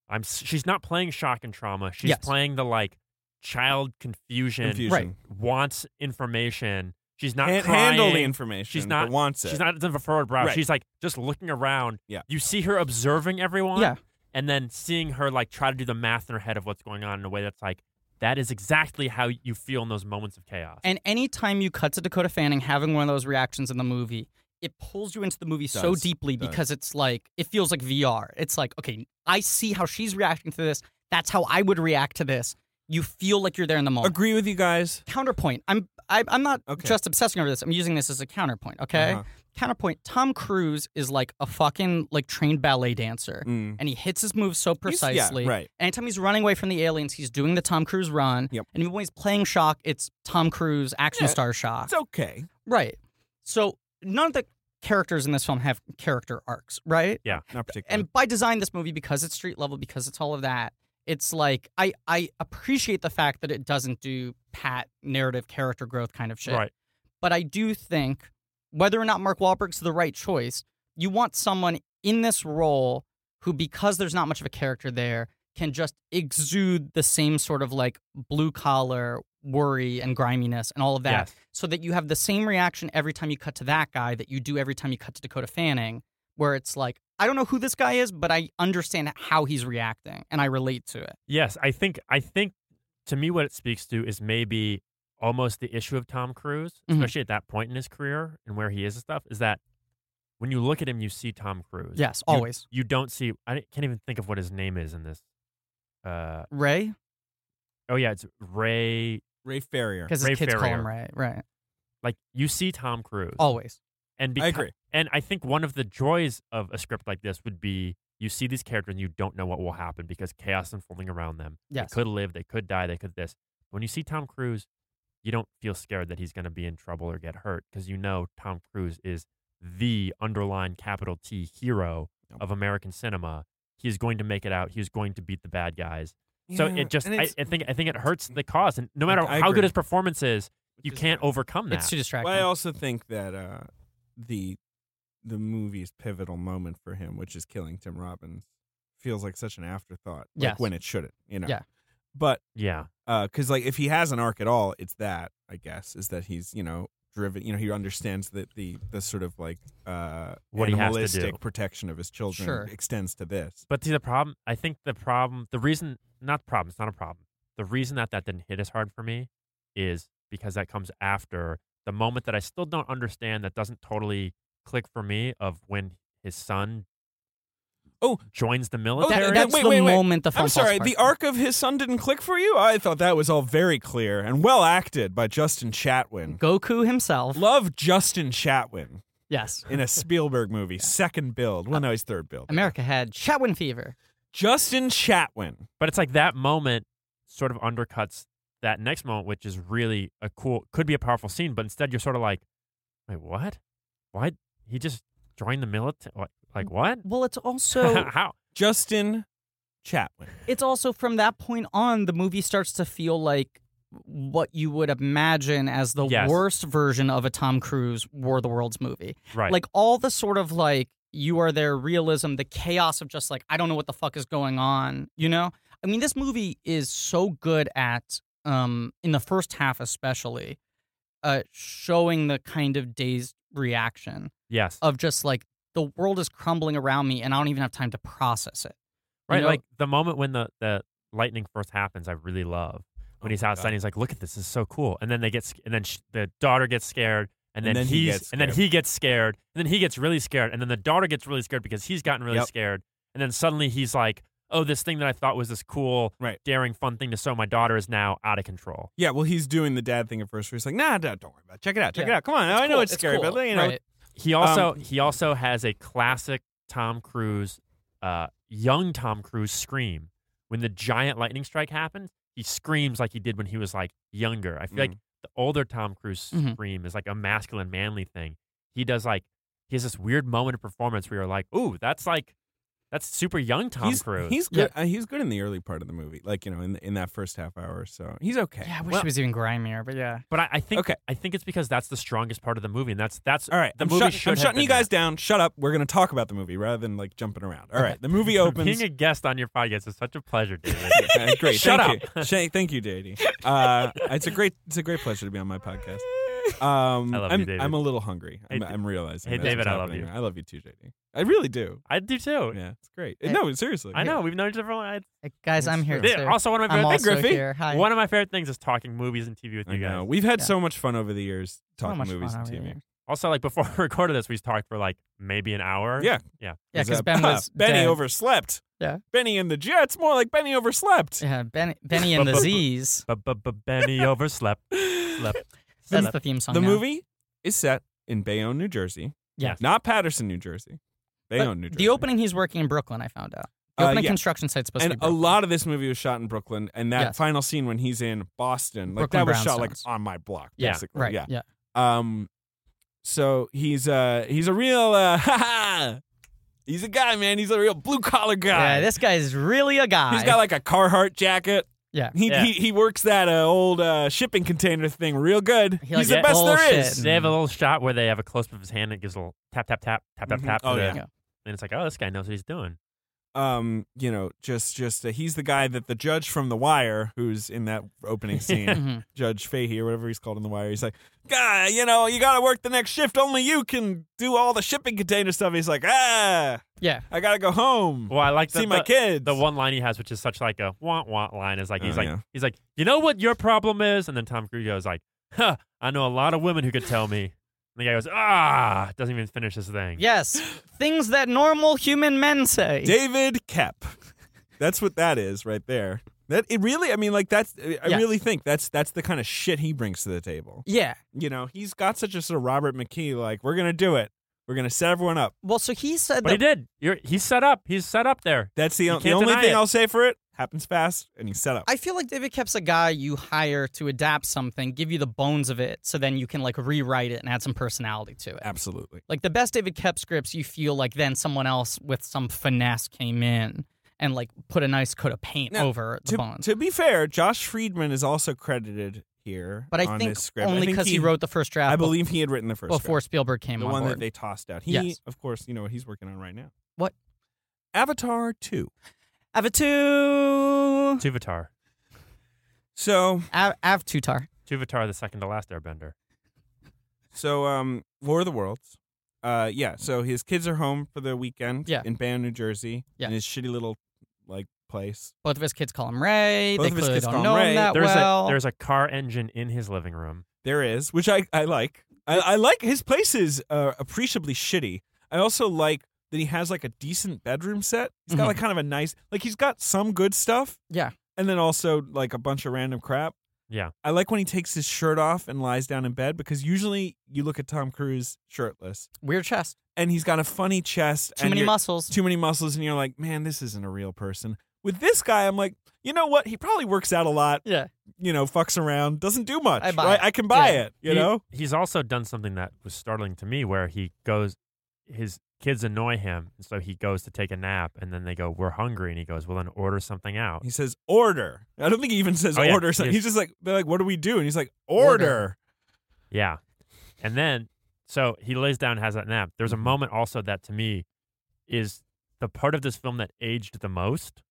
S4: I'm s- she's not playing shock and trauma. She's
S2: Yes.
S4: playing the like child confusion,
S3: Confusion.
S2: Right.
S4: wants information. She's not
S3: Han-
S4: crying.
S3: handle the information.
S4: She's not-
S3: But wants it.
S4: she's not the furrowed brow.
S3: Right.
S4: She's like just looking around.
S3: Yeah.
S4: you see her observing everyone.
S2: Yeah.
S4: and then seeing her like try to do the math in her head of what's going on in a way that's like that is exactly how you feel in those moments of chaos.
S2: And anytime you cut to Dakota Fanning having one of those reactions in the movie, it pulls you into the movie so
S3: Does.
S2: deeply
S3: Does.
S2: because it's like it feels like VR. It's like, okay, I see how she's reacting to this. That's how I would react to this. You feel like you're there in the moment.
S3: Agree with you guys.
S2: counterpoint. I'm I, I'm not
S3: Okay.
S2: just obsessing over this. I'm using this as a counterpoint. Okay,
S3: Uh-huh.
S2: counterpoint. Tom Cruise is like a fucking like trained ballet dancer,
S3: Mm.
S2: and he hits his moves so
S3: He's- yeah,
S2: precisely.
S3: right.
S2: Anytime he's running away from the aliens, he's doing the Tom Cruise run.
S3: Yep.
S2: And even when he's playing shock, it's Tom Cruise action
S3: Yeah.
S2: star shock.
S3: It's okay.
S2: right. So none of the characters in this film have character arcs, right?
S3: Not particularly.
S2: and by design this movie because it's street level because it's all of that it's like i i appreciate the fact that it doesn't do pat narrative character growth kind of shit
S4: right.
S2: but i do think whether or not mark Wahlberg's the right choice you want someone in this role who because there's not much of a character there can just exude the same sort of like blue collar worry and griminess and all of that
S4: Yes.
S2: so that you have the same reaction every time you cut to that guy that you do every time you cut to Dakota Fanning, where it's like, I don't know who this guy is, but I understand how he's reacting and I relate to it.
S4: Yes, I think I think to me what it speaks to is maybe almost the issue of Tom Cruise,
S2: Mhm.
S4: especially at that point in his career and where he is and stuff, is that when you look at him, you see Tom Cruise.
S2: Yes,
S4: You-
S2: always.
S4: You don't see. I don't- can't even think of what his name is in this. Uh,
S2: Ray?
S4: oh yeah, it's Ray.
S3: Ray Ferrier.
S2: Because his
S4: Ray
S2: kids call him Ray.
S4: Ferrier.
S2: Right.
S4: Like you see Tom Cruise.
S2: Always.
S4: and
S3: Oh, I
S4: becau-
S3: agree.
S4: And I think one of the joys of a script like this would be you see these characters and you don't know what will happen because chaos is unfolding around them.
S2: Yes.
S4: They could live, they could die, they could this. When you see Tom Cruise, you don't feel scared that he's going to be in trouble or get hurt because you know Tom Cruise is the underlying capital T hero
S3: Yep.
S4: of American cinema. He's going to make it out. He's going to beat the bad guys. So
S3: Yeah,
S4: it just,
S3: and
S4: I,
S3: it's-
S4: I think, I think it hurts the cause. And no matter
S3: I
S4: how
S3: agree.
S4: good his performance is, you
S3: Which is
S4: can't overcome that.
S2: It's too distracting.
S3: Well, I also think that uh, the the movie's pivotal moment for him, which is killing Tim Robbins, feels like such an afterthought. Like
S2: Yes.
S3: when it shouldn't, you know.
S2: Yeah.
S3: But
S4: yeah,
S3: because like if he has an arc at all, it's that I guess is that he's you know driven. You know he understands that the the sort of like uh,
S4: What he has to
S3: animalistic
S4: do.
S3: protection of his children
S2: Sure.
S3: extends to this.
S4: But see, the problem, I think the problem, the reason, not problem, it's not a problem. The reason that that didn't hit as hard for me is because that comes after the moment that I still don't understand that doesn't totally click for me of when his son
S3: Oh.
S4: joins the
S3: Oh,
S4: military.
S2: That-
S3: there-
S2: that's
S3: wait,
S2: the
S3: wait, wait.
S2: moment the phone
S3: I'm sorry,
S2: calls
S3: the
S2: first.
S3: arc of his son didn't click for you? I thought that was all very clear and well acted by Justin Chatwin.
S2: Goku himself.
S3: Love Justin Chatwin
S2: yes.
S3: in a Spielberg movie, second build. Well, no, he's third build.
S2: America had Chatwin fever.
S3: Justin Chatwin.
S4: But it's like that moment sort of undercuts that next moment, which is really a cool, could be a powerful scene. But instead, you're sort of like, wait, what? Why he just joined the military? What? Like what?
S2: Well, it's also
S4: How?
S3: Justin Chatwin.
S2: it's also from that point on the movie starts to feel like what you would imagine as the
S4: Yes.
S2: worst version of a Tom Cruise War of the Worlds movie.
S4: Right.
S2: Like all the sort of like you are there realism, the chaos of just like I don't know what the fuck is going on, you know? I mean this movie is so good at um in the first half especially uh showing the kind of dazed reaction
S4: yes.
S2: of just like the world is crumbling around me and I don't even have time to process it.
S4: right.
S2: know-
S4: like the moment when the the lightning first happens, I really love when
S3: Oh
S4: he's outside. and He's like, look at this, this is so cool. And then they get, sc- and then sh- the daughter gets scared. And then,
S3: And then he
S4: he's,
S3: gets
S4: and then
S3: scared.
S4: he gets scared, and then he gets really scared, and then the daughter gets really scared because he's gotten really
S3: Yep.
S4: scared, and then suddenly he's like, "Oh, this thing that I thought was this cool,
S3: Right.
S4: daring, fun thing to sew my daughter is now out of control."
S3: Yeah, well, he's doing the dad thing at first. Where he's like, nah, nah, don't worry about it. Check it out. Check
S2: Yeah.
S3: it out. Come on. I know
S2: cool,
S3: it's, scary,
S2: cool,
S3: but, you know,
S2: right.
S4: He
S3: Um,
S4: also he also has a classic Tom Cruise, uh, young Tom Cruise scream when the giant lightning strike happens. He screams like he did when he was like younger. I feel
S3: Mm.
S4: like the older Tom Cruise
S3: Mm-hmm.
S2: Mhm.
S4: scream is like a masculine, manly thing. He does like he has this weird moment of performance where you're like, "Ooh, that's like that's super young Tom
S3: he's,
S4: Cruise."
S3: He's good. Uh, he's good in the early part of the movie, like you know, in in that first half hour. or So he's okay.
S2: Yeah, I wish
S4: Well-
S2: it was even grimier, but yeah.
S4: but I, I think
S3: Okay.
S4: I think it's because that's the strongest part of the movie, and that's that's
S3: All right,
S4: The
S3: I'm
S4: movie
S3: shutting,
S4: should
S3: I'm
S4: have
S3: shutting
S4: been
S3: you guys
S4: that.
S3: down. Shut up. We're gonna talk about the movie rather than like jumping around. All right, the movie opens.
S4: Being a guest on your podcast is such a pleasure, David.
S3: Uh, great.
S4: Shut
S3: thank
S4: up.
S3: You. Shay, thank you, Dady. Uh, it's a great it's a great pleasure to be on my podcast. Um,
S4: I love you,
S3: am
S4: David.
S3: I'm a little hungry. I'm,
S4: Hey,
S3: I'm realizing.
S4: hey,
S3: that's
S4: David,
S3: what's
S4: I love
S3: happening
S4: you.
S3: right now. I love you too, Jd. I really do.
S4: I do too.
S3: Yeah, it's great.
S2: Hey.
S3: no, seriously.
S4: I
S3: yeah.
S4: know we've known each other for a long.
S2: Hey, guys, I'm here
S4: Yeah,
S2: too.
S4: also one of my
S2: I'm
S4: favorite
S2: also
S4: things.
S3: Griffey.
S2: here. Hi.
S4: One of my favorite things is talking movies and TV with
S3: I
S4: you
S3: know.
S4: guys.
S3: We've had
S2: Yeah.
S3: so much fun over the years
S2: So
S3: talking
S2: much
S3: movies
S2: fun
S3: and
S2: over
S3: TV.
S2: there.
S4: Also, like before we recorded this, we talked for like maybe an hour.
S3: Yeah.
S4: yeah.
S2: Yeah,
S3: Is
S2: because
S3: that-
S2: Ben was
S3: Benny
S2: dead.
S3: overslept.
S2: Yeah.
S3: Benny and the Jets. More like Benny overslept.
S2: Yeah, ben, Benny and the Z's.
S4: But but but Benny overslept. Slept.
S2: That's
S4: slept.
S2: the theme song.
S3: The
S2: now.
S3: movie is set in Bayonne, New Jersey.
S2: Yes.
S3: Not Patterson, New Jersey.
S2: But
S3: Bayonne, New Jersey.
S2: The opening, he's working in Brooklyn. I found out. The
S3: Uh,
S2: opening
S3: yeah.
S2: construction site's supposed
S3: And
S2: to be
S3: a
S2: Brooklyn.
S3: lot of this movie was shot in Brooklyn, and that
S2: Yes.
S3: final scene when he's in Boston, like
S2: Brooklyn
S3: that was shot like
S2: Brownstones.
S3: on my block,
S4: Yeah,
S3: basically.
S2: Right.
S3: Yeah.
S2: Yeah.
S3: Um. So he's uh he's a real uh he's a guy man he's a real blue collar guy.
S2: Yeah, This guy's really a guy.
S3: he's got like a Carhartt jacket.
S2: Yeah.
S3: He
S4: Yeah.
S3: he, he works that uh, old uh, shipping container thing real good.
S2: He, like,
S3: he's the
S2: yeah,
S3: best there
S2: bullshit.
S3: is.
S4: They have a little shot where they have a close up of his hand and it gives a little tap tap tap tap tap
S2: Mm-hmm.
S3: Mhm.
S4: tap. to
S3: Oh,
S4: the-
S3: yeah.
S2: Yeah.
S4: And it's like, oh, this guy knows what he's doing.
S3: um, you know, just just uh, he's the guy that the judge from The Wire, who's in that opening scene,
S2: Mhm.
S3: Judge Fahey or whatever he's called in The Wire, he's like, "Guy, you know, you got to work the next shift. Only you can do all the shipping container stuff." He's like, "Ah,
S2: Yeah.
S3: I gotta go home,
S4: Well, I like the,
S3: see my
S4: the,
S3: kids."
S4: the one line he has, which is such like a want want line, is like he's
S3: Oh,
S4: like
S3: yeah.
S4: he's like, you know what your problem is, and then Tom Cruise goes like, huh, I know a lot of women who could tell me. And the guy goes, ah, doesn't even finish his thing.
S2: Yes. Things that normal human men say.
S3: David Kep. That's what that is right there. That it really, I mean, like that's. I
S2: Yeah.
S3: really think that's that's the kind of shit he brings to the table.
S2: yeah.
S3: You know, he's got such a sort of Robert McKee, like we're gonna do it, we're gonna set everyone up.
S2: Well, so he said
S4: But he
S2: that.
S4: did. You're, he's set up. He's set up there.
S3: That's the,
S4: You
S3: the
S4: can't
S3: only
S4: deny
S3: thing
S4: it.
S3: I'll say for it. Happens fast, and he's set up.
S2: I feel like David Kep's a guy you hire to adapt something, give you the bones of it, so then you can like rewrite it and add some personality to it.
S3: Absolutely.
S2: Like the best David Kep scripts, you feel like then someone else with some finesse came in and like put a nice coat of paint
S3: Now,
S2: over the
S3: To,
S2: bones.
S3: to be fair, Josh Friedman is also credited here.
S2: but I
S3: on
S2: think
S3: this script. I
S2: only
S3: think
S2: because he, wrote the first draft.
S3: I
S2: bef-
S3: believe he had written the first
S2: before
S3: script,
S2: Spielberg came
S3: the
S2: on
S3: one
S2: board.
S3: that they tossed out. He,
S2: Yes.
S3: of course, you know what he's working on right now.
S2: What?
S3: Avatar two.
S2: Av two,
S4: Tuvatar.
S3: So,
S2: Av, Av Tutar.
S4: Tuvatar, the second to last airbender.
S3: so um, War of the Worlds. Uh, yeah. So his kids are home for the weekend.
S2: Yeah.
S3: In Bayonne, New Jersey.
S2: Yeah.
S3: In his shitty little like place.
S2: Both of his kids call him Ray.
S3: Both
S2: they
S3: of his
S2: clearly
S3: kids
S2: don't
S3: call him
S2: know
S3: Ray.
S2: him that
S4: There's
S2: Uh, well.
S4: a there's a car engine in his living room.
S3: There is, which I I like. I, I like his place is uh, appreciably shitty. I also like that he has like a decent bedroom set. He's got
S2: Mhm.
S3: like kind of a nice, like he's got some good stuff.
S2: Yeah.
S3: And then also like a bunch of random crap.
S4: Yeah.
S3: I like when he takes his shirt off and lies down in bed because usually you look at Tom Cruise shirtless
S2: Weird chest.
S3: and he's got a funny chest
S2: Too
S3: and
S2: many
S3: you're-
S2: muscles.
S3: too many muscles and you're like, man, this isn't a real person. With this guy, I'm like, you know what? He probably works out a lot,
S2: yeah.
S3: you know, fucks around, doesn't do much.
S2: I buy
S3: right?
S2: it.
S3: I can buy
S2: Yeah.
S3: it, you
S4: He-
S3: know?
S4: He's also done something that was startling to me where he goes, his kids annoy him. And so he goes to take a nap and then they go, We're hungry. And he goes, Well, then order something out.
S3: He says order. I don't think he even says
S4: Oh, yeah.
S3: order. So
S4: Yes.
S3: He's just like they're like, what do we do? And he's like,
S2: Order.
S3: order.
S4: Yeah. And then, so he lays down, has that nap. There's a moment also that to me is the part of this film that aged the most.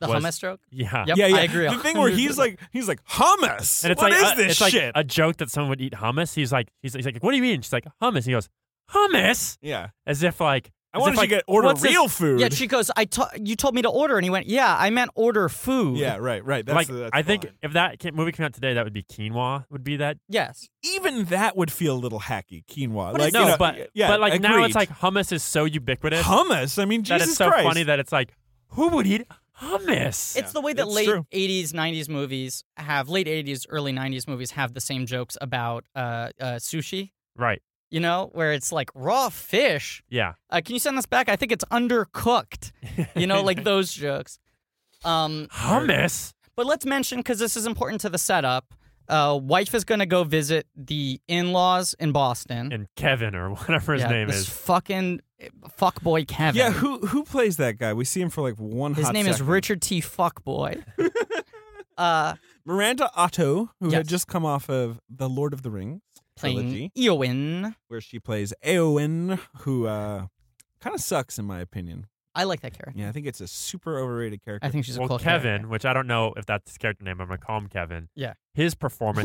S2: The
S4: Was-
S2: hummus stroke.
S4: Yeah.
S2: Yep,
S3: yeah, yeah.
S2: I agree.
S3: The thing where he's like, he's like hummus.
S4: And it's
S3: What
S4: like
S3: is
S4: a,
S3: this
S4: it's like
S3: shit?
S4: a joke that someone would eat hummus. He's like, he's, he's like, what do you mean? She's like, hummus. He goes, hummus,
S3: yeah,
S4: as if like,
S3: I
S4: as
S3: wanted
S4: if,
S3: you
S4: like,
S3: to get order
S4: what's this-
S3: real food.
S2: yeah, she goes, I to- you told me to order. And he went, yeah, I meant order food.
S3: Yeah, right, right. That's,
S4: like
S3: the- that's
S4: I
S3: the
S4: think
S3: line.
S4: if that ca- movie came out today, that would be quinoa. Would be that?
S2: Yes.
S3: even that would feel a little hacky. Quinoa,
S2: But
S3: like
S2: it's-
S4: no,
S3: you know,
S4: but
S3: yeah,
S4: but like now it's
S3: agreed.
S4: like hummus is so ubiquitous
S3: hummus. I mean,
S4: that
S3: Jesus
S4: it's so
S3: Christ.
S4: funny that it's like who would eat hummus?
S2: It's the way that
S3: it's
S2: late
S3: true.
S2: 80s, 90s movies have, late 80s, early 90s movies have the same jokes about uh, uh, sushi,
S4: right.
S2: you know, where it's like raw fish.
S4: Yeah.
S2: Uh, can you send this back? I think it's undercooked, you know, like those jokes. Um,
S4: Hummus.
S2: But let's mention, because this is important to the setup, uh, wife is going to go visit the in laws in Boston.
S4: And Kevin or whatever his
S2: Yeah,
S4: name
S2: this
S4: is.
S2: fucking eh, fuckboy Kevin.
S3: yeah, who who plays that guy? We see him for like one.
S2: His
S3: hot
S2: name is
S3: second.
S2: Richard T. Fuckboy. uh,
S3: Miranda Otto, who had
S2: Yes.
S3: just come off of the Lord of the Rings trilogy.
S2: playing Eowyn.
S3: where she plays Eowyn, who uh, kind of sucks in my opinion.
S2: I like that character.
S3: Yeah, I think it's a super overrated character.
S2: I think she's a
S4: well,
S2: cool
S4: Kevin,
S2: character.
S4: which I don't know if that's his character name. I'm gonna call him Kevin.
S2: Yeah.
S4: His performance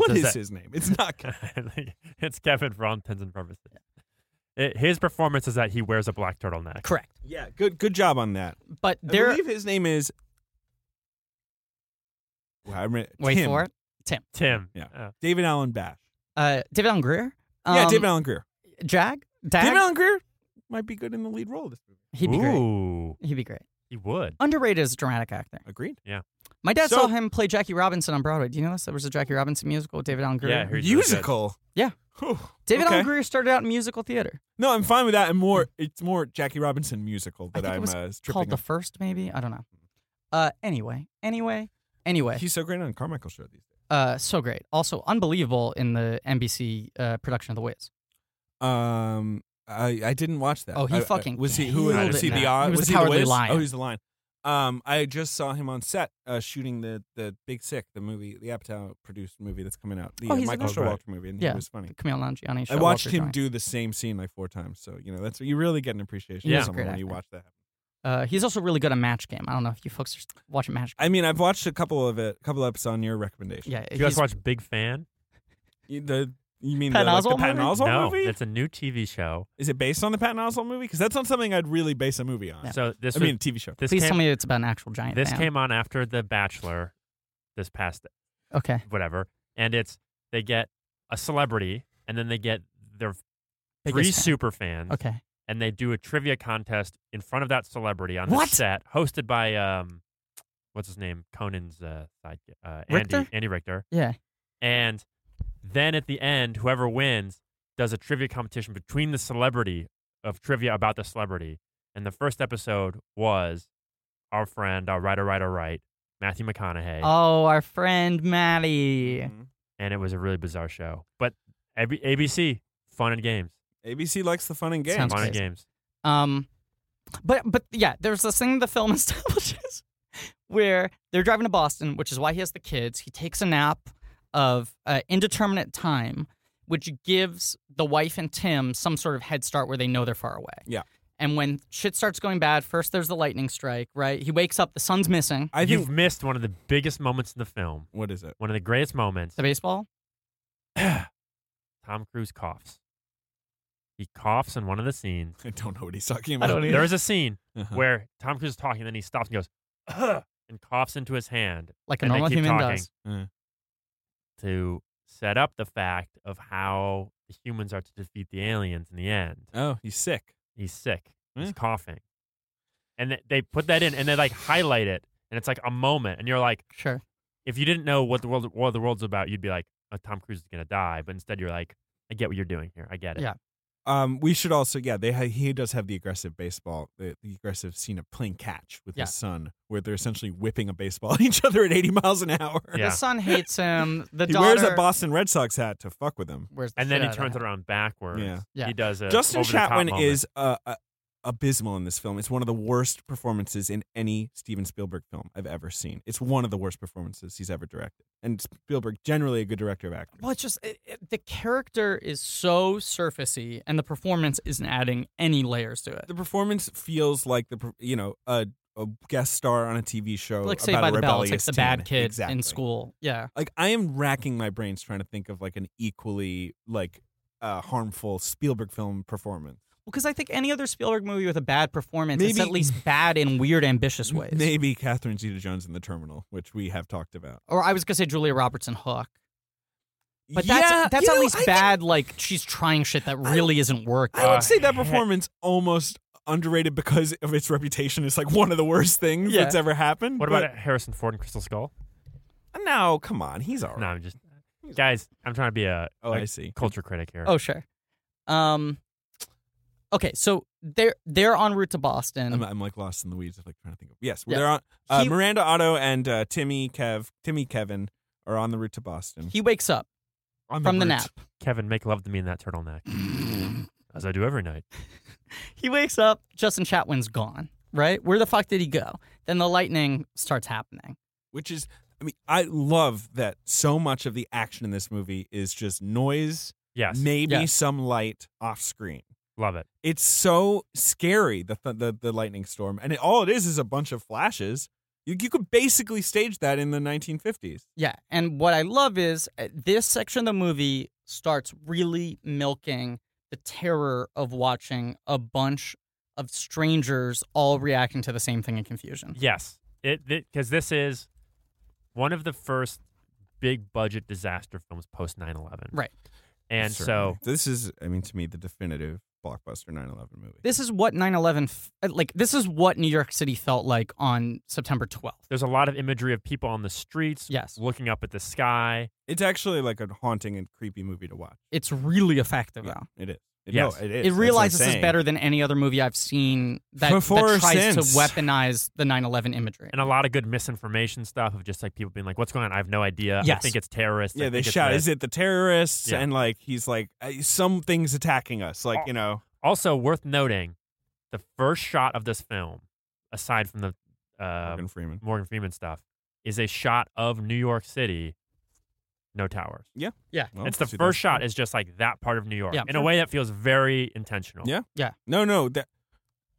S3: what
S4: is
S3: is
S4: that,
S3: his name? It's not.
S4: it's Kevin for all intents and purposes. It, his performance is that he wears a black turtleneck.
S2: Correct.
S3: yeah, good good job on that.
S2: But
S3: I
S2: there.
S3: believe his name is. Well, I re-
S2: Wait
S3: Tim,
S2: for it.
S4: Tim.
S3: Yeah.
S4: Uh,
S3: David Allen Bash.
S2: Uh, David Allen Greer. Um,
S3: yeah, David Allen Greer.
S2: Jag. Dag.
S3: David Allen Greer might be good in the lead role of this movie.
S2: He'd be great.
S4: Ooh.
S2: He'd be great.
S4: He would.
S2: Underrated as a dramatic actor.
S3: Agreed.
S2: My dad
S3: So-
S2: saw him play Jackie Robinson on Broadway. Do you know this? There was a Jackie Robinson musical with David Allen Greer.
S4: Yeah, I heard he was good.
S3: Musical.
S2: Yeah.
S3: Whew.
S2: David
S3: Okay.
S2: Allen Greer started out in musical theater.
S3: No, I'm fine with that. And more, it's more Jackie Robinson musical
S2: Hmm. I
S3: that
S2: think it
S3: I'm uh,
S2: was Called
S3: stripping.
S2: the first, maybe. I don't know. Uh, anyway, anyway, anyway.
S3: He's so great on Carmichael show these days.
S2: Uh, so great. Also unbelievable in the NBC uh, production of The Wiz.
S3: Um, I I didn't watch that.
S2: Oh, he
S3: I- I-
S2: fucking
S3: was he who
S4: killed
S3: was
S4: it
S3: he the
S2: now.
S3: uh,
S2: He was the
S3: he
S2: Cowardly
S3: Wiz?
S2: Lion.
S3: Oh, he's the lion. Um, I just saw him on set uh, shooting the the Big Sick, the movie, the Apatow produced movie that's coming out, the
S2: Oh,
S3: uh,
S2: he's in
S3: Michael
S4: that. Oh, right.
S3: Showalter movie, and
S2: Yeah.
S3: he was funny.
S2: Camille Nangiani.
S3: I watched him do the same scene like four times, so you know that's you really get an appreciation
S4: Yeah.
S3: for
S4: He's a
S3: someone
S2: great
S3: when you
S2: actor.
S3: watch that.
S2: Uh, he's also really good at Match Game. I don't know if you folks are watching Match Game.
S3: I mean, I've watched a couple of it, a couple episodes on your recommendation.
S2: Yeah,
S4: You guys
S2: he's-
S4: watch Big Fan?
S3: You, the you mean
S2: Patton
S3: the, like, the
S2: Oswalt
S3: Patton
S2: movie?
S3: Oswalt
S4: no,
S3: movie?
S4: it's a new TV show.
S3: Is it based on the Patton Oswalt movie? Because that's not something I'd really base a movie on.
S4: So this
S3: I
S4: was-
S3: mean, TV show.
S4: this
S2: Please
S4: came,
S2: tell me it's about an actual giant.
S4: this
S2: man.
S4: came on after The Bachelor, this past
S2: Okay.
S4: whatever, and it's they get a celebrity and then they get their three
S2: Biggest fan.
S4: super fans
S2: Okay.
S4: and they do a trivia contest in front of that celebrity on
S2: What?
S4: the set, hosted by um, what's his name, Conan's uh, side, uh
S2: Richter?
S4: Andy Andy Richter,
S2: Yeah.
S4: and then at the end, whoever wins does a trivia competition between the celebrity of trivia about the celebrity. And the first episode was our friend, our writer, writer, right, Matthew McConaughey,
S2: Oh, our friend Maddie.
S3: Mhm.
S4: and it was a really bizarre show. But AB- ABC, fun and games,
S3: ABC likes the fun and games.
S2: Sounds
S4: fun and
S2: crazy.
S4: games.
S2: Um, but but yeah, there's this thing the film establishes where they're driving to Boston, which is why he has the kids. He takes a nap of uh, indeterminate time, which gives the wife and Tim some sort of head start where they know they're far away.
S3: Yeah.
S2: And when shit starts going bad, first there's the lightning strike, right? He wakes up, the sun's missing.
S3: I
S4: You've
S3: think
S4: missed one of the biggest moments in the film,
S3: what is it?
S4: one of the greatest moments.
S2: The baseball.
S4: Tom Cruise coughs. He coughs in one of the scenes.
S3: I don't know what he's talking
S2: I
S3: about.
S2: don't either.
S4: There is a scene
S3: Uh-huh.
S4: where Tom Cruise is talking, and then he stops and goes, "Ugh," and coughs into his hand
S2: Like a
S4: And they
S2: normal
S4: keep
S2: human
S4: talking.
S2: does.
S4: to set up the fact of how the humans are to defeat the aliens in the end.
S3: Oh, he's sick.
S4: He's sick. He's
S3: Yeah.
S4: coughing. And th- they put that in and they like highlight it. And it's like a moment. And you're like,
S2: Sure.
S4: if you didn't know what the world, War of the World's about, you'd be like, oh, Tom Cruise is going to die. But instead, you're like, I get what you're doing here. I get it.
S2: Yeah.
S3: Um, we should also, yeah, they ha- he does have the aggressive baseball, the, the aggressive scene of playing catch with
S2: Yeah.
S3: his son, where they're essentially whipppping a baseball at each other at 80 miles an hour.
S4: Yeah.
S2: The son hates him. The
S3: he
S2: daughter
S3: wears a Boston Red Sox hat to fuck with him.
S2: wears the
S4: And then
S2: shit
S4: he
S2: out of
S4: turns
S2: that.
S4: it around backwards.
S3: Yeah.
S2: Yeah.
S4: He does it.
S3: Justin Chatwin
S4: moment.
S3: is uh, uh, abysmal in this film. It's one of the worst performances in any Steven Spielberg film I've ever seen. It's one of the worst performances he's ever directed. And Spielberg, generally a good director of actors.
S2: Well, it's just it, it- the character is so surfacey, and the performance isn't adding any layers to it.
S3: The performance feels like the per- you know a, a guest star on a TV show,
S2: Like
S3: say
S2: Saved by the Bell, it's like the bad kid
S3: exactly.
S2: in school. Yeah,
S3: Like I am racking my brains trying to think of like an equally like uh, harmful Spielberg film performance.
S2: because I think any other Spielberg movie with a bad performance, it's
S3: Maybe-
S2: at least bad in weird, ambitious ways.
S3: Maybe Catherine Zeta-Jones in The Terminal, which we have talked about.
S2: Or I was gonna say Julia Roberts and Hook, but
S3: Yeah,
S2: that's that's
S3: you
S2: at
S3: know,
S2: least
S3: I think-
S2: bad. Like she's trying shit that
S3: I-
S2: really isn't working.
S3: I
S4: Uh,
S3: would say that
S4: heck.
S3: performance almost underrated because of its reputation as like one of the worst things
S2: Yeah.
S3: that's ever happened.
S4: What
S3: but,
S4: about Harrison Ford and Crystal Skull?
S3: it? No, come on, he's all
S4: No,
S3: right.
S4: I'm just. Guys, I'm trying to be a,
S3: oh,
S4: a
S3: I see.
S4: culture critic here.
S2: oh sure. Um. Okay, so they're they're en route to Boston.
S3: I'm, I'm like lost in the weeds of like trying to think of. Yes,
S2: Yeah.
S3: they're on. Uh,
S2: He-
S3: Miranda Otto and uh, Timmy Kev, Timmy Kevin are on the route to Boston.
S2: he wakes up
S3: On
S2: from the
S3: route.
S2: nap.
S4: Kevin, make love to me in that turtleneck, as I do every night.
S2: He wakes up, Justin Chatwin's gone, right? Where the fuck did he go? Then the lightning starts happening.
S3: which is I mean, I love that so much of the action in this movie is just noise,
S4: Yes,
S3: maybe
S2: Yes.
S3: some light off screen.
S4: love it.
S3: It's so scary the th- the the lightning storm, and it, all it is is a bunch of flashes. You, you could basically stage that in the 1950s.
S2: Yeah. And what I love is uh, this section of the movie starts really milking the terror of watching a bunch of strangers all reacting to the same thing in confusion.
S4: Yes, it because this is one of the first big budget disaster films post 9/11.
S2: Right.
S4: and
S3: Certainly.
S4: so
S3: this is, I mean, to me, the definitive blockbuster 9/11 movie.
S2: This is what 9 11, uh, like, this is what New York City felt like on September 12th.
S4: there's a lot of imagery of people on the streets,
S2: Yes.
S4: looking up at the sky.
S3: it's actually like a haunting and creepy movie to watch.
S2: It's really effective, though.
S3: It is. It,
S4: Yes.
S3: no, it is.
S2: It
S3: That's what
S2: realizes
S3: I'm
S2: this is
S3: saying.
S2: better than any other movie I've seen that, that
S3: Before or
S2: tries
S3: since.
S2: to weaponize the 9/11 imagery.
S4: And a lot of good misinformation stuff of just like people being like, "What's going on? I have no idea. I
S2: Yes.
S4: think it's terrorists." I
S3: Yeah, they
S4: think it's
S3: shout,
S4: this."
S3: "Is it the terrorists?"
S4: Yeah.
S3: And like he's like, "Uh, "Something's attacking us." Like
S4: Oh.
S3: you know,
S4: Also worth noting, the first shot of this film, aside from the uh,
S3: Morgan Freeman.
S4: Morgan Freeman stuff, is a shot of New York City, no towers.
S3: Well,
S4: it's the
S3: Oh, see,
S4: first
S3: that's-
S4: shot is just like that part of New York
S2: Yeah.
S4: in a way that feels very intentional.
S3: Yeah. No, no. That,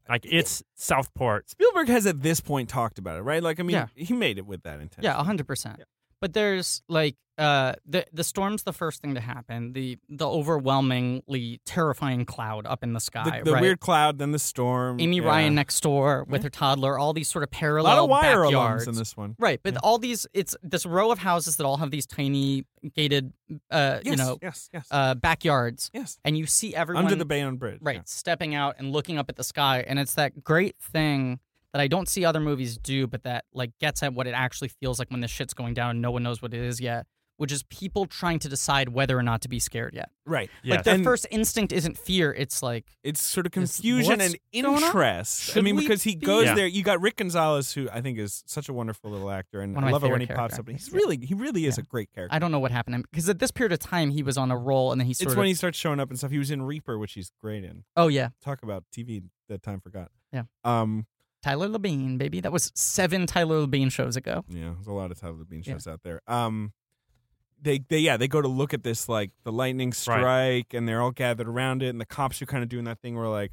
S4: Like it's Southport.
S3: Spielberg has at this point talked about it, right? Like I mean,
S2: Yeah.
S3: he made it with that intention.
S2: yeah, 100%.
S3: Yeah.
S2: But there's like uh, the the storm's the first thing to happen. The the overwhelmingly terrifying cloud up in the sky,
S3: The, the
S2: oh, right?
S3: weird cloud, then the storm.
S2: Amy
S3: yeah.
S2: Ryan next door with
S3: Yeah.
S2: her toddler, all these sort of
S3: A
S2: parallel
S3: lot of wire alarms
S2: backyards.
S3: in this one.
S2: Right, but
S3: Yeah.
S2: all these it's this row of houses that all have these tiny gated uh,
S3: Yes,
S2: you know
S3: yes, yes,
S2: uh, backyards
S3: yes.
S2: and you see everyone
S3: Under the Bayonne Bridge.
S2: right
S3: yeah.
S2: stepping out and looking up at the sky and it's that great thing that i don't see other movies do but that like gets at what it actually feels like when this shit's going down and no one knows what it is yet which is people trying to decide whether or not to be scared yet
S3: Right.
S4: Yes.
S2: like their
S3: And-
S2: first instinct isn't fear it's like
S3: It's sort of
S2: Is-
S3: confusion
S2: what's
S3: and
S2: going on?
S3: interest. I
S2: Should
S3: mean,
S2: we
S3: because he
S2: be-
S3: goes
S4: Yeah.
S3: there. You got Rick Gonzalez, who I think is such a wonderful little actor, and
S2: One of
S3: I
S2: my
S3: love it when he
S2: favorite
S3: pops
S2: character
S3: up. And he's
S2: actors, yeah.
S3: really, he really is a great character.
S2: i don't know what happened to him because at this period of time he was on a roll and then he sort
S3: It's
S2: of
S3: when he starts showing up and stuff. He was in Reaper, which he's great in.
S2: oh yeah
S3: Talk about TV that time forgot.
S2: Yeah.
S3: Um.
S2: tyler labine baby that was seven tyler labine shows ago
S3: Yeah. There's a lot of Tyler Bean
S2: Yeah.
S3: shows out there. Um. They they yeah they go to look at this like the lightning strike and they're all gathered around it and the cops are kind of doing that thing where like.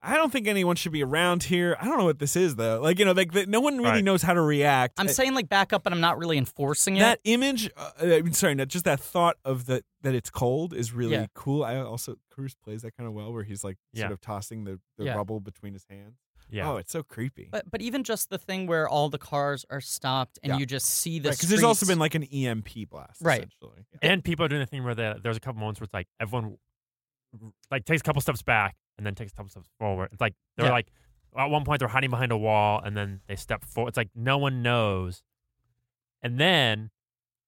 S3: I don't think anyone should be around here. I don't know what this is though. Like you know, like the, no one really
S4: Right.
S3: knows how to react.
S2: i'm
S3: Uh,
S2: saying like back up but i'm not really enforcing it
S3: that image. Uh, I'm sorry, not just that thought of the that it's cold is really
S2: Yeah.
S3: cool. I also Cruz plays that kind of well, where he's like
S4: Yeah.
S3: sort of tossing the, the
S2: Yeah.
S3: rubble between his hands.
S4: Yeah.
S3: Oh, it's so creepy.
S2: but but even just the thing where all the cars are stopped and
S3: Yeah.
S2: you just see the
S3: Because there's also
S2: streets.
S3: been like an EMP blast,
S2: Right.
S3: Essentially.
S4: and people are doing the thing where the, there's a couple moments where it's like everyone like takes a couple steps back and then takes a couple steps forward. It's like they're
S2: Yeah.
S4: like at one point they're hiding behind a wall and then they step forward. It's like no one knows. And then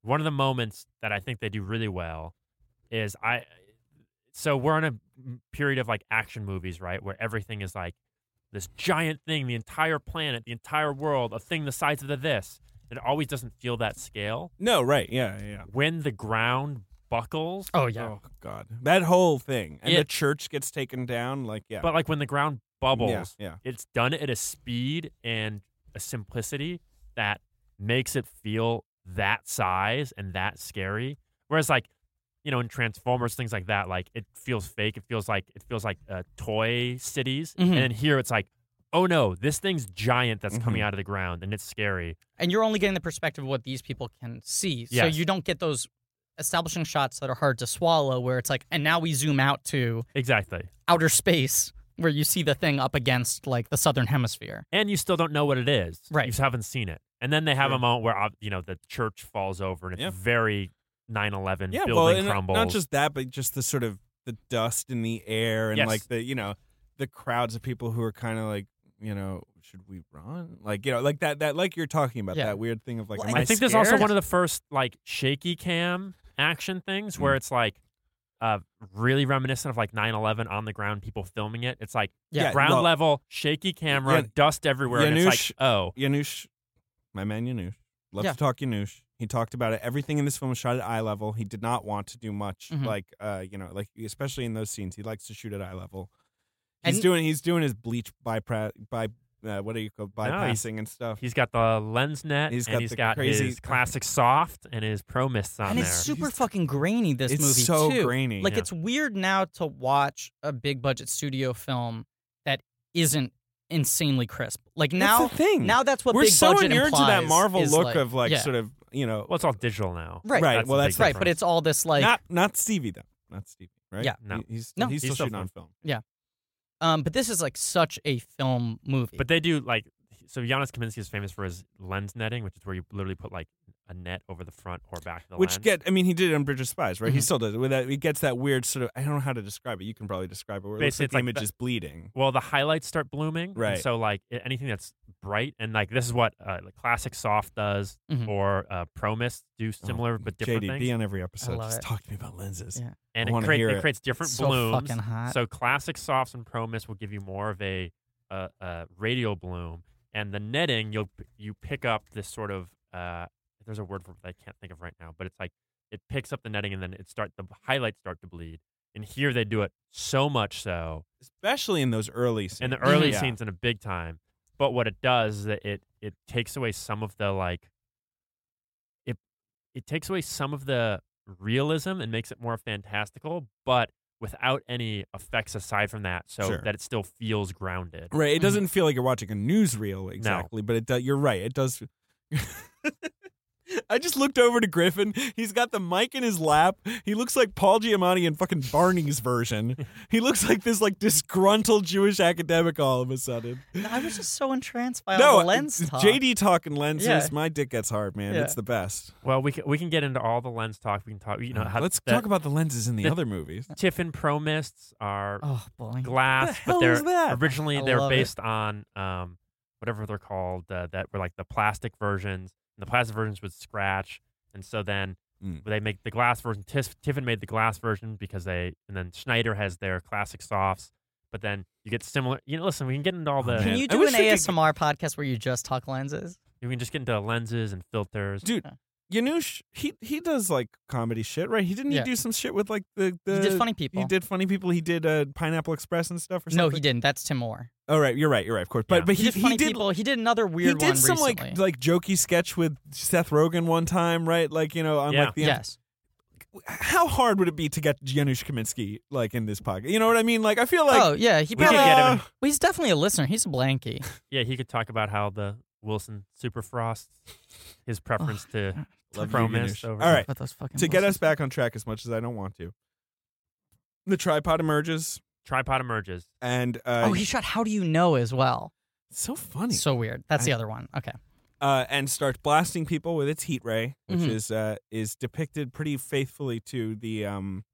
S4: one of the moments that I think they do really well is I. So we're in a period of like action movies, right, where everything is like this giant thing, the entire planet, the entire world, a thing the size of the this. It always doesn't feel that scale.
S3: No, right. Yeah, yeah.
S4: When the ground buckles,
S2: Oh yeah.
S3: Oh god. That whole thing. And the
S4: It-
S3: church gets taken down like yeah.
S4: but like when the ground bubbles,
S3: yeah, yeah.
S4: it's done at a speed and a simplicity that makes it feel that size and that scary. Whereas like, you know, in Transformers, things like that, like it feels fake. It feels like it feels like uh, toy cities.
S2: Mhm.
S4: And
S3: Mm-hmm.
S4: then here it's like, oh no, this thing's giant that's coming
S3: Mhm.
S4: out of the ground and it's scary.
S2: And you're only getting the perspective of what these people can see. So
S4: Yes.
S2: you don't get those establishing shots that are hard to swallow where it's like and now we zoom out to
S4: Exactly.
S2: outer space where you see the thing up against like the southern hemisphere.
S4: and you still don't know what it is.
S2: Right.
S4: You just haven't seen it. And then they have
S3: Sure.
S4: a moment where uh, you know the church falls over and it's
S3: Yeah.
S4: very 9/11
S3: yeah, well,
S4: building
S3: and
S4: crumbles.
S3: not just that, but just the sort of the dust in the air and
S4: Yes.
S3: like the you know the crowds of people who are kind of like you know should we run like you know like that that like you're talking about
S2: Yeah.
S3: that weird thing of like
S2: Well,
S3: am
S2: and
S4: I think there's also
S2: scared?
S4: one of the first like shaky cam action things
S3: Mm.
S4: where it's like uh, really reminiscent of like 9/11 on the ground people filming it. It's like
S3: Yeah,
S4: ground
S3: well-
S4: level, shaky camera,
S3: Yeah.
S4: dust everywhere, and it's
S3: Yanush-
S4: like oh
S3: Yanush, my man Yanush, love
S2: Yeah.
S3: to talk Yanush. He talked about it. Everything in this film was shot at eye level. He did not want to do much,
S2: Mhm.
S3: like uh, you know, like especially in those scenes, he likes to shoot at eye level. He's
S2: And-
S3: doing he's doing his bleach bypra- by uh, what do you call
S4: he's-
S3: bypassing and stuff.
S4: he's got the lens net
S3: He's
S4: and
S3: got
S4: he's
S3: the
S4: got
S3: crazy-
S4: his classic soft and his pro mists on
S2: and
S4: there.
S2: it's super fucking grainy this
S3: it's
S2: movie
S3: so
S2: too.
S3: grainy.
S2: Like
S4: Yeah.
S2: it's weird now to watch a big budget studio film that isn't insanely crisp. Like
S3: That's
S2: now
S3: the thing.
S2: now that's what
S3: we're
S2: big
S3: so
S2: budget
S3: inured to that
S2: implies
S3: Marvel
S2: is
S3: look of like
S2: yeah.
S3: sort of you know
S4: well, it's all digital now.
S2: Right.
S3: Right,
S4: That's the
S3: well,
S4: big
S3: that's
S2: right, but
S4: difference.
S2: it's all this like
S3: not not Stevie though, not Stevie, right?
S2: Yeah.
S4: No.
S3: He- he's
S2: No.
S3: he's still
S4: He's still
S3: shooting on film.
S2: um but this is like such a film movie.
S4: But they do like so. Giannis Kaminsky is famous for his lens netting, which is where you literally put like a net over the front or back of the
S3: Which
S4: lens. Mm-hmm.
S3: get I mean he did it on Bridge of Spies, right? He
S2: Mhm.
S3: still does it with that. He gets that weird sort of I don't know how to describe it. You can probably describe it. Where it looks
S4: Basically,
S3: like
S4: it's
S3: the
S4: like
S3: image
S4: the-
S3: is bleeding.
S4: well, the highlights start blooming, and
S3: Right.
S4: so like a- anything that's bright and like this is what uh, like classic soft does,
S3: Mm-hmm.
S2: Mhm.
S4: or uh, Promis
S3: Oh,
S4: do similar but different
S3: JD,
S4: things,
S3: be on every episode.
S2: love
S3: Just
S2: it.
S3: talk to me about lenses.
S2: Yeah.
S3: I
S4: and it,
S3: wanna
S4: create-
S3: hear
S4: it
S3: it.
S4: creates different
S2: so
S4: blooms.
S2: fucking hot.
S4: So classic softs and Promis will give you more of a uh, uh, radial bloom, and the netting you'll p- you pick up this sort of uh, there's a word for it that I can't think of right now, but it's like it picks up the netting and then it start the highlights start to bleed, and here they do it so much so
S3: Especially in those early scenes.
S4: in the early
S3: Yeah.
S4: scenes in a big time, but what it does is that it it takes away some of the like it it takes away some of the realism and makes it more fantastical, but without any effects aside from that, so
S3: Sure.
S4: that it still feels grounded.
S3: Right. It
S2: Mhm.
S3: doesn't feel like you're watching a newsreel exactly, but it do, you're right. It does. I just looked over to Griffin. He's got the mic in his lap. He looks like Paul Giamatti in fucking Barney's version. He looks like this like disgruntled Jewish academic all of a sudden.
S2: I was just so entranced by all
S3: no,
S2: the lens
S3: it's
S2: talk.
S3: JD talking lenses.
S2: Yeah.
S3: My dick gets hard, man.
S2: Yeah.
S3: It's the best.
S4: Well, we can, we can get into all the lens talk. We can talk. You know, how
S3: let's
S4: the
S3: talk about the lenses in the
S4: the-
S3: other movies.
S4: Tiffin Pro mists are
S2: Oh boy.
S4: glass,
S3: The
S4: but
S3: hell
S4: they're
S3: is that?
S4: originally
S2: I
S4: they're
S2: love it.
S4: based on um, whatever they're called uh, that were like the plastic versions. And the plastic versions would scratch, and so then
S3: Mm.
S4: they make the glass version. Tis- Tiffin made the glass version because they, and then Schneider has their classic softs. But then you get similar. You know, listen, we can get into all the.
S3: Oh, man.
S2: Can
S3: I
S2: you do
S3: wish
S2: an
S3: we could-
S2: ASMR podcast where you just talk lenses?
S4: You can just get into lenses and filters.
S3: Dude, Yanush, he he does like comedy shit, right? He didn't
S2: Yeah.
S3: he do some shit with like the, the
S2: he did funny people.
S3: He did funny people. He did uh, Pineapple Express and stuff, or something.
S2: No, he didn't. That's Tim Moore.
S3: Oh right, you're right, you're right, of course. But
S4: Yeah.
S3: but
S2: He,
S3: he
S2: did funny
S3: did
S2: people. He did another
S3: he
S2: weird
S3: did
S2: one
S3: some
S2: recently.
S3: like like jokey sketch with Seth Rogen one time, right? Like you know, on
S4: Yeah.
S3: like the
S2: yes.
S3: how hard would it be to get Janusz Kaminski like in this podcast? You know what I mean? Like I feel like
S2: oh yeah, he
S4: we could
S2: probably-
S4: get him. in-
S2: well, he's definitely a listener. He's a blankie.
S4: yeah, he could talk about how the Wilson Superfrost, his preference to
S3: Love you,
S4: Pro
S3: Ganesh.
S4: mist over.
S3: All right.
S2: But those fucking
S3: to get us
S2: lenses.
S3: back on track as much as I don't want to. The tripod emerges,
S4: Tripod emerges.
S3: and uh,
S2: Oh, he shot. How do you know as well?
S3: so funny.
S2: So weird. That's
S3: I-
S2: the other one. Okay.
S3: uh, and starts blasting people with its heat ray, which
S2: Mhm.
S3: is uh, is depicted pretty faithfully to the um,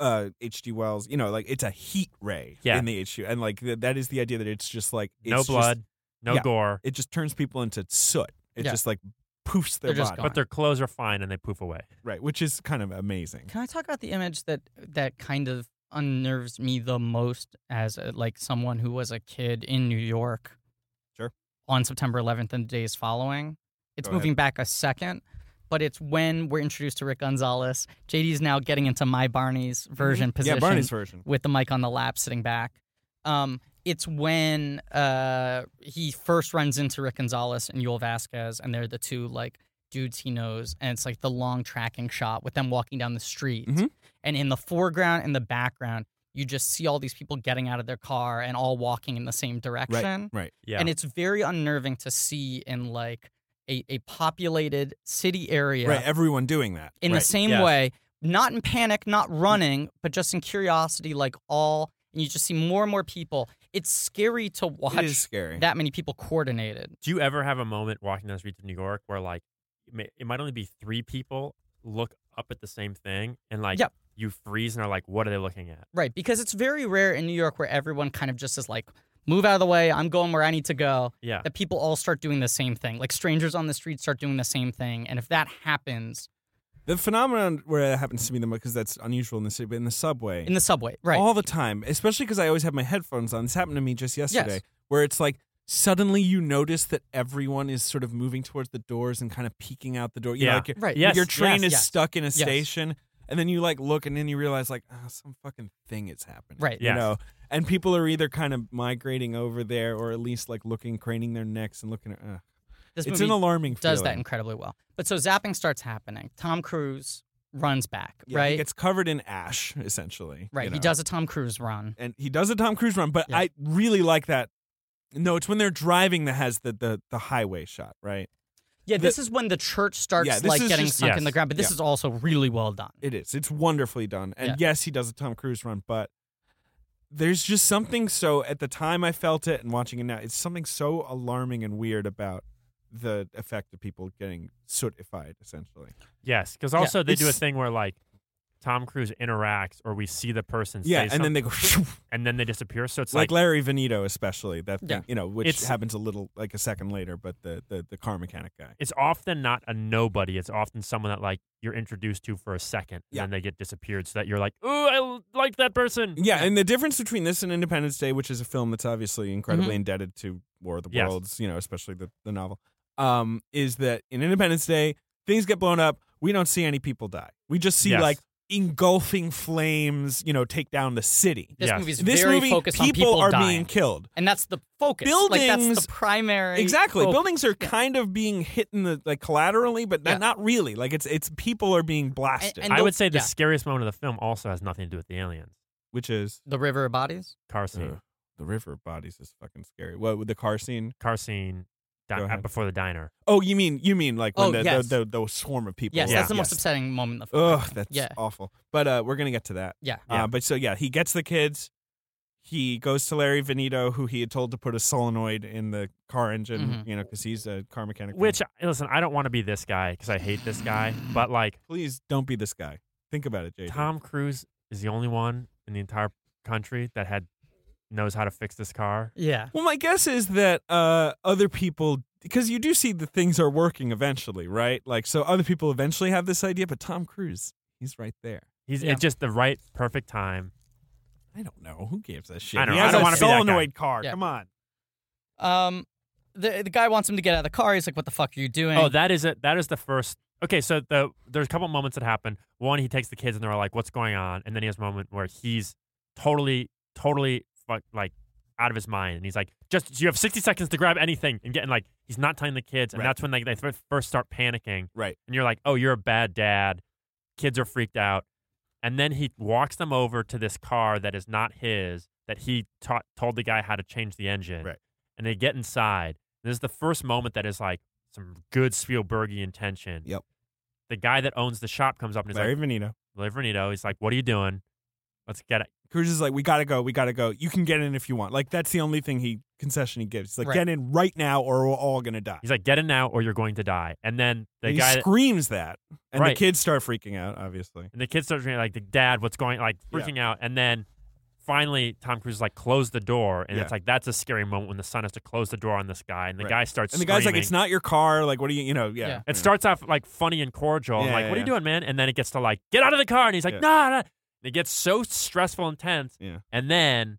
S3: uh H.G. Wells, you know, like it's a heat ray
S4: Yeah.
S3: in the H.G. and like th- that is the idea that it's just like it's
S4: no
S3: just-
S4: blood, no
S3: yeah.
S4: gore,
S3: it just turns people into soot. It
S5: Yeah.
S3: just like poofs their
S2: They're just
S3: body.
S2: gone.
S4: but their clothes are fine and they poof away.
S3: Right, which is kind of amazing.
S2: Can I talk about the image that that kind of unnerves me the most as a, like someone who was a kid in New York?
S3: Sure.
S2: On September 11th and the days following, it's
S3: Go ahead.
S2: moving back a second, but it's when we're introduced to Rick Gonzalez. JD's now getting into my Barney's version position
S3: Mm-hmm. Yeah, Barney's version.
S2: with the mic on the lap, sitting back. Um, it's when uh, he first runs into Rick Gonzalez and Yul Vasquez, and they're the two like dudes he knows, and it's like the long tracking shot with them walking down the street,
S3: Mhm.
S2: and in the foreground and the background, you just see all these people getting out of their car and all walking in the same direction.
S3: Right.
S4: Yeah.
S2: And it's very unnerving to see in like a, a populated city area
S3: Right, everyone doing that.
S2: in
S3: right.
S2: the same
S4: yeah.
S2: way, not in panic, not running, but just in curiosity, like all, and you just see more and more people. It's scary to
S3: It is
S2: watch
S3: scary.
S2: that many people coordinated.
S4: Do you ever have a moment walking down the streets of New York where like it may- it might only be three people look up at the same thing and like
S2: Yeah.
S4: you freeze and are like, what are they looking at?
S2: Right, because it's very rare in New York where everyone kind of just is like, move out of the way, I'm going where I need to go,
S4: Yeah.
S2: that people all start doing the same thing. Like strangers on the street start doing the same thing. And if that happens
S3: the phenomenon where it happens to me the most because that's unusual in the city, but in the subway.
S2: in the subway, right.
S3: all the time, especially because I always have my headphones on. This happened to me just yesterday,
S2: Yes.
S3: where it's like suddenly you notice that everyone is sort of moving towards the doors and kind of peeking out the door. You know,
S4: Yeah.
S3: like your,
S2: Right.
S4: Yes,
S3: your train
S2: yes,
S3: is
S2: yes.
S3: stuck in a station, and then you like look, and then you realize like ah, some fucking thing is happening.
S2: Right.
S3: You
S4: Yes.
S3: know. And people are either kind of migrating over there, or at least like looking, craning their necks and looking at. Uh,
S2: this
S3: it's
S2: movie
S3: an alarming.
S2: does that
S3: feeling.
S2: incredibly well. But so zapping starts happening. Tom Cruise runs back,
S3: Yeah,
S2: right?
S3: He gets covered in ash, essentially.
S2: right.
S3: you
S2: He
S3: know.
S2: does a Tom Cruise run.
S3: and he does a Tom Cruise run, but
S2: Yeah.
S3: I really like that. No, it's when they're driving that has the the, the highway shot, right?
S2: Yeah,
S3: The-
S2: this is when the church starts
S3: Yeah, this
S2: like
S3: is
S2: getting
S3: just-
S2: sunk
S4: Yes.
S2: in the ground, but this
S3: Yeah.
S2: is also really well done.
S3: It is. It's wonderfully done. And
S2: Yeah.
S3: yes, he does a Tom Cruise run, but there's just something so at the time I felt it and watching it now, it's something so alarming and weird about the effect of people getting sootified essentially.
S4: Yes. Because
S2: Yeah.
S4: also they do a
S3: It's-
S4: thing where like Tom Cruise interacts or we see the person
S3: yeah,
S4: say
S3: and then they go
S4: something, and then they disappear. So it's
S3: like
S4: like,
S3: Larry Venito especially that thing,
S2: Yeah.
S3: you know, which
S4: It's-
S3: happens a little like a second later, but the the, the car mechanic guy.
S4: it's often not a nobody. It's often someone that like you're introduced to for a second and
S3: Yeah.
S4: then they get disappeared so that you're like, ooh, I l- like that person.
S3: Yeah, and the difference between this and Independence Day, which is a film that's obviously
S2: Mm-hmm.
S3: incredibly indebted to War of the
S4: Yes.
S3: Worlds, you know, especially the, the novel, um, is that in Independence Day, things get blown up. We don't see any people die. We just see
S4: Yes.
S3: like engulfing flames, you know, take down the city.
S2: This
S4: Yes.
S2: movie's
S3: this
S2: very
S3: movie,
S2: focused
S3: people,
S2: on people
S3: are
S2: dying.
S3: being killed.
S2: and that's the focus. like, that's
S3: Buildings-
S2: the primary.
S3: Exactly.
S2: focus.
S3: Buildings are kind of being hit in the like collaterally, but not,
S2: Yeah.
S3: not really. Like it's it's people are being blasted,
S2: and-
S4: I would say the
S2: yeah.
S4: scariest moment of the film also has nothing to do with the aliens.
S3: which is
S2: The river of bodies.
S4: Car scene.
S3: Ugh. the river bodies is fucking scary. What with the car scene?
S4: Car scene di-
S3: Go
S4: uh,
S3: ahead.
S4: before the diner.
S3: Oh, you mean you mean like when
S2: Oh,
S3: the,
S2: yes.
S3: the, the the swarm of people?
S2: Yes,
S3: like,
S2: that's the most upsetting moment of the film.
S3: Ugh, that's
S2: Yeah.
S3: awful. But uh, we're gonna get to that.
S2: Yeah.
S3: Uh, but so yeah, he gets the kids. He goes to Larry Venito, who he had told to put a solenoid in the car engine,
S2: Mhm.
S3: you know, because he's a car mechanic.
S4: Mm-hmm. Which listen, I don't want to be this guy because I hate this guy. But like
S3: please don't be this guy. Think about it, JJ.
S4: Tom Cruise is the only one in the entire country that had knows how to fix this car.
S2: Yeah.
S3: Well, my guess is that uh, other people, because you do see that things are working eventually, right? Like, so other people eventually have this idea, but Tom Cruise, he's right there.
S4: He's
S2: Yeah.
S4: it's just the right perfect time.
S3: I don't know who gives a shit.
S4: I don't
S3: he
S4: know. I
S3: has
S4: don't
S3: a
S4: wanna be that guy.
S3: solenoid car.
S2: Yeah.
S3: Come on.
S2: Um, the the guy wants him to get out of the car. He's like, "What the fuck are you doing?"
S4: Oh, that is it. That is the first. Okay, so the there's a couple moments that happen. One, he takes the kids and they're like, "What's going on?" And then he has a moment where he's totally, totally fuck, like out of his mind, and he's like, "Just you have 60 seconds to grab anything," and getting like he's not telling the kids, and
S3: Right.
S4: that's when like they fir- first start panicking.
S3: Right.
S4: and you're like, "Oh, you're a bad dad." Kids are freaked out, and then he walks them over to this car that is not his. That he taught told the guy how to change the engine.
S3: Right.
S4: and they get inside. This is the first moment that is like some good Spielbergian tension.
S3: Yep.
S4: The guy that owns the shop comes up and he's
S3: Larry
S4: like,
S3: Venito.
S4: "Larry Vernito." He's like, "What are you doing? Let's get it.
S3: Cruz is like, we gotta go, we gotta go. You can get in if you want. Like that's the only thing he concession he gives. He's like,
S2: Right.
S3: get in right now, or we're all gonna die.
S4: He's like, get in now or you're going to die. And then the
S3: And he
S4: guy, that-
S3: screams that, and the
S4: Right.
S3: kids start freaking out. Obviously,
S4: and the kid starts being like, the dad, what's going, like
S3: Yeah.
S4: freaking out. And then finally, Tom Cruise is like, close the door. And
S3: Yeah.
S4: it's like, that's a scary moment when the son has to close the door on this guy. And the
S3: Right.
S4: guy starts
S3: and the guy's like,
S4: screaming.
S3: it's not your car. Like, what do you, you know? Yeah,
S2: Yeah.
S4: It starts off like funny and cordial.
S3: Yeah,
S4: I'm like,
S3: yeah,
S4: what are you
S3: yeah.
S4: doing, man? And then it gets to like, get out of the car. And he's like,
S3: Yeah.
S4: nah, nah. And It gets so stressful and tense.
S3: Yeah.
S4: And then,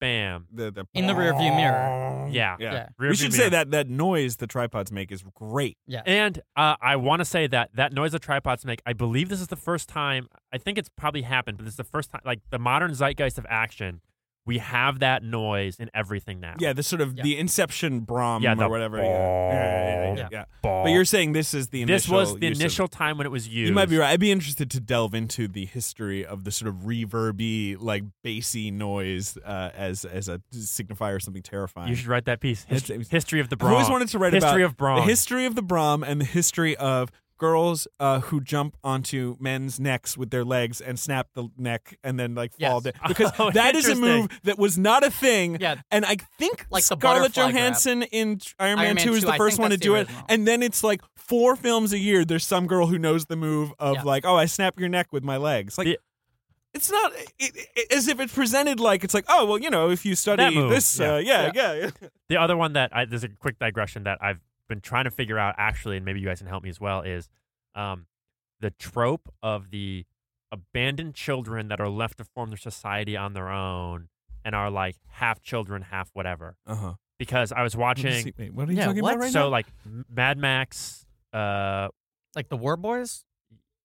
S4: bam.
S3: the, the
S2: In the rearview mirror.
S4: Yeah.
S3: Yeah.
S2: Yeah.
S4: Rear
S3: we
S4: view
S3: should
S4: mirror.
S3: say that that noise the tripods make is great.
S4: And uh, I want to say that that noise the tripods make, I believe this is the first time, I think it's probably happened, but this is the first time, like the modern zeitgeist of action, we have that noise in everything now.
S3: Yeah, the sort of
S2: Yeah.
S3: the Inception Brom
S4: Yeah,
S3: or
S4: the
S3: whatever. Yeah. Yeah, yeah, yeah, yeah,
S4: Yeah.
S3: yeah.
S4: Bah.
S3: But you're saying this is the
S4: this
S3: initial
S4: was the
S3: use of-
S4: initial time when it was used.
S3: You might be right. I'd be interested to delve into the history of the sort of reverby, like bassy noise uh, as as a signifier of something terrifying.
S4: You should write that piece. Hist-
S3: It's-
S4: history of the
S3: I've
S4: Bronx.
S3: always wanted to write
S4: History
S3: about
S4: of Bronx.
S3: the history of the Brom and the history of girls uh, who jump onto men's necks with their legs and snap the neck and then like fall
S2: Yes.
S3: down because
S4: Oh,
S3: that is a
S4: interesting.
S3: move that was not a thing.
S2: Yeah.
S3: And I think
S2: Like the
S3: Scarlett
S2: butterfly grab.
S3: Johansson in Iron Man,
S2: Iron Man
S3: 2 is
S2: 2,
S3: the
S2: I
S3: first
S2: think
S3: one to
S2: that's the
S3: do it.
S2: original.
S3: And then it's like four films a year there's some girl who knows the move of
S2: Yeah.
S3: like, "Oh, I snap your neck with my legs." Like
S4: Yeah.
S3: it's not it, it, as if it's presented like it's like, "Oh, well, you know, if you study
S4: move,
S3: this
S4: yeah.
S3: uh, yeah, yeah, yeah.
S4: The other one that I, there's a quick digression that I've been trying to figure out actually, and maybe you guys can help me as well, is um, the trope of the abandoned children that are left to form their society on their own and are like half children, half whatever.
S3: Uh-huh.
S4: Because I was watching,
S3: Wait, what are you
S2: Yeah,
S3: talking
S2: what?
S3: about right
S4: so
S3: now?
S4: like M- Mad Max, uh,
S2: Like the War Boys?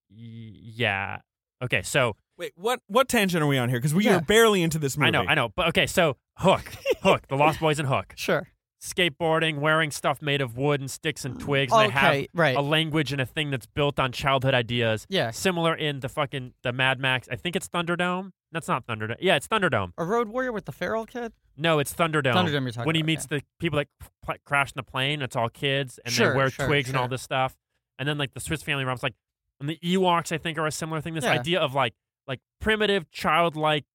S4: y- yeah. Okay, so
S3: Wait, what what tangent are we on here? Because we
S2: Yeah.
S3: are barely into this movie.
S4: I know, I know, but okay, so Hook, Hook, The Lost Boys and Hook,
S2: Sure.
S4: skateboarding, wearing stuff made of wood and sticks and twigs, and they have
S2: Okay, right.
S4: a language and a thing that's built on childhood ideas.
S2: yeah.
S4: Similar in the fucking the Mad Max. I think it's Thunderdome. That's not Thunderdome. Yeah, it's Thunderdome.
S2: A Road Warrior with the feral kid?
S4: No, it's Thunderdome.
S2: Thunderdome you're talking
S4: when he
S2: about,
S4: meets the people that pl- crashed in the plane, it's all kids and
S2: Sure,
S4: they wear
S2: sure,
S4: twigs and all
S2: sure.
S4: this stuff. And then like the Swiss Family Robin's like, and the Ewoks I think are a similar thing. This
S2: Yeah.
S4: idea of like like primitive childlike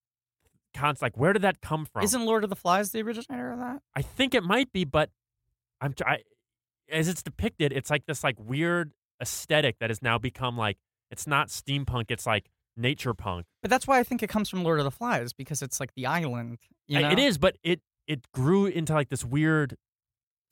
S4: cons like where did that come from?
S2: Isn't Lord of the Flies the originator of that?
S4: I think it might be, but I'm tr- I, as it's depicted, it's like this like weird aesthetic that has now become like it's not steampunk, it's like nature punk.
S2: But that's why I think it comes from Lord of the Flies because it's like the island. You know?
S4: I- It is, but it it grew into like this weird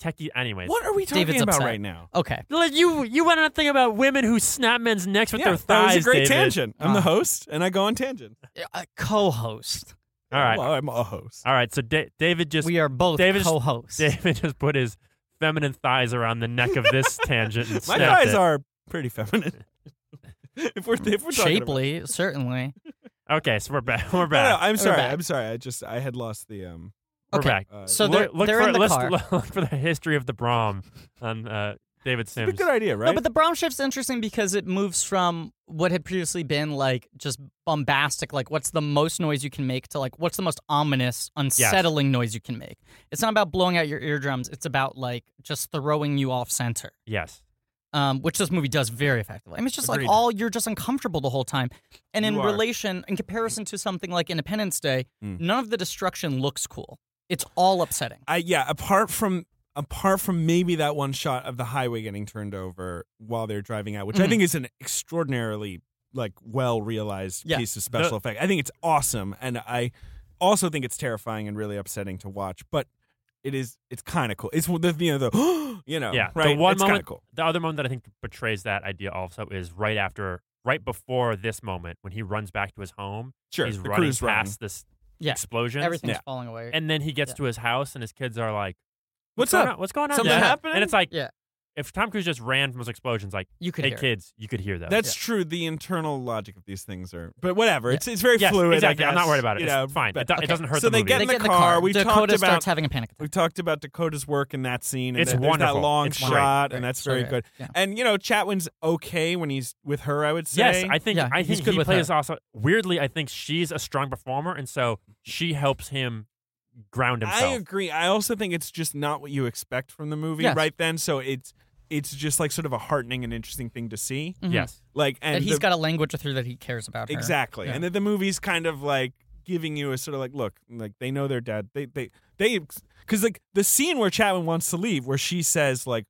S4: techie. Anyways,
S3: What are we talking
S2: David's
S3: about
S2: upset.
S3: right now?
S2: Okay.
S4: Like, You you went on a thing about women who snap men's necks with
S3: yeah,
S4: their
S3: that
S4: thighs.
S3: was a great
S4: David.
S3: tangent. I'm
S2: Ah.
S3: the host, and I go on tangent.
S2: A co-host.
S4: All right,
S3: well, I'm a host.
S4: all right. So da- David just
S2: we are both
S4: David's-
S2: co-hosts.
S4: David just put his feminine thighs around the neck of this tangent. And
S3: My
S4: snapped
S3: guys
S4: it.
S3: are pretty feminine. if we're if we're talking about-
S2: Shapely, certainly.
S4: okay. So we're back.
S3: No,
S4: We're
S3: no,
S4: back.
S3: I'm
S2: We're
S3: sorry.
S2: back.
S3: I'm sorry. I just I had lost the um.
S4: We're
S2: Okay.
S4: back.
S3: Uh,
S2: So
S4: Look-
S2: they're,
S4: look
S2: they're
S4: for
S2: in the
S4: let's
S2: car.
S4: look for the history of the Brom on uh, David
S3: it's a
S4: Sims.
S3: good idea, right?
S2: No, but the brown shift's interesting because it moves from what had previously been like just bombastic, like what's the most noise you can make, to like what's the most ominous, unsettling noise you can make. It's not about blowing out your eardrums. It's about like just throwing you off center,
S4: Yes,
S2: um, which this movie does very effectively. I mean, it's just
S4: Agreed.
S2: like all you're just uncomfortable the whole time. And in
S3: You are.
S2: relation, in comparison to something like Independence Day,
S3: Mm.
S2: none of the destruction looks cool. It's all upsetting.
S3: I yeah. Apart from apart from maybe that one shot of the highway getting turned over while they're driving out, which I
S2: Mhm.
S3: think is an extraordinarily like well realized
S2: Yeah.
S3: piece of special
S4: The-
S3: effect. I think it's awesome, and I also think it's terrifying and really upsetting to watch, but. It is. It's kind of cool. It's the you know the you know
S4: Yeah, the
S3: right.
S4: one
S3: it's kind of
S4: moment-
S3: cool.
S4: the other moment that I think betrays that idea also is right after, right before this moment when he runs back to his home.
S3: Sure,
S4: he's
S3: the
S4: running
S3: cruise
S4: past
S3: run.
S4: this
S2: Yeah.
S4: explosion.
S2: Everything's
S3: Yeah.
S2: falling away.
S4: and then he gets
S2: Yeah.
S4: to his house, and his kids are like,
S3: What's
S4: going
S3: up?
S4: on? What's going on?
S3: Something
S4: Dad?"
S3: happening?
S4: And it's like,
S2: Yeah.
S4: if Tom Cruise just ran from those explosions, like,
S2: you could
S4: hey
S2: hear it.
S4: kids, you could hear those.
S3: That's true. The internal logic of these things are, but whatever. It's it's very
S4: yes,
S3: fluid.
S4: exactly.
S3: I
S4: I'm not worried about it.
S3: You
S4: It's
S3: know,
S4: fine. It,
S3: but-
S4: do- it
S2: okay.
S4: doesn't hurt
S3: So
S4: the
S3: they
S4: movie.
S3: get
S2: They
S3: in the
S2: get in the
S3: car.
S2: car.
S3: We
S2: Dakota
S3: talked about-
S2: starts having a panic attack.
S3: We've talked about Dakota's work in that scene. And
S4: It's
S3: that, there's That
S4: wonderful.
S3: long
S4: It's
S3: shot,
S2: Right.
S3: and that's
S2: So
S3: very good.
S2: Yeah.
S3: And you know, Chatwin's okay when he's with her. I would say.
S4: Yes, I think
S2: Yeah,
S4: I
S2: he's
S4: think
S2: good
S4: he
S2: with
S4: plays also weirdly. I think she's a strong performer, and so she helps him ground
S3: I
S4: himself.
S3: agree. I also think it's just not what you expect from the movie
S2: Yes.
S3: right then. So it's it's just like sort of a heartening and interesting thing to see.
S2: Mhm.
S4: Yes.
S3: Like, and
S2: that he's
S3: the-
S2: got a language through that he cares about. her.
S3: exactly,
S2: Yeah.
S3: and that the movie's kind of like giving you a sort of like, look, like they know their dad. They they they because like the scene where Chapman wants to leave, where she says like,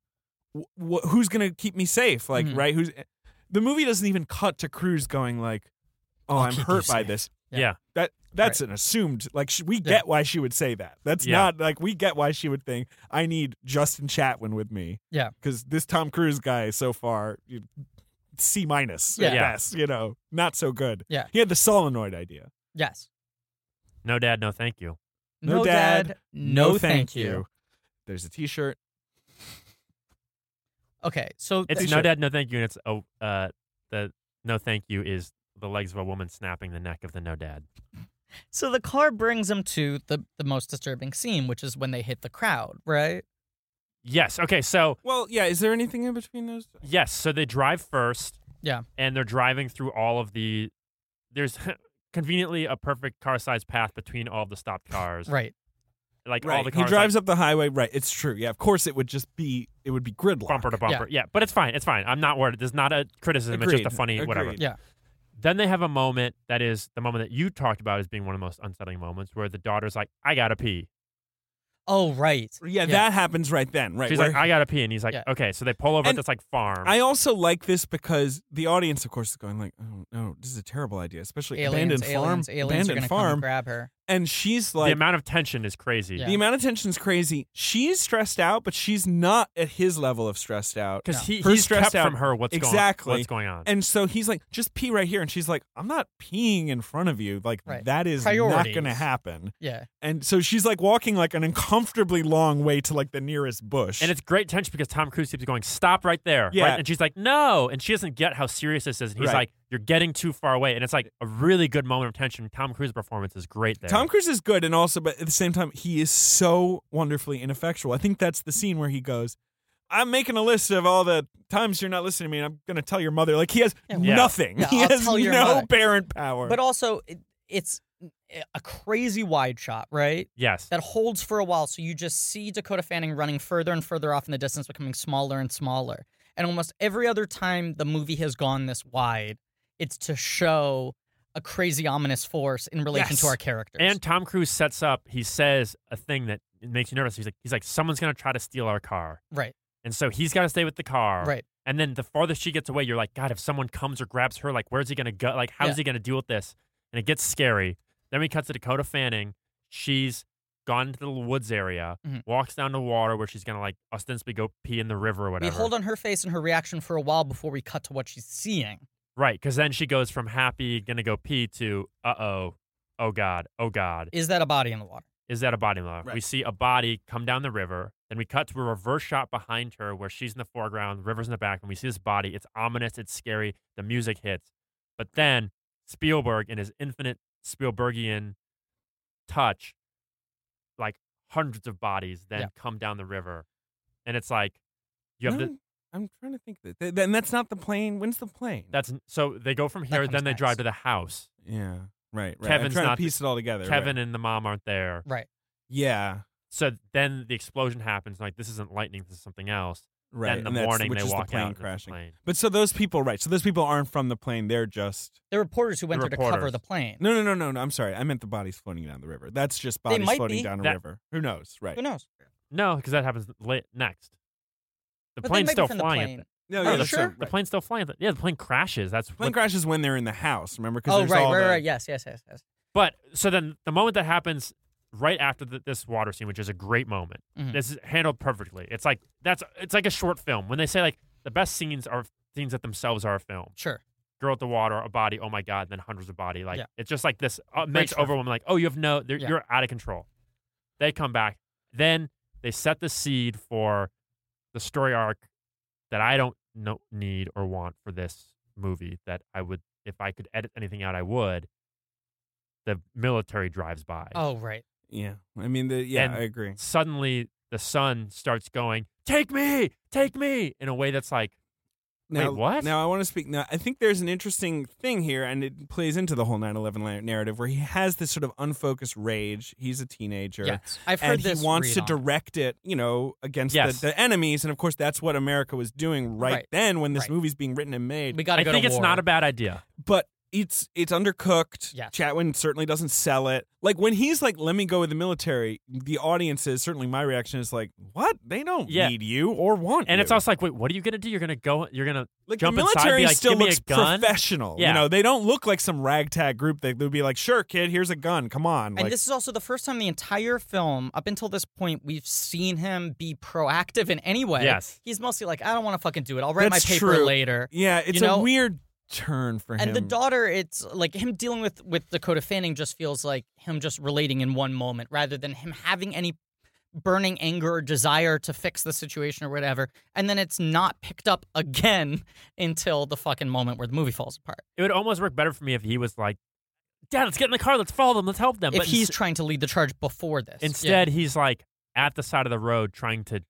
S3: w- wh- who's gonna keep me safe? Like,
S2: Mhm.
S3: right? Who's eh, the movie doesn't even cut to Cruz going like, oh,
S5: I'll
S3: i am
S5: keep you
S3: hurt by
S5: safe.
S3: this.
S2: Yeah.
S4: Yeah.
S3: That that's an assumed like sh- we get
S2: Yeah.
S3: why she would say that. That's
S4: Yeah.
S3: not like we get why she would think I need Justin Chatwin with me.
S2: Yeah.
S3: because this Tom Cruise guy so far you- C minus at
S2: Yeah.
S4: Yeah.
S3: best. You know, not so good.
S2: Yeah.
S3: he had the solenoid idea.
S2: Yes.
S4: No, Dad. No, thank you.
S3: No dad,
S2: no, thank, you.
S3: There's a T-shirt.
S2: Okay, so
S4: It's
S2: th-
S4: no, Dad. No, thank you. And it's oh, uh, the no, thank you is the legs of a woman snapping the neck of the no dad.
S2: so the car brings him to the the most disturbing scene, which is when they hit the crowd, right?
S4: Yes. Okay. So
S3: Well, yeah. Is there anything in between those?
S4: yes. So they drive first.
S2: Yeah.
S4: And they're driving through all of the. There's conveniently a perfect car-sized path between all of the stopped cars.
S2: Right.
S4: Like all
S3: Right.
S4: the
S3: He
S4: cars.
S3: drives up the highway. Right. It's true. Yeah. Of course, it would just be it would be gridlock.
S4: like, bumper to
S2: Yeah.
S4: bumper. Yeah. But it's fine. It's fine. I'm not worried. There's not a criticism. It's just
S3: Agreed.
S4: a funny whatever.
S3: Agreed.
S2: Yeah.
S4: Then they have a moment that is the moment that you talked about as being one of the most unsettling moments, where the daughter's like, "I gotta pee."
S2: Oh, right.
S3: Yeah, that happens right then. Right.
S4: She's
S3: where
S4: like, "I gotta pee," and he's like,
S2: Yeah.
S4: "Okay." So they pull over
S3: And
S4: at this like farm.
S3: I also like this because the audience, of course, is going like, "Oh no, this is a terrible idea," especially
S2: aliens,
S3: abandoned
S2: aliens,
S3: farm,
S2: aliens are
S3: abandoned
S2: gonna come
S3: farm.
S2: and grab her.
S3: and she's
S4: the
S3: like,
S4: amount of tension is crazy
S2: Yeah.
S4: because
S3: the amount of tension's crazy. She's stressed out, but she's not at his level of stressed out.
S4: he,
S3: Her
S4: he's
S3: stressed
S4: kept from
S3: out-
S4: her what's
S3: Exactly.
S4: going what's going on.
S3: And so he's like, "Just pee right here," and she's like, "I'm not peeing in front of you. Like
S2: Right.
S3: that is not
S2: Priorities.
S3: going to happen."
S2: Yeah.
S3: And so she's like walking like an uncomfortably long way to like the nearest bush.
S4: And it's great tension because Tom Cruise keeps going, "Stop right there!"
S3: Yeah.
S4: right? and she's like, "No," and she doesn't get how serious this is. And he's
S3: Right.
S4: like, "You're getting too far away." And it's like a really good moment of tension. Tom Cruise's performance is great there.
S3: Tom Cruise is good, and also, but at the same time, he is so wonderfully ineffectual. I think that's the scene where he goes, "I'm making a list of all the times you're not listening to me, and I'm going to tell your mother." Like he has
S2: Yeah.
S4: Yeah.
S3: nothing.
S2: Yeah,
S3: he
S2: I'll
S3: has
S2: tell your
S3: no
S2: mother.
S3: parent power.
S2: But also, it, it's eh, a crazy wide shot, right?
S4: yes,
S2: That holds for a while, so you just see Dakota Fanning running further and further off in the distance, becoming smaller and smaller. And almost every other time the movie has gone this wide, it's to show a crazy ominous force in relation
S3: Yes.
S2: to our characters.
S4: and Tom Cruise sets up. He says a thing that makes you nervous. He's like, "He's like, someone's gonna try to steal our car,"
S2: right,
S4: and so he's got to stay with the car.
S2: right.
S4: And then the farther she gets away, you're like, God, if someone comes or grabs her, like, where's he going to go? Like, how's
S2: Yeah.
S4: he going to deal with this? And it gets scary. Then we cut to Dakota Fanning. She's gone to the woods area,
S2: Mhm.
S4: walks down to water where she's going to, like, ostensibly go pee in the river or whatever.
S2: We hold on her face and her reaction for a while before we cut to what she's seeing.
S4: Right. Because then she goes from happy, going to go pee to, uh oh, oh God, oh God.
S2: Is that a body in the water?
S4: Is that a body in the water? We
S3: Right.
S4: see a body come down the river. Then we cut to a reverse shot behind her where she's in the foreground, the river's in the back, and we see this body. It's ominous, it's scary. The music hits. But then Spielberg, in his infinite Spielbergian touch, like hundreds of bodies then
S2: Yeah.
S4: come down the river. And it's like, you have
S3: No,
S4: the.
S3: I'm trying to think. That, th- then that's not the plane. When's the plane?
S4: That's so they go from here,
S2: comes
S4: then they drive
S2: next.
S4: to the house.
S3: yeah. Right. Right. I'm
S4: Kevin's
S3: trying
S4: not-
S3: to piece it all together. right.
S4: Kevin and the mom aren't there.
S2: Right.
S3: Yeah.
S4: So then the explosion happens. Like, this isn't lightning, this is something else.
S3: Right.
S4: Then the
S3: and that's-
S4: morning
S3: which
S4: they
S3: is
S4: walk
S3: the plane
S4: out. and it's a
S3: crashing.
S4: plane.
S3: But so those people, right? So those people aren't from the plane. They're just
S2: The reporters who went
S4: The
S2: there to cover
S4: reporters.
S2: the plane.
S3: no, no, no, no, no. I'm sorry. I meant the bodies floating down the river. That's just bodies
S2: might
S3: floating
S2: be.
S3: down a
S4: That-
S3: river. Who knows? Right.
S2: Who knows?
S4: No, because that happens late next. The
S2: But they
S4: plane's
S2: might be
S4: still
S2: from the
S4: flying. at
S2: plane.
S4: the-
S3: No,
S2: Are you
S3: that's
S2: sure?
S3: right.
S4: The plane's still flying. at the- Yeah, the plane crashes. That's
S3: Plane
S4: what-
S3: crashes when they're in the house. Remember? 'Cause
S2: Oh,
S3: there's
S2: right,
S3: all
S2: right,
S3: the-
S2: right. Yes, yes, yes, yes.
S4: But so then the moment that happens right after the, this water scene, which is a great moment.
S2: Mhm.
S4: This is handled perfectly. It's like that's it's like a short film when they say like the best scenes are scenes that themselves are a film.
S2: Sure.
S4: Girl at the water, a body, oh my god, and then hundreds of body. Like
S2: Yeah.
S4: it's just like this immense
S2: stuff.
S4: overwhelm. Like oh, you have no, they're
S2: Yeah.
S4: you're out of control. They come back, then they set the seed for the story arc that I don't know, need or want for this movie that I would if I could edit anything out I would. The military drives by.
S2: Oh, right.
S3: Yeah. I mean, the, yeah,
S4: And-
S3: I agree.
S4: Suddenly the son starts going, "Take me, take me," in a way that's like
S3: now,
S4: what?
S3: Now I want to speak. Now I think there's an interesting thing here, and it plays into the whole 9/11 la- narrative, where he has this sort of unfocused rage. He's a teenager,
S2: Yes, I've heard
S3: and he
S2: this.
S3: wants
S2: read
S3: to
S2: on it.
S3: direct it, you know, against
S4: Yes.
S3: the, the enemies. And of course, that's what America was doing right,
S2: Right.
S3: then when this
S2: Right.
S3: movie's being written and made.
S2: We got to
S4: I
S2: go
S4: think
S2: to
S4: it's
S2: war.
S4: not a bad idea.
S3: but it's it's undercooked.
S2: Yes.
S3: Chatwin certainly doesn't sell it. Like when he's like, "Let me go with the military," the audience is certainly my reaction is like, "What? They don't
S4: Yeah.
S3: need you or want."
S4: And
S3: you.
S4: it's also like, wait, what are you gonna do? You're gonna go. You're gonna.
S3: like
S4: jump
S3: the
S4: inside and be
S3: military
S4: like,
S3: still
S4: "Give me a
S3: looks
S4: gun?"
S3: professional. You
S4: Yeah.
S3: know, they don't look like some ragtag group that would be like, "Sure, kid, here's a gun. Come on."
S2: And
S3: Like,
S2: this is also the first time the entire film, up until this point, we've seen him be proactive in any way.
S4: Yes.
S2: He's mostly like, I don't want to fucking do it. I'll write
S3: That's
S2: my paper
S3: true.
S2: later.
S3: yeah, it's
S2: you
S3: a
S2: know-
S3: weird turn for him.
S2: And the daughter, it's like him dealing with with Dakota Fanning just feels like him just relating in one moment rather than him having any burning anger or desire to fix the situation or whatever. And then it's not picked up again until the fucking moment where the movie falls apart.
S4: It would almost work better for me if he was like, Dad, let's get in the car. Let's follow them. Let's help
S3: Uh,
S4: them.
S2: if
S4: but
S2: he's
S4: ins-
S2: trying to lead the charge before this. Yeah.
S4: instead, he's like at the side of the road trying to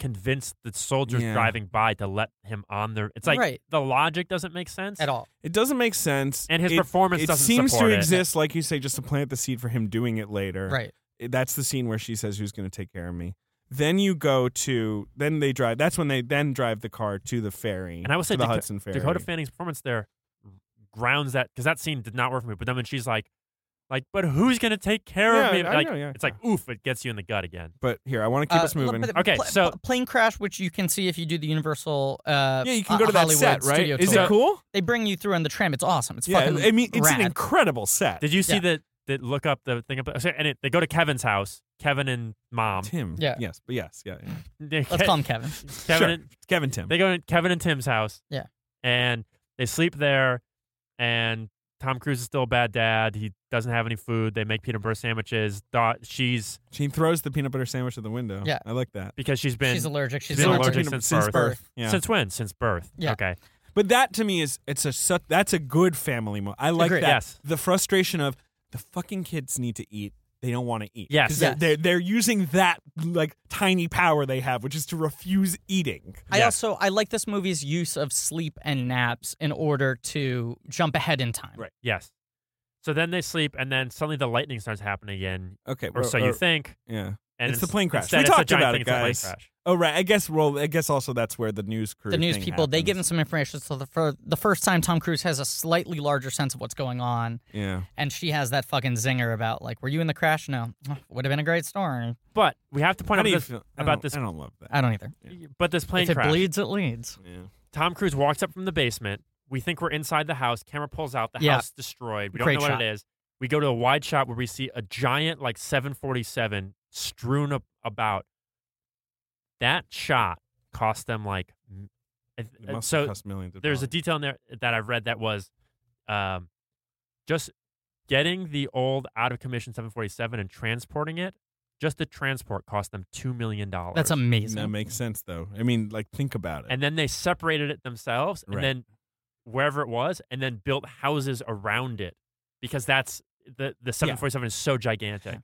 S4: convince the soldiers
S3: Yeah.
S4: driving by to let him on their. It's like
S2: Right.
S4: the logic doesn't make sense
S2: at all.
S3: it doesn't make sense.
S4: And his
S3: It-
S4: performance
S3: it
S4: doesn't
S3: seems to
S4: support it.
S3: exist, like you say, just to plant the seed for him doing it later.
S2: Right.
S3: that's the scene where she says who's going to take care of me then you go to then they drive that's when they then drive the car to the ferry
S4: And I will say
S3: to the
S4: Daco-
S3: hudson ferry
S4: Dakota Fanning's performance there grounds that because that scene did not work for me. But then when she's like, like, but who's gonna take care
S3: yeah,
S4: of me?
S3: I
S4: Like,
S3: know, yeah.
S4: it's like, oof, it gets you in the gut again.
S3: but here i want to keep
S2: Uh,
S3: us moving
S2: but-
S4: Okay, so-
S2: plane crash, which you can see if you do the Universal. Uh,
S3: yeah you can
S2: uh,
S3: go to that
S2: Hollywood
S3: set right
S2: Studio
S3: is
S2: tour.
S3: it cool
S2: They bring you through on the tram. It's awesome. It's
S3: yeah
S2: fucking.
S3: i mean it's
S2: rad.
S3: an incredible set
S4: Did you see
S2: Yeah.
S4: the the look up the thing up and it, they go to Kevin's house. Kevin and mom.
S3: tim
S2: Yeah.
S3: yes but yes yeah, yeah.
S4: They-
S2: Let's call him Kevin.
S4: Kevin.
S3: Sure.
S4: And,
S3: kevin tim
S4: they go to Kevin and Tim's house.
S2: Yeah.
S4: and they sleep there, and Tom Cruise is still a bad dad. He doesn't have any food. They make peanut butter sandwiches. Da- she's
S3: she throws the peanut butter sandwich at the window
S2: Yeah.
S3: i like that
S4: because she's been
S2: she's allergic. She's
S4: been
S3: So
S2: allergic.
S4: allergic
S3: peanut-
S4: since
S3: since
S4: birth.
S3: birth yeah
S4: since when? Since birth.
S2: Yeah.
S4: Okay.
S3: But that to me is it's a su- that's a good family mo I like
S2: Agreed.
S3: that.
S4: Yes.
S3: The frustration of the fucking kids need to eat. They don't want to eat.
S4: Yes.
S3: 'Cause they're-
S2: Yes.
S3: They're, they're using that like tiny power they have, which is to refuse eating.
S2: I
S4: Yeah.
S2: also I like this movie's use of sleep and naps in order to jump ahead in time.
S3: Right.
S4: Yes. So then they sleep, and then suddenly the lightning starts happening again,
S3: Okay.
S4: or
S3: well,
S4: so
S2: uh,
S4: you think.
S3: Yeah.
S4: And
S3: It's the plane crash.
S4: instead
S3: We
S4: it's a
S3: talked
S4: giant
S3: about
S4: thing,
S3: it,
S4: it's a plane
S3: guys.
S4: crash.
S3: Oh right. I guess. Well, I guess also that's where the news crew.
S2: The news
S3: thing
S2: people they give him
S3: happens.
S2: some information. So the for the first time, Tom Cruise has a slightly larger sense of what's going on,
S3: Yeah.
S2: and she has that fucking zinger about like, "Were you in the crash? No, "Oh, would have been a great story.
S4: But we have to point
S3: How
S4: out
S3: do you
S4: this,
S3: feel- I
S4: about
S3: don't-
S4: this.
S3: I don't love that.
S2: I don't either.
S4: But this plane
S2: if it
S4: crash.
S2: bleeds, it leads.
S3: Yeah.
S4: Tom Cruise walks up from the basement. We think we're inside the house. Camera pulls out. The
S2: Yeah.
S4: house destroyed. We don't
S2: Great
S4: know
S2: shot.
S4: what it is. We go to a wide shot where we see a giant like 747 strewn up about. That shot cost them like. m- I th-
S3: It must
S4: Uh, so
S3: have cost millions. Of
S4: there's a
S3: dollars.
S4: detail in there that I've read that was um, just getting the old out of commission 747 and transporting it. Just the transport cost them two million dollars.
S2: That's amazing.
S3: That makes sense though. I mean, like think about it.
S4: And then they separated it themselves, and
S3: Right.
S4: then wherever it was, and then built houses around it because that's the the 747 is so gigantic.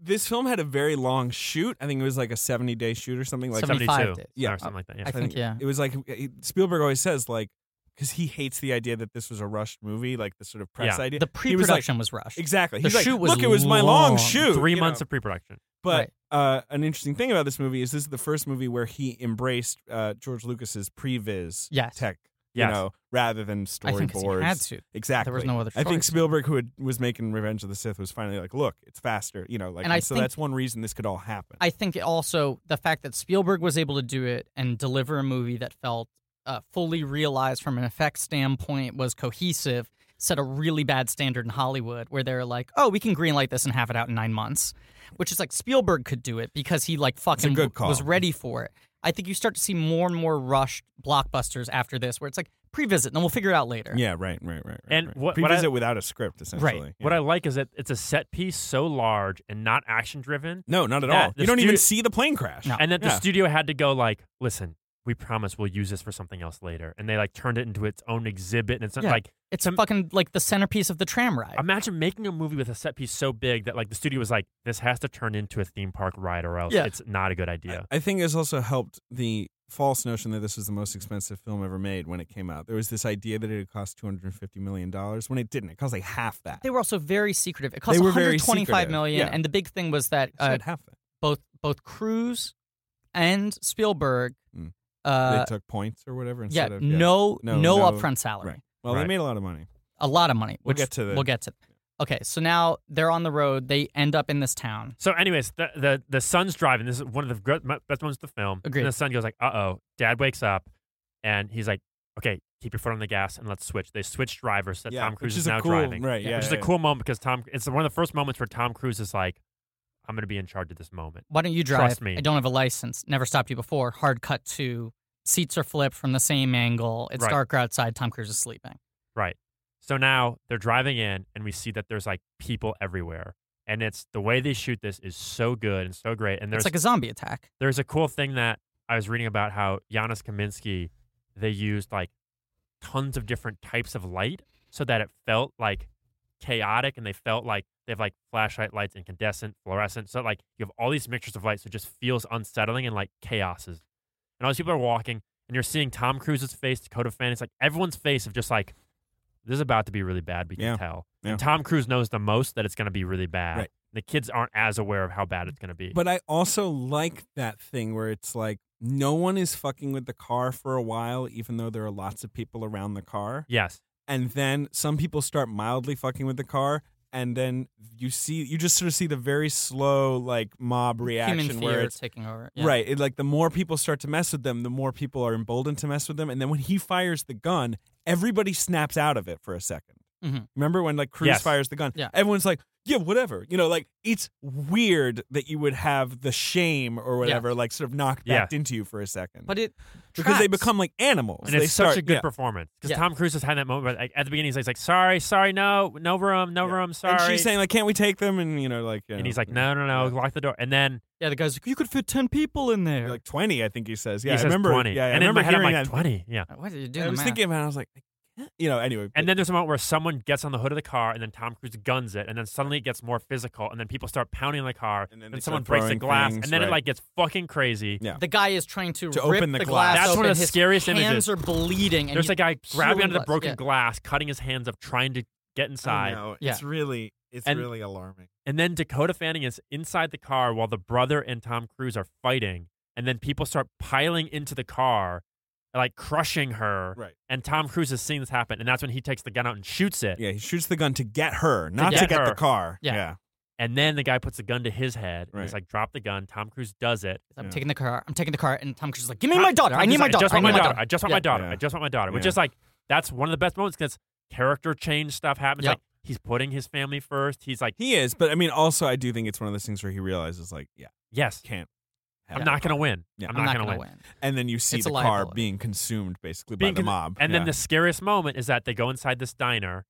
S3: this film had a very long shoot. I think it was like a 70 day shoot or something like
S2: Seventy-
S4: 72,
S2: 75 days.
S4: yeah,
S3: Yeah.
S4: or something like that. Yeah.
S2: I think yeah.
S3: It was like it- Spielberg always says, like, because he hates the idea that this was a rushed movie, like the sort of press
S4: Yeah.
S3: idea.
S2: The
S3: He was like,
S2: pre-production was, rushed.
S3: exactly.
S2: The
S3: He's like,
S2: shoot was
S3: look, it was my long
S2: long.
S3: shoot.
S4: Three
S3: you
S4: months
S3: know.
S4: of pre-production.
S3: But uh, an interesting thing about this movie is this is the first movie where he embraced uh, George Lucas's previs
S2: Yes.
S3: tech,
S4: Yes.
S3: you know, rather than
S2: I think 'cause
S3: storyboards.
S2: he had to.
S3: Exactly.
S2: There was no other
S3: I think
S2: choice.
S3: Spielberg, who had, was making Revenge of the Sith, was finally like, "Look, it's faster," you know. Like,
S2: And I
S3: so
S2: think-
S3: that's one reason this could all happen.
S2: I think it also the fact that Spielberg was able to do it and deliver a movie that felt uh, fully realized from an effects standpoint was cohesive set a really bad standard in Hollywood where they're like, oh, we can greenlight this and have it out in nine months, which is like Spielberg could do it because he like fucking
S3: good
S2: w- was
S3: call.
S2: ready for it. I think you start to see more and more rushed blockbusters after this where it's like pre-visit and then we'll figure it out later.
S3: yeah, right, right, right. right,
S4: And
S3: right.
S4: what- what I-
S3: previs it without a script, essentially.
S4: What
S3: yeah.
S4: I like is that it's a set piece so large and not action driven,
S3: No, not at
S4: That-
S3: all.
S4: the
S3: You don't
S4: stu-
S3: even see the plane crash.
S2: No.
S4: and that the
S3: Ah, Yeah.
S4: studio had to go like, listen, we promise we'll use this for something else later, and they like turned it into its own exhibit, and it's not
S2: Yeah.
S4: like
S2: It's
S4: Some-
S2: fucking like the centerpiece of the tram ride.
S4: Imagine making a movie with a set piece so big that like the studio was like, this has to turn into a theme park ride or else
S2: Yeah.
S4: it's not a good idea.
S3: I think it's also helped the false notion that this was the most expensive film ever made when it came out. There was this idea that it had cost two hundred and fifty million dollars when it didn't. It cost like half that.
S2: They were also very secretive. It cost
S3: They were very
S2: 125
S3: secretive,
S2: million,
S3: yeah.
S2: and the big thing was that
S3: It
S2: uh,
S3: said half that.
S2: both both Cruise and Spielberg,
S3: Mm.
S2: uh,
S3: they took points or whatever
S2: yeah,
S3: instead of yeah.
S2: no,
S3: No,
S2: no,
S3: no-
S2: upfront salary,
S3: Right. Well, they
S4: Right.
S3: made a lot of money.
S2: a lot of money.
S3: We'll
S2: Which
S3: get to the-
S2: We'll get to. Okay, so now they're on the road. They end up in this town.
S4: So, anyways, the, the the son's driving. This is one of the gr- m- best moments of the film.
S2: Agreed.
S4: And the son goes like, "Uh oh." Dad wakes up, and he's like, "Okay, keep your foot on the gas and let's switch." They switch drivers. That Tom Cruise
S3: which
S4: is
S3: a
S4: now
S3: cool,
S4: driving,
S3: Right.
S2: Yeah,
S3: Yeah.
S4: which is
S3: yeah.
S4: a cool moment because Tom. It's one of the first moments where Tom Cruise is like, "I'm going to be in charge of this moment."
S2: Why don't you drive?
S4: Trust me.
S2: I don't have a license. Never stopped you before. Hard cut to seats are flipped from the same angle. It's
S4: Right.
S2: darker outside. Tom Cruise is sleeping.
S4: Right. So now they're driving in, and we see that there's like people everywhere, and it's the way they shoot this is so good and so great. And there's
S2: it's like a zombie attack.
S4: there's a cool thing that I was reading about how Giannis Kaminsky they used like tons of different types of light so that it felt like chaotic and they felt like they have like flashlight lights incandescent fluorescent so like you have all these mixtures of lights so it just feels unsettling and like chaos is and all these people are walking and you're seeing Tom Cruise's face Dakota Fanning's like everyone's face of just like this is about to be really bad we can
S3: Yeah.
S4: tell
S3: Yeah.
S4: and Tom Cruise knows the most that it's going to be really bad
S3: Right.
S4: the kids aren't as aware of how bad it's going to be
S3: But I also like that thing where it's like no one is fucking with the car for a while, even though there are lots of people around the car.
S4: yes
S3: And then some people start mildly fucking with the car. And then you see, you just sort of see the very slow, like mob reaction
S2: Human
S3: where
S2: fear
S3: it's
S2: taking over. Yeah.
S3: Right. It, like the more people start to mess with them, the more people are emboldened to mess with them. And then when he fires the gun, everybody snaps out of it for a 2nd
S2: Mhm.
S3: Remember when like Cruz
S4: Yes.
S3: fires the gun?
S2: Yeah.
S3: Everyone's like, yeah, whatever. You know, like it's weird that you would have the shame or whatever, like sort of knocked
S4: Yeah.
S3: back into you for a second.
S2: But it
S3: because they
S2: tracks.
S3: become like animals.
S4: And
S3: they
S4: it's
S3: start,
S4: such a good
S3: yeah.
S4: performance because
S2: Yeah.
S4: Tom Cruise has had that moment. Where, like, at the beginning, he's like, "Sorry, sorry, no, no room, no
S3: Yeah.
S4: room, sorry."
S3: And she's saying like, can't we take them? And you know, like, you
S4: And
S3: know,
S4: he's like, "No, no, no,
S3: Yeah.
S4: lock the door." And then
S2: Yeah, the guy's like, you could fit 10 people in there.
S3: like twenty, I think he says. Yeah,
S4: he
S3: I
S4: says
S3: remember.
S4: twenty,
S3: Yeah, I
S4: and
S3: remember
S4: in my head, I'm
S3: hearing
S4: like,
S3: that.
S4: "20, yeah."
S2: what are you doing?
S3: I was thinking about. it, I was like, I can't- you know. Anyway,
S4: And then there's a moment where someone gets on the hood of the car, and then Tom Cruise guns it, and then suddenly it gets more physical, and then people start pounding on the car,
S3: And then
S4: and,
S3: they
S4: someone
S3: start
S4: breaks the
S3: throwing
S4: glass,
S3: things,
S4: and then
S3: right.
S4: it like gets fucking crazy.
S3: Yeah.
S2: the guy is trying to,
S3: To
S2: rip
S3: open the glass.
S2: glass.
S4: That's one
S2: open.
S4: of the
S2: His
S4: scariest
S2: hands
S4: images.
S2: are bleeding. And
S4: There's
S2: he-
S4: a guy grabbing
S2: peeling
S4: onto the
S2: glass,
S4: broken
S2: yeah.
S4: glass, cutting his hands up, trying to get
S3: I
S4: inside.
S3: don't know.
S2: Yeah.
S3: It's really, it's
S4: And-
S3: really alarming.
S4: And then Dakota Fanning is inside the car while the brother and Tom Cruise are fighting. And then people start piling into the car, like crushing her.
S3: Right.
S4: And Tom Cruise is seeing this happen. And that's when he takes the gun out and shoots it.
S3: Yeah, he shoots the gun to get her, not to
S4: get
S3: get, the
S4: her.
S3: car.
S2: Yeah.
S4: And then the guy puts the gun to his head. And
S3: Right.
S4: it's like, drop the gun. Tom Cruise does it.
S2: I'm
S3: Yeah.
S2: taking the car. I'm taking the car. And Tom Cruise is like, give me
S4: Tom-
S2: my daughter.
S4: Tom
S2: I need
S4: Cruise
S2: my
S4: is like,
S2: daughter. I need my daughter.
S4: I just want my daughter.
S3: Yeah.
S4: I just want my daughter. Which
S3: Yeah.
S4: is like, that's one of the best moments because character change stuff happens.
S2: Yep.
S4: Like, he's putting his family first. He's like,
S3: He is, but I mean, also, I do think it's one of those things where he realizes, like, yeah,
S4: yes,
S3: can't. Have
S4: I'm
S3: the
S4: not
S3: car.
S4: going to win.
S3: Yeah.
S4: I'm
S2: I'm
S4: not,
S2: not
S4: going to
S2: gonna
S4: win.
S2: win.
S3: And then you see
S2: It's
S3: the
S2: a
S3: car
S2: liability.
S3: being consumed basically
S4: Being
S3: by the
S4: con-
S3: mob.
S4: And
S3: Yeah.
S4: then the scariest moment is that they go inside this diner.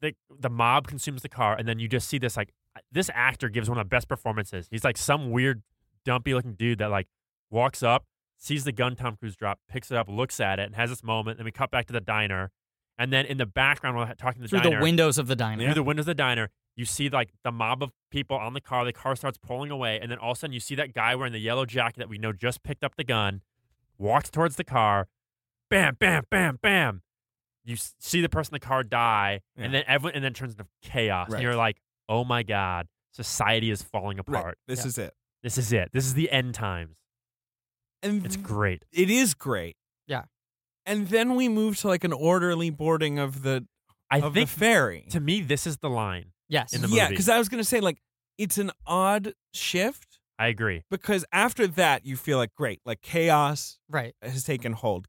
S4: The, the mob consumes the car, and then you just see this like this actor gives one of the best performances. He's like some weird, dumpy looking dude that like walks up, sees the gun Tom Cruise drop, picks it up, looks at it, and has this moment. Then we cut back to the diner, and then in the background while talking to the
S2: Through
S4: diner,
S2: the windows of the diner.
S4: through the windows of the diner, you see like the mob of people on the car. The car starts pulling away, and then all of a sudden you see that guy wearing the yellow jacket that we know just picked up the gun, walks towards the car, bam, bam, bam, bam. You s- see the person in the car die, and
S3: Yeah.
S4: then everyone, and then it turns into chaos.
S3: Right.
S4: And you're like, oh my god, society is falling apart.
S3: Right. This
S2: Yeah.
S3: is it.
S4: This is it. This is the end times.
S3: And
S4: It's great.
S3: it is great.
S2: Yeah.
S3: And then we move to like an orderly boarding of the
S4: I
S3: of
S4: think
S3: the ferry.
S4: to me this is the line.
S2: Yes.
S4: in the
S3: yeah,
S4: movie.
S3: because I was gonna say like it's an odd shift
S4: I agree.
S3: because after that you feel like great, like chaos
S2: right.
S3: has taken hold,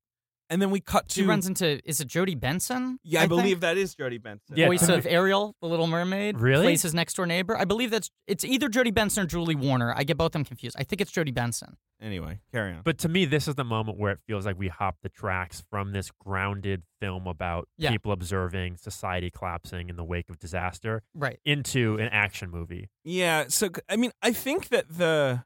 S3: and then we cut to
S2: She runs into, is it Jodie Benson?
S3: Yeah, I,
S2: think?
S3: believe that is Jodie Benson.
S4: Yeah,
S2: voice
S4: to
S2: of Ariel, the Little mermaid.
S4: Really?
S2: Plays his next door neighbor. I believe that's, it's either Jodie Benson or Julie Warner. I get both of them confused. I think it's Jodie Benson.
S3: Anyway, carry on.
S4: But to me, this is the moment where it feels like we hop the tracks from this grounded film about
S2: Yeah.
S4: people observing society collapsing in the wake of disaster
S2: Right.
S4: into
S3: Mm-hmm.
S4: an action movie.
S3: yeah, so c- I mean, I think that the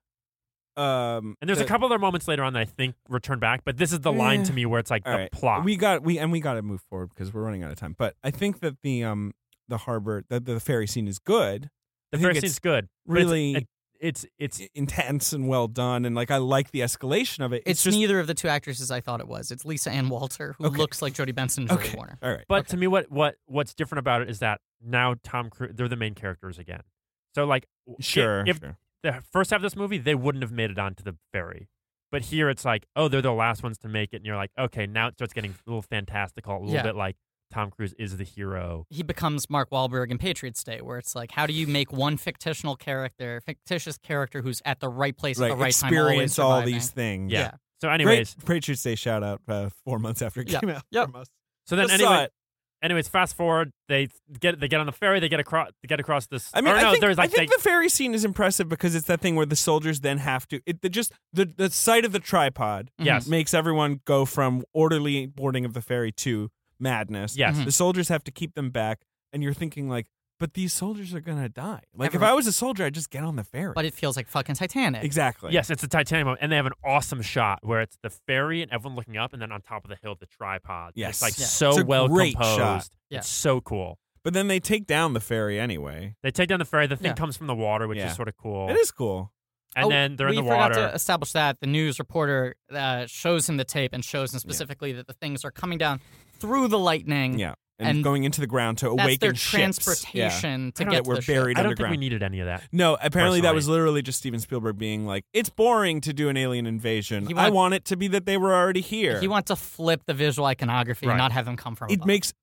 S3: um
S4: And there's a
S3: the-
S4: couple other moments later on that I think return back, but this is the line
S3: Eh.
S4: to me where it's like
S3: all
S4: the
S3: right,
S4: plot.
S3: We got we and we got to move forward because we're running out of time. But I think that the um the harbor that the ferry scene is good.
S4: the
S3: I think
S4: first
S3: it's
S4: scene's good. but it's-
S3: Really,
S4: it, it, it's it's
S3: i- intense and well done, and like I like the escalation of it.
S2: It's,
S3: It's, just
S2: neither of the two actresses I thought it was. It's Lisa Ann Walter, who
S3: Okay.
S2: looks like Jodie Benson and Jodie
S3: Okay.
S2: Warner.
S3: all right.
S4: But to me, what what what's different about it is that now Tom Cruise, they're the main characters again. So like, w- i-
S3: Sure,
S4: if
S3: sure.
S4: the first half of this movie, they wouldn't have made it onto the ferry. But here, it's like, oh, they're the last ones to make it, and you're like, okay, now it starts getting a little fantastical, a little
S2: Yeah.
S4: bit like Tom Cruise is the hero.
S2: He becomes Mark Wahlberg in Patriots Day, where it's like, how do you make one fictional character, fictitious character who's at the right place
S3: Right,
S2: at the right time, always
S3: experience all
S2: surviving?
S3: these things.
S4: Yeah.
S2: Yeah.
S4: So, anyways,
S3: Great Patriots Day shout out uh, four months after it
S2: Yeah.
S3: came out.
S2: Yeah.
S3: from us.
S4: so then
S3: Just saw
S4: anyway,
S3: it.
S4: anyways, fast forward, they get they get on the ferry, they get across, they get across this.
S3: I mean,
S4: or no,
S3: I think,
S4: there's
S3: I
S4: like
S3: think
S4: they,
S3: the ferry scene is impressive because it's that thing where the soldiers then have to. It the, just the the sight of the tripod
S2: Mhm.
S4: yes,
S3: makes everyone go from orderly boarding of the ferry to madness.
S4: yes,
S2: Mhm.
S3: the soldiers have to keep them back, and you're thinking like, but these soldiers are gonna die. Like if
S2: Everyone-
S3: I was a soldier, I'd just get on the ferry.
S2: But it feels like fucking Titanic.
S3: exactly.
S4: Yes, it's a Titanic moment, and they have an awesome shot where it's the ferry and everyone looking up, and then on top of the hill, the tripod.
S3: Yes.
S4: it's like
S2: Yeah.
S4: so
S3: It's a
S4: well
S3: great
S4: composed.
S3: shot.
S2: Yeah.
S4: It's so cool.
S3: But then they take down the ferry anyway.
S4: They take down the ferry. The thing
S2: Yeah.
S4: comes from the water, which
S3: Yeah.
S4: is sort of cool.
S3: It is cool.
S4: And
S2: Oh,
S4: then they're in
S2: we
S4: the
S2: forgot
S4: water.
S2: to establish that the news reporter uh, shows him the tape and shows him specifically that the things are coming down through the lightning.
S3: Yeah. And,
S2: Mm. And
S3: going into the ground to
S2: That's
S3: awaken
S2: their
S3: ships. Yeah.
S2: transportation
S3: I
S2: to
S3: don't-
S2: get
S3: that
S2: to
S3: were
S2: the ship.
S3: buried
S4: I don't think
S3: underground.
S4: we needed any of that.
S3: No, apparently that
S4: Personally.
S3: was literally just Steven Spielberg being like, "It's boring to do an alien invasion.
S2: He
S3: I
S2: want-
S3: want it to be that they were already here."
S2: He wants to flip the visual iconography
S4: Right.
S2: and not have them come from
S3: it
S2: above.
S3: makes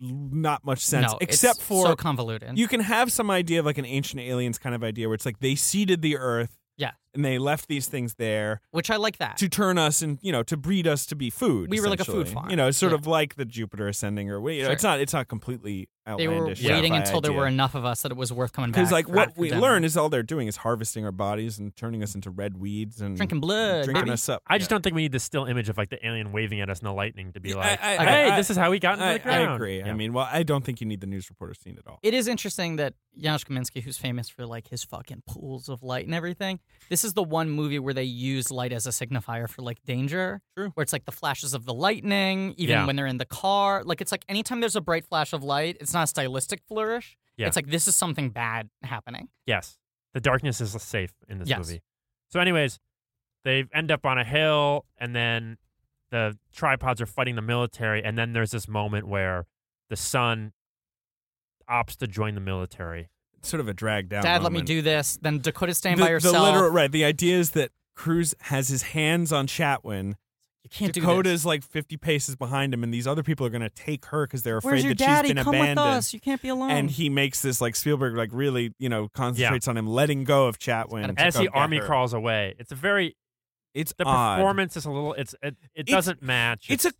S3: not much sense,
S2: no, it's
S3: except for
S2: so convoluted.
S3: you can have some idea of like an ancient aliens kind of idea where it's like they seeded the earth,
S2: Yeah.
S3: and they left these things there
S2: which I like that.
S3: to turn us and you know to breed us to be food.
S2: We were like a food
S3: essentially.
S2: farm.
S3: you know, it's sort
S2: Yeah.
S3: of like the Jupiter ascending or you know,
S2: Sure.
S3: it's not it's not completely
S2: they were
S3: outlandish.
S2: waiting
S3: sci-fi
S2: until there
S3: idea.
S2: were enough of us that it was worth coming back.
S3: Because like
S2: for
S3: what we
S2: academic.
S3: learn is all they're doing is harvesting our bodies and turning us into red weeds and
S2: drinking blood,
S3: drinking
S2: baby.
S3: us up.
S4: I just don't think we need the still image of like the alien waving at us in the lightning to be
S3: Yeah,
S4: like,
S3: I-
S2: I-
S4: "Hey,
S3: I-
S4: this is how we got into
S3: I,
S4: the ground."
S3: I agree.
S4: Yeah.
S3: I mean, well, I don't think you need the news reporter scene at all.
S2: It is interesting that Janusz Kaminski, who's famous for like his fucking pools of light and everything, this is the one movie where they use light as a signifier for like danger.
S3: True.
S2: Where it's like the flashes of the lightning, even
S4: Yeah.
S2: when they're in the car. Like it's like anytime there's a bright flash of light, it's not a stylistic flourish.
S4: Yeah.
S2: It's like this is something bad happening.
S4: yes, the darkness is safe in this
S2: Yes.
S4: movie. So, anyways, they end up on a hill, and then the tripods are fighting the military, and then there's this moment where the son opts to join the military.
S3: Sort of a drag down.
S2: Dad, let me
S3: moment.
S2: do this. Then Dakota stand
S3: the,
S2: by herself.
S3: The literal right. The idea is that Cruz has his hands on Chatwin.
S2: you can't do this.
S3: Dakota's like fifty paces behind him, and these other people are going to take her because they're afraid
S2: Where's your
S3: that
S2: daddy?
S3: she's been
S2: Come
S3: abandoned.
S2: with us. You can't be alone.
S3: And he makes this like Spielberg like really you know concentrates on him letting go of Chatwin to
S4: As
S3: come
S4: the
S3: get
S4: army
S3: her.
S4: crawls away, it's a very
S3: It's
S4: the
S3: odd.
S4: performance is a little it's it, it
S3: It's-
S4: doesn't match.
S3: It's a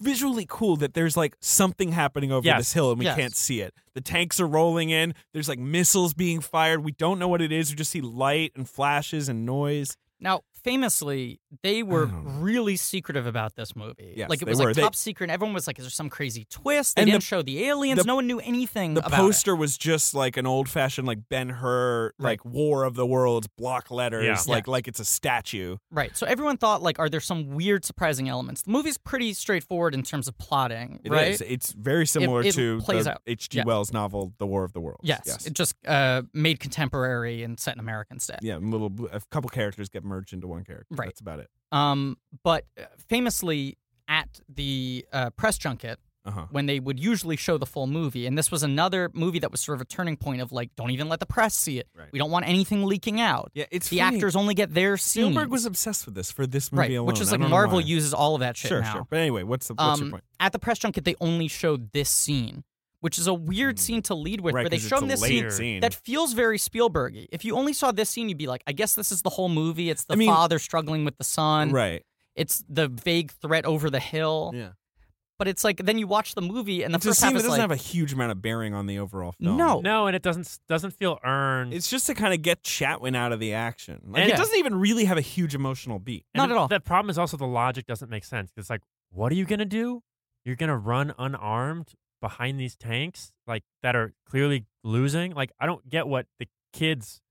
S3: visually cool that there's like something happening over
S4: Yes.
S3: this hill and we
S2: Yes.
S3: can't see it. The tanks are rolling in. There's like missiles being fired. We don't know what it is. We just see light and flashes and noise.
S2: Now, famously, they were
S3: don't know.
S2: really secretive about this movie.
S3: Oh. Yes,
S2: like it
S3: they
S2: was
S3: were.
S2: like
S3: They-
S2: top secret, and everyone was like, "Is there some crazy twist?" They
S3: And the-
S2: didn't show the aliens.
S3: the-
S2: no one knew anything.
S3: The
S2: Mm, about
S3: poster was just like an old fashioned like Ben Hur like War of the Worlds block letters
S4: Yeah.
S3: like like it's a statue.
S2: it. right? So everyone thought, like, "Are there some weird, surprising elements?" The movie's pretty straightforward in terms of plotting,
S3: It is.
S2: right?
S3: It's very similar
S2: it
S3: to
S2: plays
S3: the
S2: out.
S3: H.G.
S2: Yeah.
S3: Wells novel The War of the Worlds.
S2: Yes,
S3: yes.
S2: it just uh, made contemporary and set in America instead.
S3: yeah, little a couple characters get merged into one character.
S2: Right.
S3: That's about it.
S2: Um, but uh, famously, at the uh, press junket,
S3: Uh-huh.
S2: when they would usually show the full movie. And this was another movie that was sort of a turning point of like, don't even let the press see it.
S3: Right.
S2: We don't want anything leaking out.
S3: Yeah, it's
S2: the
S3: funny.
S2: actors only get their scenes.
S3: Spielberg was obsessed with this for this movie
S2: right,
S3: alone.
S2: which is
S3: I
S2: like
S3: don't know
S2: Marvel
S3: why.
S2: uses all of that shit
S3: sure,
S2: now.
S3: sure. But anyway, what's the what's
S2: Um,
S3: your point?
S2: At the press junket, they only showed this scene, which is a weird
S3: Hmm.
S2: scene to lead with,
S3: right,
S2: where they
S3: 'cause
S2: show
S3: it's
S2: them
S3: a
S2: this
S3: later
S2: scene that feels very Spielbergy. If you only saw this scene, you'd be like, I guess this is the whole movie. It's the
S3: I mean-
S2: father struggling with the son.
S3: right.
S2: It's the vague threat over the hill.
S3: Yeah.
S2: But it's like then you watch the movie and the
S3: It's a
S2: first half
S3: scene that
S2: is
S3: doesn't have
S2: like,
S3: a huge amount of bearing on the overall film.
S2: No.
S4: no, and it doesn't s- doesn't feel earned.
S3: It's just to kind of get Chatwin out of the action. Like,
S4: And-
S3: It doesn't even really have a huge emotional beat.
S4: And
S2: Not
S4: the-
S2: at all.
S4: The problem is also the logic doesn't make sense. It's like, what are you gonna do? You're gonna run unarmed behind these tanks, like that are clearly losing. Like, I don't get what the kids.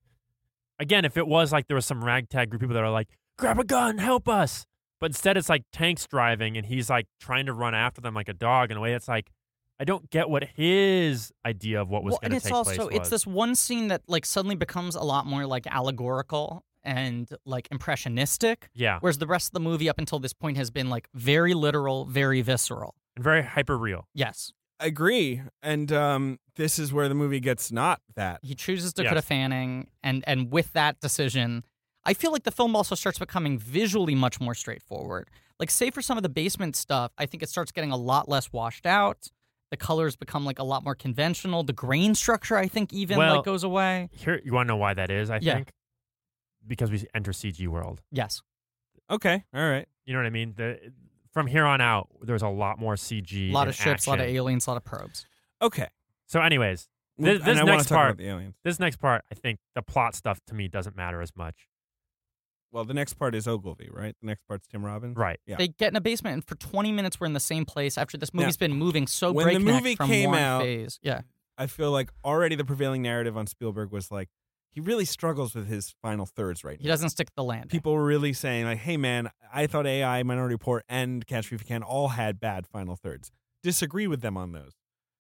S4: Again, if it was like there was some ragtag group of people that are like, grab a gun, help us. But instead, it's like tanks driving, and he's like trying to run after them like a dog in a way that's like, I don't get what his idea of what was
S2: well, and
S4: going to
S2: it's
S4: take
S2: also
S4: place
S2: it's
S4: was.
S2: this one scene that like suddenly becomes a lot more like allegorical and like impressionistic,
S4: yeah,
S2: whereas the rest of the movie up until this point has been like very literal, very visceral.
S4: and very hyper real.
S2: Yes,
S3: I agree. And um, this is where the movie gets not that.
S2: he chooses Dakota
S4: Yes.
S2: Fanning, and and with that decision, I feel like the film also starts becoming visually much more straightforward. Like, save for some of the basement stuff, I think it starts getting a lot less washed out. The colors become like a lot more conventional. The grain structure, I think, even
S4: Well-
S2: like goes away.
S4: Here, you want to know why that is? I
S2: Yeah.
S4: think because we enter CG world.
S2: Yes,
S3: Okay. All right.
S4: You know what I mean? The, from here on out, there's a lot more CG.
S2: a lot
S4: and
S2: of ships, a lot of
S4: action.
S2: aliens, a lot of probes.
S3: Okay.
S4: So, anyways, This-
S3: and
S4: this
S3: I wanna
S4: next
S3: talk
S4: part-
S3: about the aliens.
S4: this next part, I think the plot stuff to me doesn't matter as much.
S3: Well, the next part is Ogilvy, right? The next part's Tim Robbins.
S4: Right.
S3: Yeah.
S2: They get in a basement, and for 20 minutes, we're in the same place. After this movie's been moving so
S3: when the
S2: breakneck
S3: movie
S2: from
S3: came
S2: one
S3: out-
S2: phase, yeah,
S3: I feel like already the prevailing narrative on Spielberg was like he really struggles with his final thirds right
S2: he
S3: now.
S2: doesn't stick to the land.
S3: People were really saying like, "Hey, man, I thought AI, Minority Report, and Catch Me If You Can all had bad final thirds." Disagree with them on those.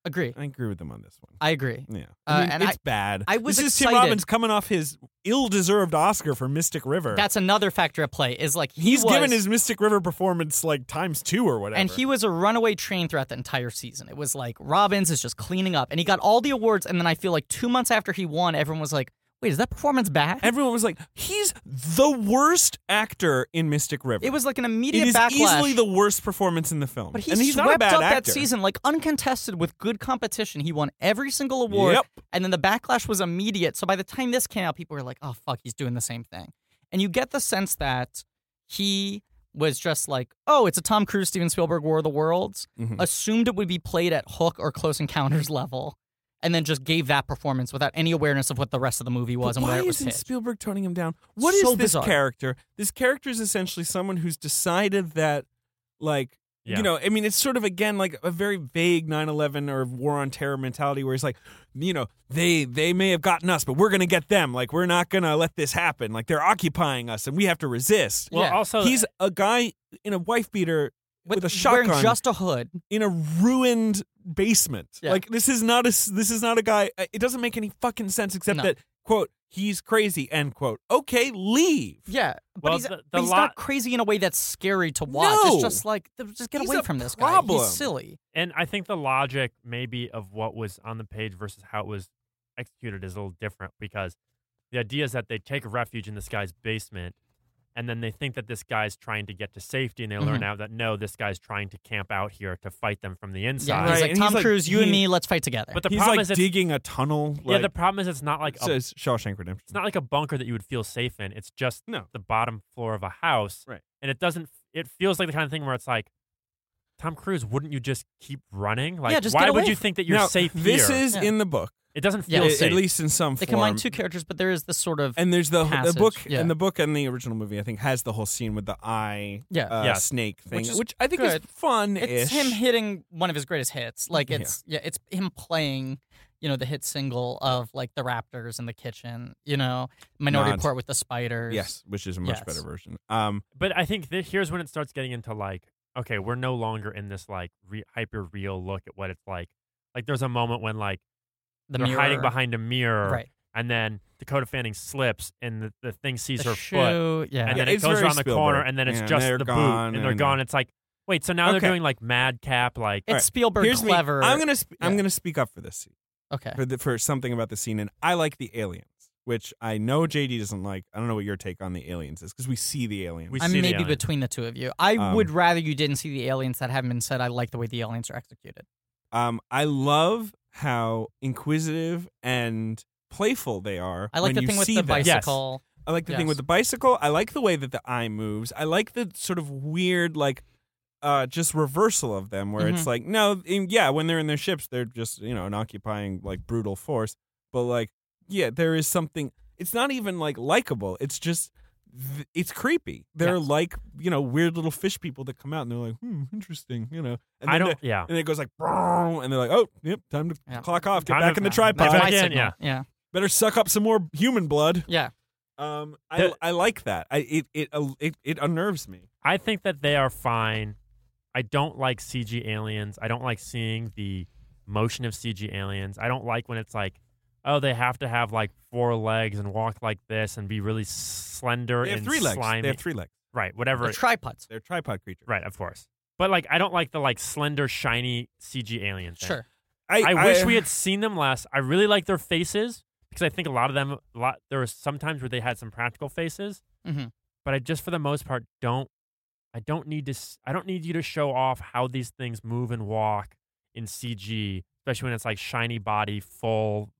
S2: agree.
S3: I agree with them on this one.
S2: I agree.
S3: Yeah,
S2: Uh,
S3: I mean,
S2: and
S3: it's
S2: I-
S3: bad.
S2: I was
S3: this is Tim
S2: excited.
S3: Robbins coming off his ill-deserved Oscar for Mystic River.
S2: That's another factor at play. Is like he
S3: he's
S2: was,
S3: given his Mystic River performance like times two or whatever.
S2: And he was a runaway train throughout the entire season. It was like Robbins is just cleaning up, and he got all the awards. And then I feel like two months after he won, everyone was like, "Wait, is that performance bad?"
S3: Everyone was like, "He's the worst actor in Mystic River."
S2: it was like an
S3: It
S2: immediate
S3: is
S2: backlash.
S3: easily the worst performance in the film.
S2: but he
S3: and he's
S2: swept
S3: not a bad
S2: up
S3: actor.
S2: that season like uncontested with good competition. He won every single award,
S3: Yep.
S2: and then the backlash was immediate. So by the time this came out, people were like, "Oh fuck, he's doing the same thing," and you get the sense that he was just like, "Oh, it's a Tom Cruise, Steven Spielberg War of the Worlds."
S3: Mhm.
S2: assumed it would be played at hook or close encounters level, and then just gave that performance without any awareness of what the rest of the movie was
S3: But
S2: and
S3: why
S2: where it was
S3: isn't
S2: pitched.
S3: Spielberg toning him down? What is
S2: So
S3: this
S2: bizarre.
S3: character? This character is essentially someone who's decided that, like,
S4: Yeah.
S3: you know, I mean, it's sort of again like a very vague 9/11 or War on Terror mentality, where he's like, you know, they they may have gotten us, but we're gonna get them. Like, we're not gonna let this happen. Like, they're occupying us, and we have to resist.
S4: Well,
S2: Yeah.
S4: also
S3: he's a guy in a wife beater with, a
S2: wearing
S3: shotgun
S2: just a hood.
S3: in a ruined basement.
S2: Yeah.
S3: Like this is not a s- this is not a guy. uh, It doesn't make any fucking sense except
S2: No.
S3: that quote he's crazy end quote. Okay, leave.
S2: Yeah, but
S4: Well,
S2: he's,
S4: the- the
S2: but he's
S4: lot-
S2: not crazy in a way that's scary to watch.
S3: No.
S2: It's just like th- just get
S3: He's
S2: away
S3: a
S2: from this guy.
S3: problem.
S2: He's silly.
S4: and I think the logic maybe of what was on the page versus how it was executed is a little different because the idea is that they take refuge in this guy's basement and then they think that this guy's trying to get to safety and they learn out that no, this guy's trying to camp out here to fight them from the
S2: Yeah,
S4: inside.
S3: Right,
S2: he's like
S3: and
S2: Tom
S3: he's like-
S2: Cruise, you and
S3: he-
S2: me, let's fight together.
S4: But the
S3: he's
S4: problem
S3: like
S4: is it's,
S3: digging a tunnel.
S4: yeah,
S3: Like,
S4: the problem is it's not like
S3: so
S4: a,
S3: it's Shawshank Redemption.
S4: it's not like a bunker that you would feel safe in. It's just
S3: No.
S4: the bottom floor of a house.
S3: Right.
S4: And it doesn't it feels like the kind of thing where it's like Tom Cruise, wouldn't you just keep running? Like,
S2: just
S4: why
S2: get
S4: would
S2: away
S4: you
S2: from-
S4: think that you're
S3: now,
S4: safe
S3: This
S4: here?
S3: is
S2: Yeah.
S3: in the book,
S4: it doesn't
S2: Yeah.
S4: feel
S3: a-
S4: safe.
S3: at least in some
S2: they
S3: form.
S2: combine two characters, but there is this sort of
S3: and there's the
S2: Passage,
S3: the book
S2: yeah.
S3: and the book and the original movie. I think has the whole scene with the eye
S2: Yeah.
S3: uh,
S4: Yes.
S3: snake thing,
S2: Which
S3: which,
S2: is
S3: I think
S2: good.
S3: is fun.
S2: it's him hitting one of his greatest hits. Like
S3: Yeah.
S2: it's yeah, it's him playing, you know, the hit single of like the Raptors in the kitchen, you know, Minority
S3: Nod.
S2: Report with the spiders.
S3: Yes, which is a much
S2: Yes.
S3: better version. Um,
S4: but I think that here's when it starts getting into like, okay, we're no longer in this like re- hyper real look at what it's like. Like there's a moment when like
S2: the
S4: they're
S2: mirror.
S4: hiding behind a mirror,
S2: right.
S4: and then Dakota Fanning slips, and the, the thing sees
S2: the
S4: her foot,
S2: shoe, yeah.
S4: and
S3: Yeah,
S4: then it
S3: it's
S4: goes
S3: very
S4: around the corner,
S3: Spielberg.
S4: and then it's
S3: Yeah, and
S4: just
S3: they're
S4: the boot,
S3: gone,
S4: and they're
S3: and-
S4: gone. It's like, wait, so now
S3: Okay.
S4: they're doing like madcap, like
S2: it's
S3: Alright,
S2: Spielberg
S3: here's me.
S2: clever.
S3: I'm gonna sp- I'm
S2: Yeah.
S3: gonna speak up for this scene.
S2: okay.
S3: for, the, for something about the scene, and I like the aliens, which I know JD doesn't like. I don't know what your take on the aliens is because we see the aliens.
S4: We
S2: I'm
S4: see the
S2: maybe
S4: alien.
S2: between the two of you. I
S3: Um,
S2: would rather you didn't see the aliens that haven't been said. I like the way the aliens are executed.
S3: um, I love how inquisitive and playful they are.
S2: I like
S3: when
S2: the
S3: you
S2: thing with
S3: see
S2: the
S3: them.
S2: bicycle.
S3: I like the thing
S2: Yes.
S3: with the bicycle. I like the way that the eye moves. I like the sort of weird, like, uh, just reversal of them, where
S2: Mm-hmm.
S3: it's like, no, in- yeah, when they're in their ships, they're just you know an occupying like brutal force. But like, yeah, there is something. It's not even like likable. It's just. th- It's creepy. They're
S2: Yes.
S3: like you know weird little fish people that come out and they're like, hmm, interesting, you know. And
S4: I
S3: then
S4: don't, yeah.
S3: they- and it goes like, "Brrrr," and they're like, oh, yep, time to
S2: Yeah.
S3: clock off, get
S4: Time
S3: back
S4: to-
S3: in the
S4: yeah.
S3: tripod,
S4: That's
S2: The
S4: Back in,
S2: uh, bicycle,
S4: yeah.
S2: yeah,
S3: better suck up some more human blood.
S2: yeah.
S3: Um, I,
S4: That-
S3: I like that. I it it uh, it, it unnerves me.
S4: I think that they are fine. I don't like CG aliens. I don't like seeing the motion of CG aliens. I don't like when it's like, oh, they have to have like four legs and walk like this and be really slender
S3: They have
S4: and
S3: three legs.
S4: slimy.
S3: They have three legs.
S4: Right, whatever.
S2: The
S4: it-
S2: tripods.
S3: They're tripod creatures.
S4: right, of course. But like, I don't like the like slender, shiny CG alien thing.
S2: Sure.
S4: I, wish we had seen them less. I really like their faces because I think a lot of them, a lot there were some times where they had some practical faces,
S2: Mhm.
S4: but I just for the most part don't. I don't need to. s- I don't need you to show off how these things move and walk in CG, especially when it's like shiny body, full.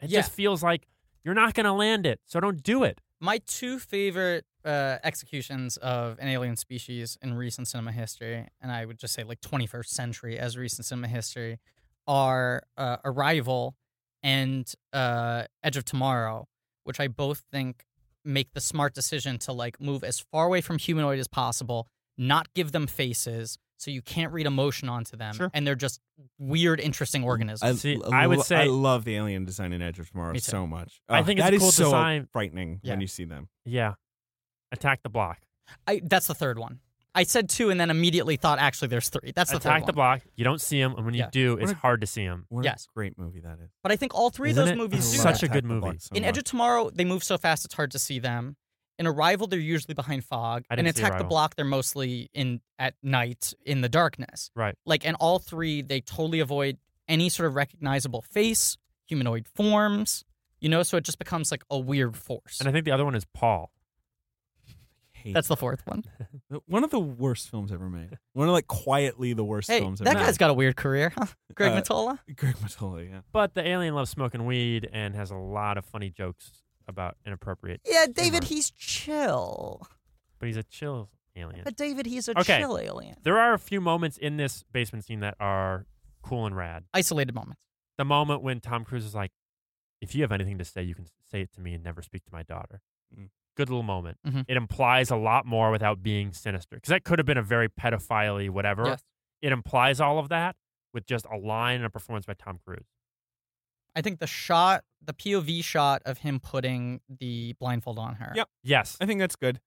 S4: It
S6: Yeah.
S4: just feels like you're not gonna land it, so don't do it.
S2: My two favorite uh, executions of an alien species in recent cinema history, and I would just say like 21st century as recent cinema history, are uh, Arrival and uh, Edge of Tomorrow, which I both think make the smart decision to like move as far away from humanoid as possible, not give them faces, so you can't read emotion onto them,
S4: Sure.
S2: and they're just weird, interesting organisms.
S4: See, I would
S3: I
S4: say-
S3: love the alien design in Edge of Tomorrow
S2: Me too.
S3: so much.
S4: I
S3: Ugh,
S4: think it's
S3: that
S4: a
S3: is
S4: cool
S3: so
S4: design.
S3: frightening
S2: Yeah.
S3: when you see them.
S4: Yeah, attack the block.
S2: I, that's the third one. I said two, and then immediately thought actually there's three. That's the third
S4: attack
S2: one.
S4: the block. You don't see them, and when you
S2: Yeah.
S4: do,
S3: What
S4: it's
S3: a-
S4: hard to see them.
S3: What
S2: Yes.
S3: a great movie that is.
S2: But I think all three
S4: Isn't
S2: of those
S4: it
S2: movies
S3: I
S2: do
S3: love
S2: that.
S4: such a
S3: Attack
S4: good
S3: the Block
S4: movie.
S3: so
S2: in
S3: much.
S2: Edge of Tomorrow, they move so fast it's hard to see them. In Arrival, they're usually behind fog.
S4: I
S2: In
S4: didn't see
S2: Attack the
S4: Arrival.
S2: Block, they're mostly in at night in the darkness.
S4: Right.
S2: Like in all three, they totally avoid any sort of recognizable face, humanoid forms. You know, so it just becomes like a weird force.
S4: And I think the other one is Paul.
S3: Hate
S2: That's the fourth one.
S3: The- One of the worst films ever made. One of like quietly the worst
S2: Hey,
S3: films
S2: that
S3: ever made.
S2: guy's got a weird career, huh? Greg
S3: Uh,
S2: Matola.
S3: Greg Matola, yeah.
S4: But the alien loves smoking weed and has a lot of funny jokes about inappropriate.
S2: Yeah,
S4: David, humor.
S2: he's chill.
S4: But he's a chill alien.
S2: David, he's a
S4: Okay.
S2: chill alien.
S4: There are a few moments in this basement scene that are cool and rad.
S2: Isolated moments.
S4: The moment when Tom Cruise is like, "If you have anything to say, you can say it to me and never speak to my daughter."
S3: Mm.
S4: Good little moment.
S2: Mhm.
S4: It implies a lot more without being sinister, because that could have been a very pedophile whatever.
S2: Yes.
S4: It implies all of that with just a line and a performance by Tom Cruise.
S2: I think the shot, the POV shot of him putting the blindfold on her
S3: Yep.
S4: Yes,
S3: I think that's good.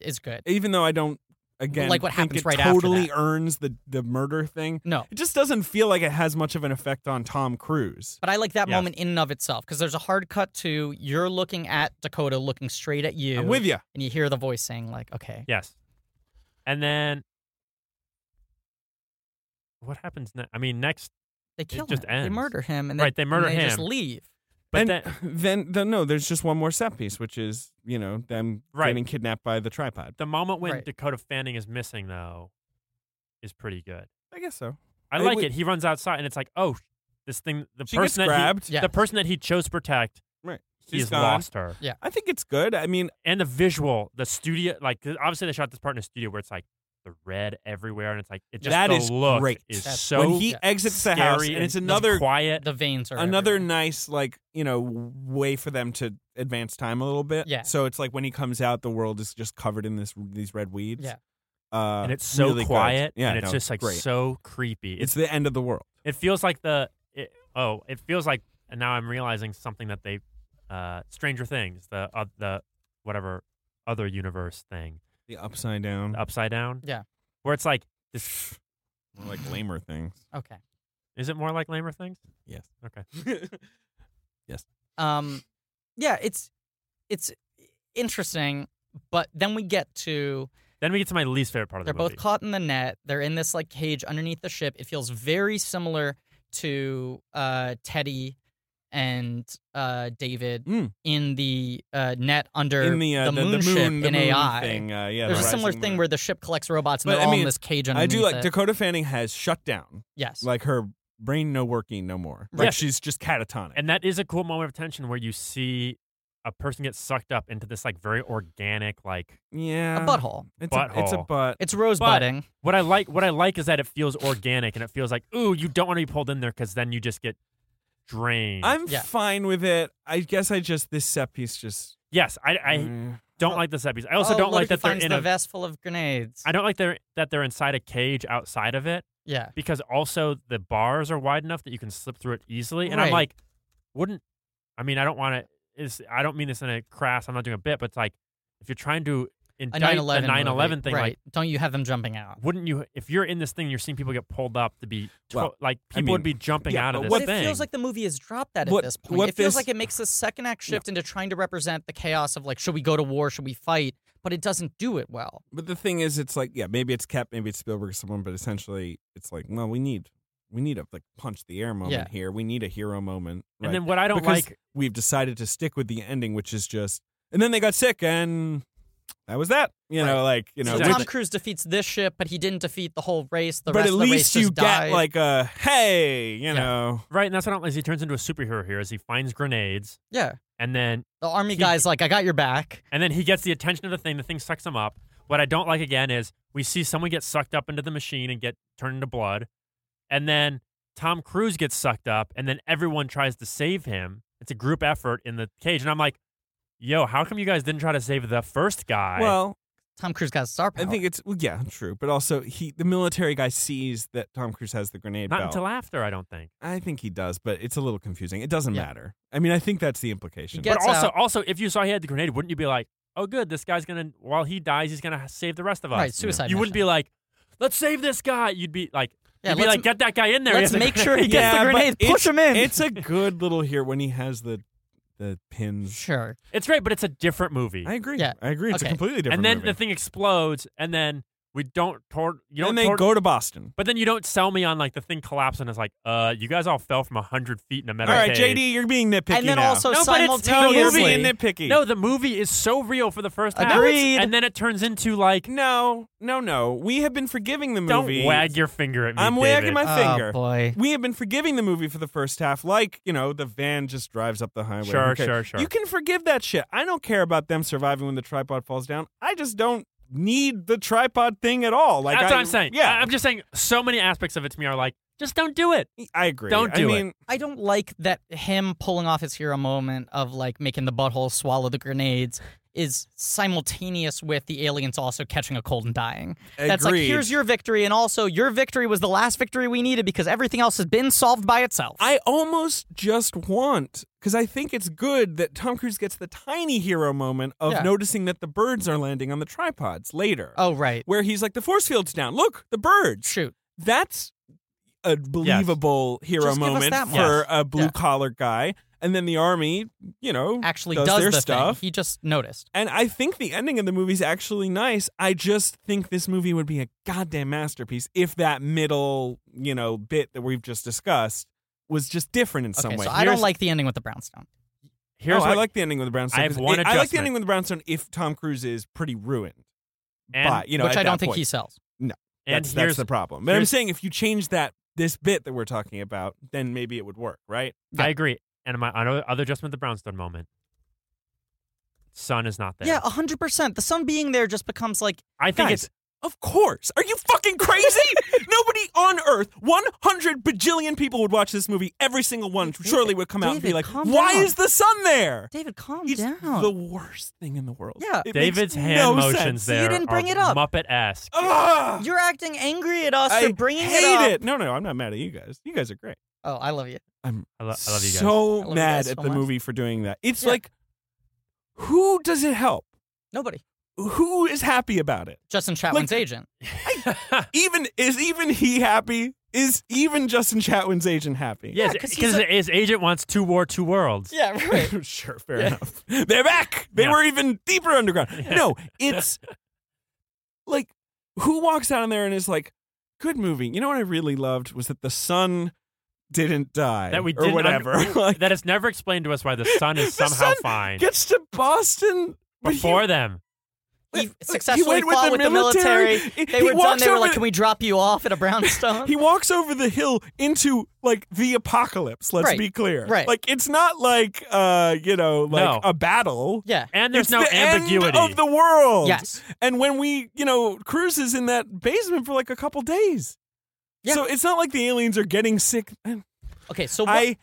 S2: is good.
S3: Even though I don't again
S2: Like what
S3: think
S2: happens
S3: it
S2: right after
S3: totally
S2: that.
S3: earns the the murder thing.
S2: No,
S3: It just doesn't feel like it has much of an effect on Tom Cruise.
S2: but I like that
S4: Yes.
S2: moment in and of itself because there's a hard cut to you're looking at Dakota looking straight at you.
S3: I'm with you.
S2: And you hear the voice saying, like, okay.
S4: Yes. And then what happens next? I mean, next,
S2: They kill
S4: just
S2: him. They
S4: ends.
S2: murder him. And
S4: Right, they murder
S2: and They just
S4: him.
S2: leave.
S4: but
S3: and
S4: then
S3: then, then no, there's just one more set piece, which is you know them
S4: Right.
S3: getting kidnapped by the tripod.
S4: the moment when
S2: Right.
S4: Dakota Fanning is missing, though, is pretty good.
S3: I guess so.
S4: I
S3: It
S4: like
S3: would-
S4: it. He runs outside, and it's like, oh, sh- this thing, the
S3: She gets
S4: person that
S3: grabbed.
S4: he,
S2: Yeah.
S4: the person that he chose to protect,
S3: Right. She's
S4: he's
S3: gone.
S4: lost her.
S3: I think it's good. I mean,
S4: And the visual, the studio, like 'cause obviously they shot this part in a studio where it's like the red everywhere, and it's like it just
S3: That
S4: the
S3: is
S4: look
S3: great.
S4: is
S2: That's-
S4: so
S3: when he
S2: yeah,
S3: exits the
S4: scary
S3: house, and,
S4: and
S3: it's another
S4: quiet.
S2: The veins are.
S3: another
S2: everywhere.
S3: nice like you know way for them to advance time a little bit.
S2: Yeah.
S3: So it's like when he comes out, the world is just covered in this these red weeds.
S2: Yeah.
S3: Uh,
S4: and it's so
S3: really good.
S4: quiet,
S3: Yeah,
S4: and it's
S3: no,
S4: just like
S3: great.
S4: so creepy. It's
S3: It's the end of the world.
S4: It feels like the it, oh, it feels like and now I'm realizing something that they uh Stranger Things, the uh, the whatever other universe thing,
S3: The upside down,
S4: the upside down.
S2: Mm-hmm. Yeah.
S4: Where it's like this
S3: More like lamer things.
S2: Okay.
S4: is it more like Lamer things?
S3: Yes.
S4: Okay.
S2: Um, yeah, it's it's interesting, but then we get to
S4: Then we get to my least favorite part of
S2: They're
S4: the movie.
S2: both caught in the net. They're in this like cage underneath the ship. It feels very similar to uh, Teddy and uh, David
S3: Mm.
S2: in the uh, net under
S3: in the, uh, the,
S2: moon
S3: the
S2: ship
S3: moon, the
S2: in
S3: moon
S2: AI.
S3: Thing, uh, yeah,
S2: There's
S3: the
S2: a similar
S3: rising
S2: thing
S3: moon.
S2: where the ship collects robots and
S3: But,
S2: they're
S3: I
S2: all in
S3: mean,
S2: this cage
S3: I
S2: underneath
S3: do like
S2: it.
S3: Dakota Fanning has shut down,
S2: yes.
S3: like her brain no working no more. Like
S4: Yes.
S3: she's just catatonic.
S4: and that is a cool moment of tension where you see a person get sucked up into this like very organic like
S2: a
S3: yeah,
S2: butthole.
S3: It's a, it's a
S4: Butthole.
S3: butt.
S2: It's rosebudding.
S4: what I like what I like is that it feels organic and it feels like ooh you don't want to be pulled in there because then you just get drained.
S3: I'm
S2: Yeah.
S3: fine with it. I guess I just this set piece just.
S4: yes, I, I
S3: Mm.
S4: don't like this episode. I also
S2: Oh,
S4: don't
S2: look,
S4: like
S2: he
S4: that they're
S2: finds
S4: in
S2: the
S4: a
S2: vest full of grenades.
S4: I don't like they're, that they're inside a cage outside of it
S2: yeah.
S4: because also the bars are wide enough that you can slip through it easily. And I'm
S2: Right.
S4: like, wouldn't I mean I don't want to. Is I don't mean this in a crass. I'm not doing a bit, but it's like if you're trying to indict
S2: a 9/11
S4: the 9/11
S2: movie.
S4: thing,
S2: right?
S4: like
S2: Don't you have them jumping out?
S4: wouldn't you if you're in this thing you're seeing people get pulled up to be to-
S3: Well,
S4: like
S3: I
S4: people would be
S3: mean,
S4: jumping
S3: yeah,
S4: out of
S3: but
S4: this
S3: what-
S2: But it
S4: thing
S2: feels like the movie has dropped that at
S3: What-
S2: this point.
S3: what
S2: it feels
S3: this-
S2: like it makes a second act shift into trying to represent the chaos of like, should we go to war? Should we fight? But it doesn't do it well.
S3: But the thing is, it's like, yeah, maybe it's Cap, maybe it's Spielberg or someone, but essentially, it's like, well, we need, we need a like punch the air moment
S2: Yeah.
S3: here. We need a hero moment.
S4: and
S3: right?
S4: then what i don't
S3: Because
S4: like
S3: we've decided to stick with the ending, which is just, and then they got sick, and that was that. You know, like you know,
S2: so
S4: Exactly.
S2: Tom Cruise defeats this ship, but he didn't defeat the whole race. The
S3: but
S2: rest
S3: at
S2: of the race
S3: least you
S2: just
S3: get
S2: died.
S3: like a hey, you know,
S4: right and that's what i don't like is he turns into a superhero here is he finds grenades
S2: yeah,
S4: and then
S2: the army
S4: He-
S2: guy's like, I got your back.
S4: and then he gets the attention of the thing the thing sucks him up what i don't like again is we see someone get sucked up into the machine and get turned into blood and then tom cruise gets sucked up and then everyone tries to save him it's a group effort in the cage and i'm like yo how come you guys didn't try to save the first guy
S3: well,
S2: Tom Cruise got star
S3: I
S2: power.
S3: think it's well, yeah, true, but also he, the military guy, sees that Tom Cruise has the grenade
S4: not
S3: belt.
S4: until after i don't think
S3: I think he does, but it's a little confusing. It doesn't
S2: Yeah.
S3: matter. I mean, I think that's the implication.
S2: gets-
S4: But also,
S2: out.
S4: also, if you saw he had the grenade, wouldn't you be like, "Oh, good, this guy's gonna while he dies, he's gonna save the rest of us."
S2: Right, suicide
S4: You wouldn't
S2: mission.
S4: be like, "Let's save this guy." You'd be like,
S2: Yeah,
S4: "You'd be
S2: let's-
S4: like, get that guy in there."
S2: let's
S4: He has a
S2: make sure he
S4: grenade."
S2: gets the
S3: but
S2: grenades.
S3: it's-
S2: Push him in.
S3: It's a good little here when he has the the pins.
S2: sure.
S4: It's great, but it's a different movie.
S3: I agree.
S2: Yeah.
S3: I agree. It's a
S2: Okay.
S3: completely different.
S4: and then
S3: movie.
S4: the thing explodes, and then we don't tor- you don't
S3: and they
S4: tor-
S3: go to Boston.
S4: but then you don't sell me on like the thing collapsing. It's like, uh, you guys all fell from hundred feet in a metal
S3: All right,
S4: cage.
S3: JD, you're being nitpicky
S2: and then
S3: now.
S2: also
S4: No, but it's- no,
S3: no,
S2: simultaneously,
S3: you're being nitpicky.
S4: No, the movie is so real for the first half,
S2: Agreed.
S4: and then it turns into like,
S3: no, no, no. We have been forgiving the
S4: don't
S3: movie.
S4: wag your finger at me.
S3: I'm wagging
S4: David.
S3: my
S2: oh
S3: finger.
S2: boy,
S3: We have been forgiving the movie for the first half, like you know, the van just drives up the highway.
S4: Sure,
S3: Who cares?
S4: sure, sure.
S3: You can forgive that shit. I don't care about them surviving when the tripod falls down. I just don't need the tripod thing at all. Like
S4: That's
S3: I,
S4: what I'm saying.
S3: Yeah,
S4: I- I'm just saying so many aspects of it to me are like, just don't do it.
S3: I agree.
S4: Don't do
S3: I
S4: it.
S3: mean,
S2: I don't like that him pulling off his hero moment of like making the butthole swallow the grenades is simultaneous with the aliens also catching a cold and dying. That's like
S3: Agreed.
S2: here's your victory, and also your victory was the last victory we needed because everything else has been solved by itself.
S3: I almost just want because I think it's good that Tom Cruise gets the tiny hero moment of
S2: Yeah.
S3: noticing that the birds are landing on the tripods later,
S2: oh right,
S3: where he's like, "The force field's down. Look, the birds."
S2: shoot.
S3: That's a believable hero
S2: Just give us
S3: moment
S2: that
S3: for
S2: one.
S3: a blue collar guy, and then the army, you know,
S2: Actually,
S3: does,
S2: does,
S3: their
S2: the
S3: stuff.
S2: thing. He just noticed.
S3: And I think the ending of the movie's actually nice. I just think this movie would be a goddamn masterpiece if that middle, you know, bit that we've just discussed was just different in some
S2: Okay,
S3: way.
S2: so I don't
S3: Here's-
S2: like the ending with the brownstone.
S4: Here's
S3: oh,
S4: what
S3: I like the ending with the brownstone.
S4: I have
S3: 'cause
S4: one
S3: it- I like the
S4: adjustment.
S3: ending with the brownstone if Tom Cruise is pretty ruined.
S4: and,
S3: but you know,
S2: which
S3: at
S2: I don't
S3: that
S2: think
S3: point,
S2: he sells.
S4: and
S3: that's,
S4: here's
S3: that's the problem. But I'm
S4: here's-
S3: saying if you change that this bit that we're talking about, then maybe it would work, right?
S4: I agree. And my other other adjustment, the brownstone moment. Sun is not there.
S2: Yeah, hundred percent. The sun being there just becomes like
S4: I think
S3: Guys,
S4: it's
S3: Of course. Are you fucking crazy? Nobody on earth, 100 bajillion people would watch this movie. Every single one surely would come out and be
S2: David,
S3: like,
S2: calm
S3: why
S2: down."
S3: is the sun there?
S2: David, calm
S3: It's
S2: down.
S3: the worst thing in the world.
S2: Yeah.
S3: It makes
S4: David's hand
S3: no
S4: motions
S3: sense.
S4: there.
S2: You didn't bring
S4: are
S2: it up.
S4: Muppet esque.
S3: Ugh,
S2: You're acting angry at us
S3: I
S2: for bringing
S3: hate
S2: it up.
S3: No, no, I'm not mad at you guys. You guys are great.
S2: Oh, I love you.
S3: I'm
S4: I, lo- I love you guys.
S3: so
S2: love you
S3: mad
S2: guys
S3: at
S2: so
S3: the
S2: much.
S3: movie for doing that. It's
S2: Yeah.
S3: like, who does it help?
S2: Nobody.
S3: Who is happy about it?
S2: Justin Chatwin's
S3: Like-
S2: agent.
S3: Even is even he happy? Is even Justin Chatwin's agent happy?
S4: yes,
S2: 'cause
S4: because
S2: he's
S4: his agent wants two war, two worlds.
S2: Yeah, right.
S3: sure, fair enough. They're back. They
S4: Yeah.
S3: were even deeper underground. No, it's like who walks out in there and is like, "Good movie." You know what I really loved was that the sun didn't die
S4: That we
S3: or
S4: didn't under-
S3: whatever. like,
S4: That is never explained to us why the sun is
S3: The
S4: somehow
S3: sun
S4: fine
S3: gets to Boston but he-
S4: before them.
S3: He
S2: He
S3: went
S2: successfully
S3: with
S2: fought
S3: the
S2: with the military.
S3: military.
S2: They
S3: He
S2: were done.
S3: walks
S2: They were
S3: over
S2: like,
S3: the-
S2: "Can we drop you off at a brownstone?"
S3: He walks over the hill into like the apocalypse. Let's
S2: Right.
S3: be clear.
S2: Right.
S3: Like it's not like uh you know like
S4: No.
S3: a battle.
S2: yeah.
S4: And there's
S3: It's
S4: no
S3: the end
S4: ambiguity.
S3: of the world.
S2: Yes.
S3: And when we, you know, cruises in that basement for like a couple days.
S2: Yeah.
S3: So it's not like the aliens are getting sick. And
S2: Okay. So what,
S3: I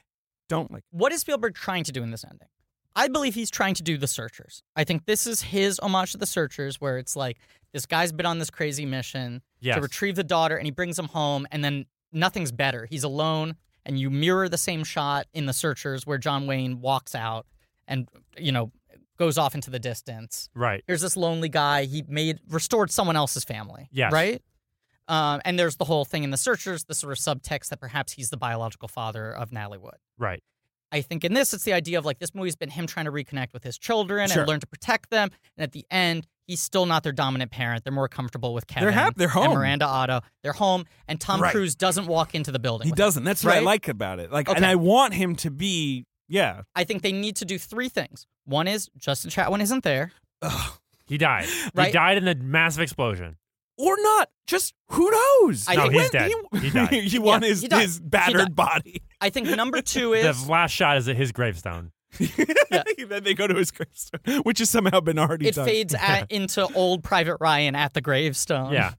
S3: don't like.
S2: what is Spielberg trying to do in this ending? I believe he's trying to do the Searchers. I think this is his homage to the Searchers, where it's like this guy's been on this crazy mission
S4: Yes.
S2: to retrieve the daughter, and he brings him home, and then nothing's better. He's alone, and you mirror the same shot in the Searchers, where John Wayne walks out and you know goes off into the distance.
S4: Right.
S2: Here's this lonely guy. He made restored someone else's family.
S4: Yes.
S2: Right. Um, and there's the whole thing in the searchers, the sort of subtext that perhaps he's the biological father of Natalie Wood.
S4: Right.
S2: I think in this, it's the idea of like this movie's been him trying to reconnect with his children
S3: Sure.
S2: and learn to protect them. And at the end, he's still not their dominant parent. They're more comfortable with Kevin.
S3: They're happy. They're home.
S2: And Miranda Otto. They're home. And Tom
S3: Right.
S2: Cruise doesn't walk into the building.
S3: He
S2: with
S3: doesn't. That's what I
S2: Right?
S3: like about it. Like, and
S2: Okay.
S3: I want him to be. Yeah.
S2: I think they need to do three things. One is Justin Chatwin isn't there.
S4: He died. He
S2: Right.
S4: died in the massive explosion.
S3: Or not. Just who knows?
S2: I
S4: no,
S2: think
S4: he's
S2: when
S4: dead. He, died.
S3: you want
S2: Yeah,
S3: his,
S2: he died.
S3: his
S2: He
S3: battered
S2: died.
S3: body.
S2: I think number two
S4: the
S2: is
S4: last shot is at his gravestone.
S3: then they go to his gravestone, which is somehow been already
S2: it
S3: done.
S2: fades at, into old Private Ryan at the gravestone.
S4: Yeah.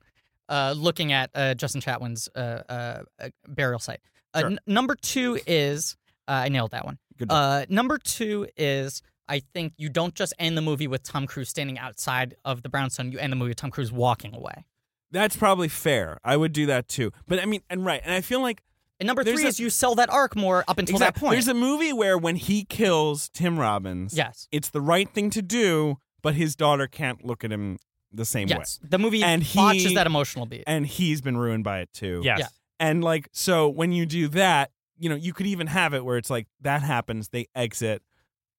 S2: Uh, looking at uh, Justin Chatwin's uh, uh, uh, burial site. Uh,
S3: Sure.
S2: n- number two is uh, I nailed that one.
S3: Good
S2: Uh, number two is I think you don't just end the movie with Tom Cruise standing outside of the brownstone. You end the movie with Tom Cruise walking away.
S3: That's probably fair. I would do that too. But I mean, and right, and I feel like
S2: And number
S3: There's
S2: three
S3: a-
S2: is you sell that arc more up until
S3: exact-
S2: that point.
S3: there's a movie where when he kills Tim Robbins,
S2: yes.
S3: it's the right thing to do, but his daughter can't look at him the same way.
S2: Yes. The movie
S3: And he-
S2: botches that emotional beat.
S3: And he's been ruined by it too.
S4: Yes.
S2: Yeah.
S3: And like, so when you do that, you know, you could even have it where it's like that happens, they exit,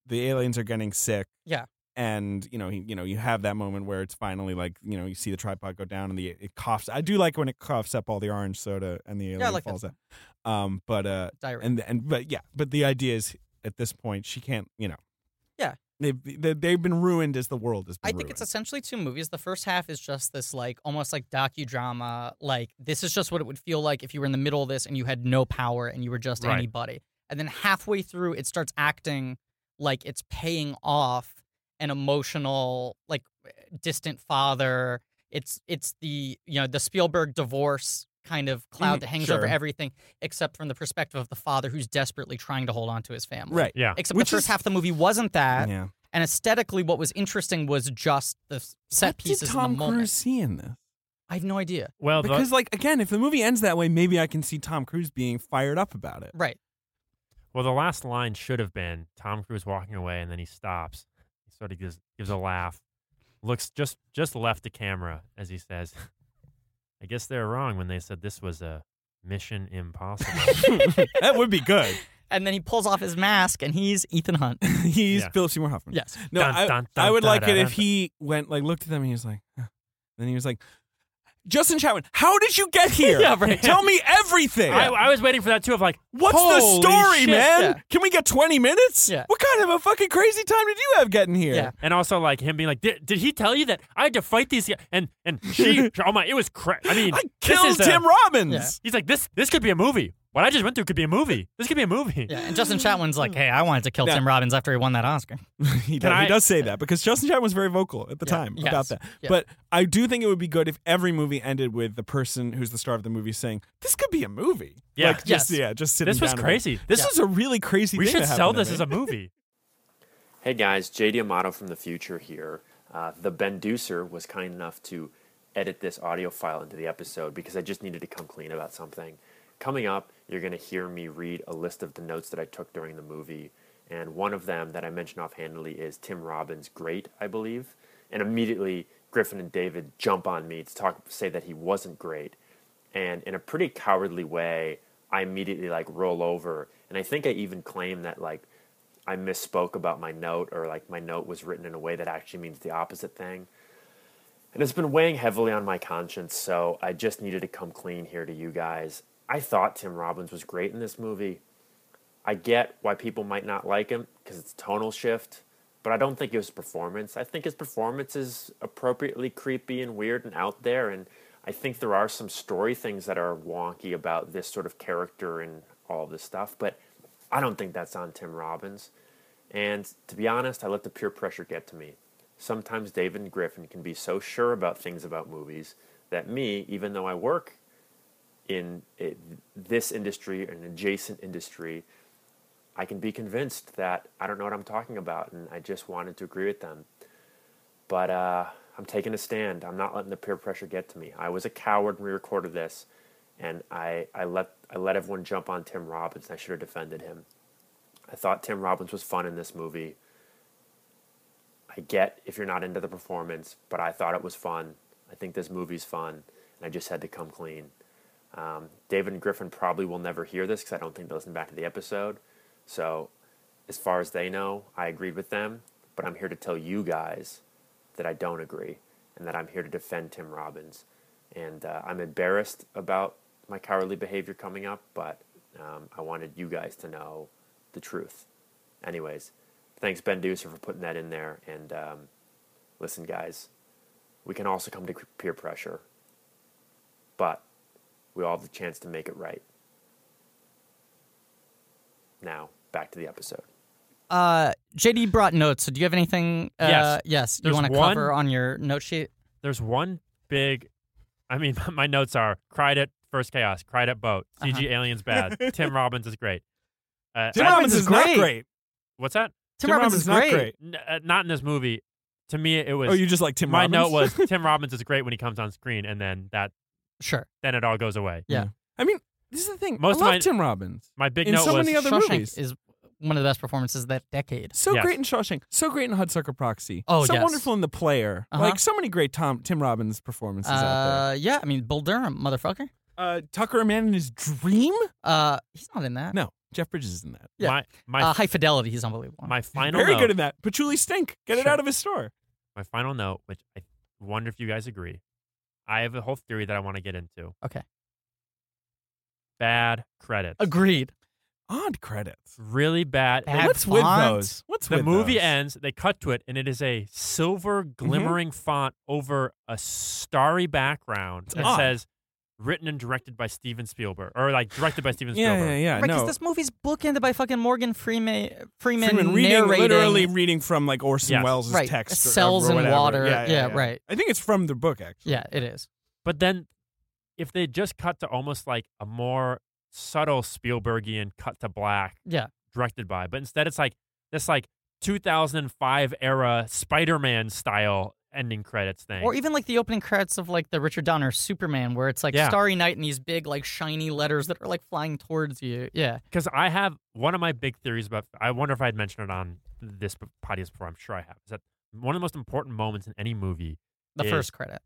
S3: the aliens are getting sick.
S2: Yeah.
S3: And you know, he, you know, you have that moment where it's finally like, you know, you see the tripod go down and the it coughs. I do like when it coughs up all the orange soda and the alien
S2: I like that.
S3: falls out. Um, but uh,
S2: Diarrhea.
S3: and and but yeah, but the idea is at this point she can't, you know.
S2: Yeah.
S3: They've they- they've been ruined as the world has been.
S2: I think it's essentially two movies. The first half is just this like almost like docudrama. Like this is just what it would feel like if you were in the middle of this and you had no power and you were just
S4: Right.
S2: anybody. And then halfway through, it starts acting like it's paying off an emotional, like distant father. It's it's the you know the Spielberg divorce kind of cloud
S3: Mhm,
S2: that hangs
S3: sure.
S2: over everything, except from the perspective of the father who's desperately trying to hold on to his family.
S3: right.
S4: Yeah.
S2: Except
S3: Which
S2: the first
S3: is-
S2: half of the movie wasn't that.
S3: Yeah.
S2: And aesthetically, what was interesting was just the s- set
S3: what
S2: pieces
S3: did Tom
S2: in the moment.
S3: Cruise see in this?
S2: I have no idea.
S4: Well, the,
S3: Because like again, if the movie ends that way, maybe I can see Tom Cruise being fired up about it.
S2: Right.
S4: well, the last line should have been Tom Cruise walking away, and then he stops. He sort of gives gives a laugh, looks just just left the camera as he says, "I guess they're wrong when they said this was a Mission Impossible."
S3: that would be good.
S2: And then he pulls off his mask, and he's Ethan Hunt.
S3: He's
S4: Yeah.
S3: Philip Seymour Hoffman.
S2: yes.
S3: No,
S4: Dun,
S3: I,
S4: dun,
S3: I
S4: dun,
S3: would
S4: dun,
S3: like
S4: dun,
S3: it
S4: dun,
S3: if he went like looked at them and he was like, huh. then he was like, Justin Chapman, how did you get here?
S2: Yeah, right.
S3: Tell me everything.
S4: I, I was waiting for that too. Of like,
S3: What's
S4: Holy
S3: the story,
S4: shit.
S3: man?
S2: Yeah.
S3: Can we get 20 minutes?
S2: Yeah.
S3: What kind of a fucking crazy time did you have getting here?
S2: Yeah.
S4: And also like him being like, did, did he tell you that I had to fight these guys? And and she, oh my, it was crap. I mean,
S3: I
S4: this
S3: killed
S4: is a-
S3: Tim Robbins.
S2: Yeah.
S4: He's like, this this could be a movie. What I just went through could be a movie. This could be a movie.
S2: Yeah. And Justin Chatwin's like, hey, I wanted to kill
S3: Yeah.
S2: Tim Robbins after he won that Oscar.
S3: he, does,
S4: I-
S3: he does say that because Justin Chan was very vocal at the
S2: Yeah.
S3: time
S2: Yes.
S3: about that.
S2: Yeah.
S3: But I do think it would be good if every movie ended with the person who's the star of the movie saying, "This could be a movie."
S4: Yeah.
S3: like, just
S2: Yes.
S3: yeah, just sitting.
S4: This was
S3: down and-
S4: crazy.
S3: This was a really crazy.
S4: we
S3: thing
S4: should
S3: that
S4: sell
S3: happened to
S4: this
S3: me.
S4: as a movie.
S7: Hey guys, JD Amato from the future here. Uh, the Benducer was kind enough to edit this audio file into the episode because I just needed to come clean about something. Coming up, you're going to hear me read a list of the notes that I took during the movie, and one of them that I mentioned offhandedly is Tim Robbins' great, I believe. And immediately, Griffin and David jump on me to talk, say that he wasn't great and in a pretty cowardly way i immediately like roll over and i think i even claim that like i misspoke about my note or like my note was written in a way that actually means the opposite thing and it's been weighing heavily on my conscience so i just needed to come clean here to you guys i thought tim robbins was great in this movie i get why people might not like him because it's tonal shift but i don't think it was performance i think his performance is appropriately creepy and weird and out there and I think there are some story things that are wonky about this sort of character and all this stuff, but I don't think that's on Tim Robbins. And to be honest, I let the peer pressure get to me. Sometimes David and Griffin can be so sure about things about movies that me, even though I work in it, this industry or an adjacent industry, I can be convinced that I don't know what I'm talking about, and I just wanted to agree with them but uh, I'm taking a stand. I'm not letting the peer pressure get to me. I was a coward when we recorded this, and I, I let I let everyone jump on Tim Robbins. I should have defended him. I thought Tim Robbins was fun in this movie. I get if you're not into the performance, but I thought it was fun. I think this movie's fun, and I just had to come clean. Um, David and Griffin probably will never hear this because I don't think they listened back to the episode. So, as far as they know, I agreed with them, but I'm here to tell you guys that I don't agree and that I'm here to defend Tim Robbins. And uh, I'm embarrassed about my cowardly behavior coming up, but um, I wanted you guys to know the truth. Anyways, thanks, Ben Deucer, for putting that in there. And um, listen, guys, we can also come to peer pressure, but we all have the chance to make it right. Now, back to the episode.
S2: Uh, JD brought notes. So do you have anything? Uh,
S4: Yes.
S2: yes you
S4: There's
S2: want to
S4: one-
S2: cover on your note sheet?
S4: There's one big. I mean, my notes are cried at first chaos, cried at boat, CG
S2: Uh-huh.
S4: aliens bad, Tim Robbins is great. Uh,
S3: Tim
S4: I-
S3: Robbins is not
S2: great.
S3: great.
S4: what's that?
S2: Tim,
S3: Tim
S2: Robbins,
S3: Robbins
S2: is
S3: not
S2: great.
S3: great.
S4: N- uh, not in this movie. To me, it was.
S3: Oh, you just like Tim
S4: my
S3: Robbins?
S4: note was Tim Robbins is great when he comes on screen, and then that
S2: Sure.
S4: then it all goes away.
S2: Yeah.
S3: I mean, this is the thing.
S4: Most of
S3: I love
S4: my-
S3: Tim Robbins.
S4: My big
S3: In
S4: note
S3: so
S4: was
S3: many other
S2: Shawshank
S3: movies.
S2: is one of the best performances of that decade.
S3: So
S4: Yes.
S3: great in Shawshank. So great in Hudsucker Proxy.
S2: Oh,
S3: so
S2: yes.
S3: wonderful in The Player.
S2: Uh-huh.
S3: Like so many great Tom Tim Robbins performances out
S2: Uh, yeah, I mean Bull Durham, motherfucker.
S3: there. Uh, Tucker, a man in his dream.
S2: Uh, he's not in that.
S3: No, Jeff Bridges is in that.
S2: Yeah.
S4: my my
S2: Uh, high fidelity, he's unbelievable.
S4: my final
S3: Very
S4: note,
S3: good in that. Patchouli Stink. Get it
S4: Sure.
S3: out of his store.
S4: my final note, which I wonder if you guys agree. I have a whole theory that I want to get into.
S2: Okay.
S4: Bad credits.
S2: Agreed.
S3: Odd credits.
S4: Really bad.
S2: Bad
S3: What's
S2: font.
S3: with those? What's
S4: the
S3: with
S4: movie
S3: those? Mm-hmm.
S4: ends, they cut to it, and it is a silver glimmering font over a starry background that
S3: odd.
S4: says written and directed by Steven Spielberg. Or like directed by Steven
S3: Yeah,
S4: Spielberg.
S3: yeah, yeah.
S2: Right, because
S3: no.
S2: this movie's bookended by fucking Morgan Freeman, Freeman,
S3: Freeman reading,
S2: narrating,
S3: literally reading from like Orson
S4: Yes.
S3: Welles'
S2: right,
S3: text. or-
S2: cells
S3: or
S2: and
S3: whatever.
S2: water.
S3: Yeah, yeah, yeah.
S2: right.
S3: I think it's from the book actually.
S2: Yeah, it is.
S4: But then if they just cut to almost like a more subtle Spielbergian cut to black
S2: Yeah.
S4: directed by, but instead it's like this like 2005 era Spider-Man style ending credits thing.
S2: Or even like the opening credits of like the Richard Donner Superman, where it's like
S4: Yeah.
S2: Starry Night and these big like shiny letters that are like flying towards you. Yeah,
S4: because I have one of my big theories about. I wonder if I had mentioned it on this p- podcast before. I'm sure I have. Is that one of the most important moments in any movie?
S2: the
S4: is
S2: first credit.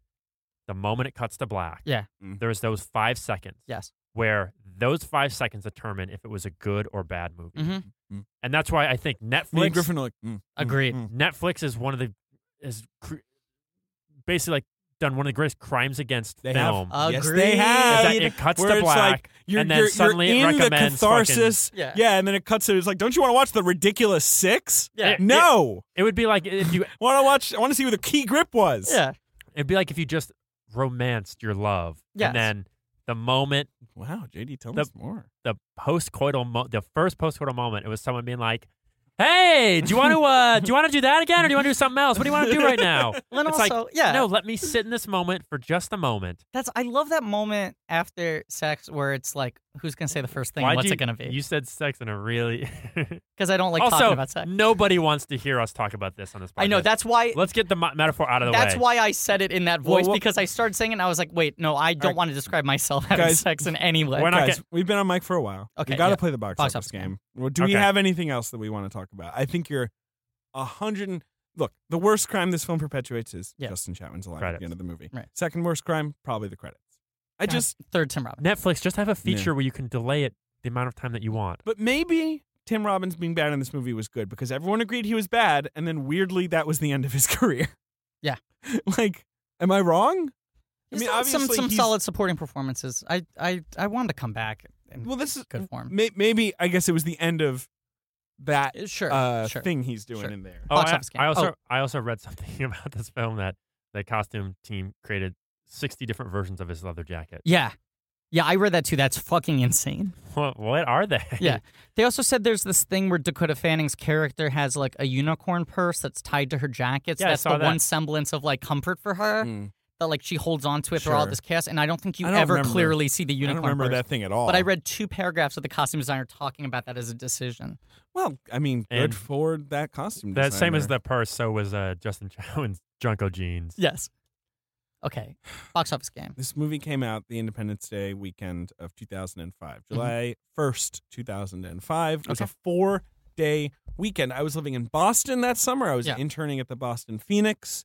S4: the moment it cuts to black.
S2: Yeah.
S3: Mm.
S4: there's those five seconds
S2: Yes.
S4: where those five seconds determine if it was a good or bad movie,
S2: Mhm.
S3: Mm.
S4: and that's why I think
S3: Me
S4: Netflix.
S3: and Griffin are like mm, mm,
S2: Agreed.
S3: mm.
S4: Netflix is one of the is cr- basically like done one of the greatest crimes against
S3: They have.
S4: film.
S2: Agreed.
S3: Yes, they have.
S4: is that it cuts
S3: Where
S4: to
S3: it's
S4: black,
S3: like, you're,
S4: and then
S3: you're,
S4: suddenly it
S3: you're in the
S4: recommends fucking-
S3: catharsis.
S2: Yeah.
S3: yeah, and then it cuts to it's like, don't you want to watch the ridiculous six?
S2: Yeah.
S4: It-
S3: No,
S4: it would be like if you
S3: want to watch. I want to see where the key grip was.
S2: Yeah,
S4: It'd be like if you just romanced your love,
S2: Yes.
S4: and then the moment
S3: Wow, JD, tell
S4: The-
S3: us more.
S4: the postcoital, mo- the first postcoital moment, it was someone being like, "Hey, do you want to uh, do you want to do that again, or do you want to do something else? What do you want to do right now?"
S2: Well, and
S4: It's like,
S2: also, yeah,
S4: No, let me sit in this moment for just a moment.
S2: that's I love that moment after sex where it's like, who's gonna say the first thing?
S4: Why'd
S2: and What's
S4: you-
S2: it gonna be?
S4: You said sex in a really
S2: Because I don't like
S4: also
S2: talking about sex.
S4: nobody wants to hear us talk about this on this podcast.
S2: I know that's why.
S4: Let's get the mo- metaphor out of the
S2: That's
S4: way.
S2: why I said it in that voice
S3: what-
S2: because I started saying it. and I was like, wait, no, I don't
S3: Alright.
S2: want to describe myself having
S3: Guys,
S2: sex in any way.
S4: we're not
S3: Guys, we've been on mic for a while.
S2: Okay,
S3: we got to
S2: yeah.
S3: play the box,
S2: Box
S3: office
S2: office
S3: game.
S2: game.
S3: Well, do we
S4: Okay.
S3: have anything else that we want to talk about? I think you're a hundred. And, look, the worst crime this film perpetuates is
S2: Yeah.
S3: Justin Chatwin's alive at
S4: Credits.
S3: the end of the movie.
S2: Right.
S3: Second worst crime, probably the credits. I
S2: God.
S3: just,
S2: Third Tim Robbins.
S4: Netflix just have a feature where you can delay it the amount of time that you want.
S3: but maybe Tim Robbins being bad in this movie was good because everyone agreed he was bad, and then weirdly that was the end of his career.
S2: Yeah.
S3: like, am I wrong?
S2: He's done some some
S3: he's-
S2: solid supporting performances. I I I wanted to come back in
S3: Well, this is
S2: good form.
S3: may, maybe I guess it was the end of that
S2: Sure,
S3: uh,
S2: sure.
S3: thing he's doing
S2: Sure.
S3: in there.
S4: Oh,
S2: Box
S4: I,
S2: office game.
S4: I also
S2: Oh.
S4: I also read something about this film that the costume team created sixty different versions of his leather jacket.
S2: Yeah, yeah, I read that too. That's fucking insane.
S4: What, what are they?
S2: Yeah. They also said there's this thing where Dakota Fanning's character has like a unicorn purse that's tied to her jacket. So
S4: Yeah, I
S2: that's
S4: saw
S2: the
S4: that.
S2: one semblance of like comfort for
S4: Hmm.
S2: her
S3: Mm.
S2: that like she holds on to it through all
S3: Sure.
S2: this chaos. And I don't think you
S3: I don't
S2: ever
S3: remember.
S2: clearly see the
S3: I don't
S2: unicorn
S3: remember
S2: purse.
S3: that thing at all.
S2: But I read two paragraphs of the costume designer talking about that as a decision.
S3: Well, I mean, good
S4: And-
S3: for that costume.
S4: That same as
S3: designer.
S4: the purse. So was uh, Justin Chowan's Junko jeans.
S2: Yes. Okay. Box office game.
S3: This movie came out the Independence Day weekend
S2: Mm-hmm.
S3: of 2005, July 1st, 2005. It was a four day weekend. I was living in Boston that summer. I was
S2: Yeah.
S3: interning at the Boston Phoenix,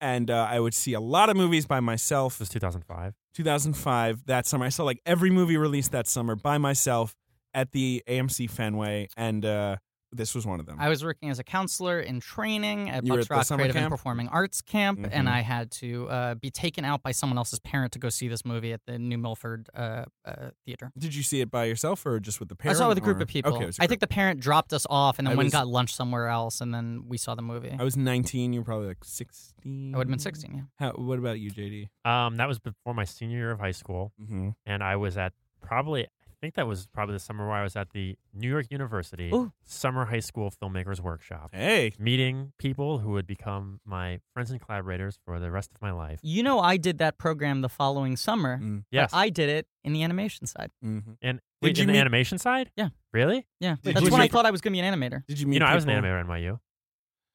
S3: and uh, I would see a lot of movies by myself.
S4: This was 2005.
S3: 2005 that summer. I saw like every movie released that summer by myself at the AMC Fenway, and uh, this was one of them.
S2: I was working as a counselor in training at
S3: You were at
S2: Bucks
S3: the
S2: Rock
S3: summer
S2: Creative
S3: camp?
S2: and Performing Arts Camp, and
S3: Mhm.
S2: I had to uh, be taken out by someone else's parent to go see this movie at the New Milford uh, uh, Theater.
S3: Did you see it by yourself or just with the
S2: I
S3: parents?
S2: saw it with a group of people.
S3: Okay, it was a
S2: I think the parent dropped us off, and then
S3: I
S2: went
S3: was-
S2: and got lunch somewhere else, and then we saw the movie.
S3: I was 19. You were probably like 16.
S2: I would have been 16, yeah.
S3: How, what about you, JD?
S4: Um, that was before my senior year of high school,
S3: Mm-hmm.
S4: and I was at probably I think that was probably the summer where I was at the New York University
S2: Ooh.
S4: Summer High School Filmmakers Workshop,
S3: Hey,
S4: meeting people who would become my friends and collaborators for the rest of my life.
S2: You know, I did that program the following summer.
S3: Mm.
S2: but
S4: Yes,
S2: I did it in the animation side.
S3: Mhm.
S4: and
S3: Did
S4: wait,
S3: you
S4: in the
S3: meet-
S4: animation side,
S2: Yeah.
S4: really?
S2: Yeah,
S3: Did
S2: that's
S3: you
S2: when I
S3: make-
S2: thought I was going to be an animator.
S3: did you meet?
S4: you know, I was an
S3: people-
S4: animator at NYU.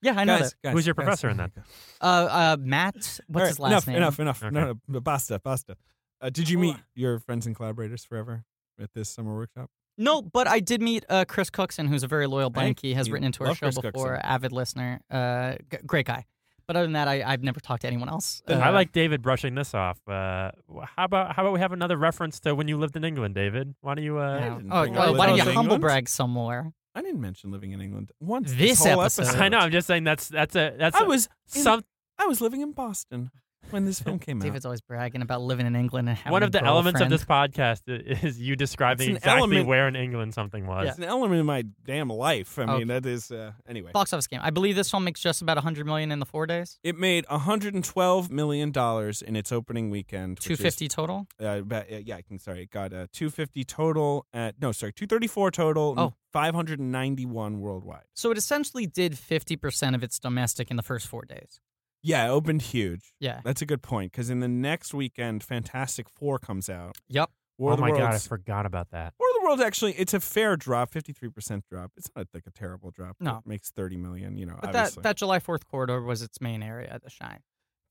S2: Yeah, I know
S3: Guys, guys,
S4: Who's your
S3: guys.
S4: professor in that?
S2: that. Uh, uh, Matt, what's
S3: All right,
S2: his last
S3: enough,
S2: name?
S3: Enough, enough,
S4: Okay.
S3: No, no, basta, basta. Uh, did you meet your friends and collaborators forever at this summer workshop?
S2: No, but I did meet uh, Chris Cookson, who's a very loyal
S3: Hey,
S2: blankie, has
S3: you
S2: written into our
S3: love
S2: show
S3: Chris
S2: before,
S3: Cookson.
S2: avid listener, uh, g- great guy. But other than that, I, I've never talked to anyone else. Uh,
S4: I like David brushing this off. Uh, wh- how about how about we have another reference to when you lived in England, David? Why don't you?
S2: you know.
S4: Uh,
S3: didn't
S2: Oh,
S3: think
S2: well,
S3: I
S2: why don't
S3: was
S2: you
S3: in
S2: humble
S3: England.
S2: brag somewhere?
S3: I didn't mention living in England once.
S2: This
S3: whole
S2: episode.
S4: I know. I'm just saying that's that's a that's
S3: I
S4: a-
S3: was in-
S4: some
S3: I was living in Boston when this film came out.
S2: David's always bragging about living in England and having
S4: one
S2: a
S4: of the elements of
S2: girlfriend.
S4: this podcast i- is you describing
S3: It's an
S4: exactly
S3: element.
S4: where in England something was.
S3: It's an element in my damn life. I
S2: Okay.
S3: mean, that is uh, anyway.
S2: box office game. I believe this film makes just about 100 million in the four days,
S3: It made 112 million dollars in its opening weekend. which is,
S2: 250 total.
S3: uh, about- uh, yeah, I can. Sorry, it got uh, 250 total. At, no, sorry, 234 total. and
S2: Oh.
S3: 591 worldwide.
S2: So it essentially did 50% of its domestic in the first four days.
S3: Yeah, it opened huge.
S2: Yeah.
S3: That's a good point because in the next weekend, Fantastic Four comes out.
S2: Yep.
S3: War
S4: oh
S3: of the
S4: my god, I
S3: Worlds.
S4: forgot about that.
S3: War of the Worlds actually, it's a fair drop, 53% drop. It's not like a terrible drop.
S2: No.
S3: It makes 30 million, you know,
S2: But that,
S3: obviously.
S2: that July 4th corridor was its main area to shine.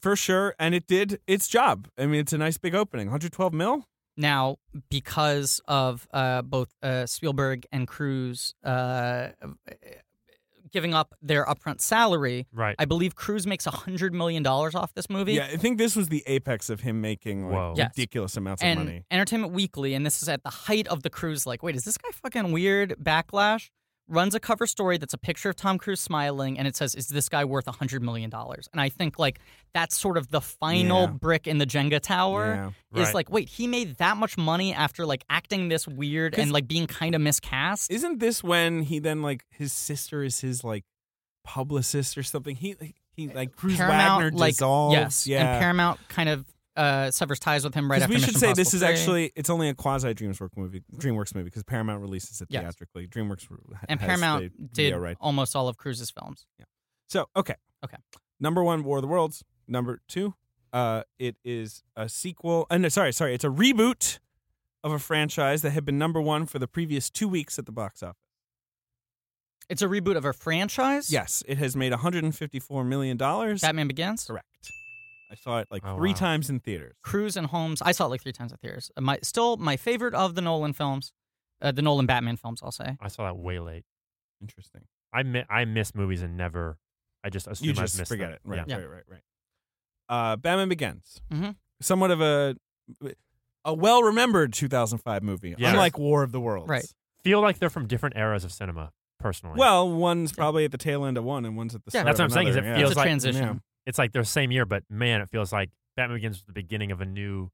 S3: For sure. And it did its job. I mean, it's a nice big opening. 112 mil?
S2: Now, because of uh, both uh, Spielberg and Cruz uh, giving up their upfront salary,
S4: Right.
S2: I believe Cruz makes $100 million off this movie.
S3: Yeah, I think this was the apex of him making
S4: Whoa.
S3: like,
S2: Yes.
S3: ridiculous amounts of
S2: and
S3: money.
S2: Entertainment Weekly, and this is at the height of the Cruise, like, wait, is this guy fucking weird? Backlash runs a cover story that's a picture of Tom Cruise smiling, and it says, "Is this guy worth a hundred million dollars?" And I think like that's sort of the final
S3: Yeah.
S2: brick in the Jenga tower.
S3: Yeah.
S2: Is
S4: Right.
S2: like, wait, he made that much money after like acting this weird
S3: 'Cause-
S2: and like being kind of miscast.
S3: Isn't this when he then like his sister is his like publicist or something? He he like Cruz
S2: Uh, Paramount
S3: Wagner
S2: like
S3: dissolves.
S2: yes,
S3: yeah.
S2: and Paramount kind of uh, severs ties with him right
S3: 'Cause
S2: after.
S3: we should
S2: Mission
S3: say this
S2: Impossible
S3: is
S2: 3.
S3: actually it's only a quasi DreamWorks movie, DreamWorks movie because Paramount releases it
S2: Yes.
S3: theatrically. DreamWorks r-
S2: and
S3: has
S2: Paramount
S3: the
S2: did
S3: video right.
S2: almost all of Cruz's films.
S3: So okay,
S2: Okay.
S3: Number one, War of the Worlds. Number two, uh, it is a sequel. Uh, no, sorry, sorry, it's a reboot of a franchise that had been number one for the previous two weeks at the box office.
S2: It's a reboot of a franchise.
S3: Yes, it has made 154 million dollars.
S2: Batman Begins.
S3: Correct. I saw it like
S4: Oh,
S3: three
S4: wow.
S3: times in theaters.
S2: Cruise and Holmes. I saw it like three times at theaters. Uh, My still my favorite of the Nolan films, uh, the Nolan Batman films. I'll say.
S4: I saw that way late.
S3: Interesting.
S4: I mi- I miss movies and never. I just assume
S3: you
S4: I've
S3: just
S4: missed
S3: forget
S4: them.
S3: it. Right,
S4: Yeah.
S3: right, right, right. Uh, Batman Begins.
S2: Mhm.
S3: Somewhat of a a well remembered 2005 movie,
S4: Yes.
S3: unlike War of the Worlds.
S2: Right.
S4: Feel like they're from different eras of cinema. Personally,
S3: Well, one's probably at the tail end of one, and one's at the
S2: Yeah.
S3: start.
S4: That's what
S3: of
S4: I'm saying, is
S3: another.
S4: it
S3: Yeah.
S4: feels
S2: It's a
S4: like-
S2: transition.
S3: Yeah.
S4: it's like they're same year, but man, it feels like Batman Begins was the beginning of a new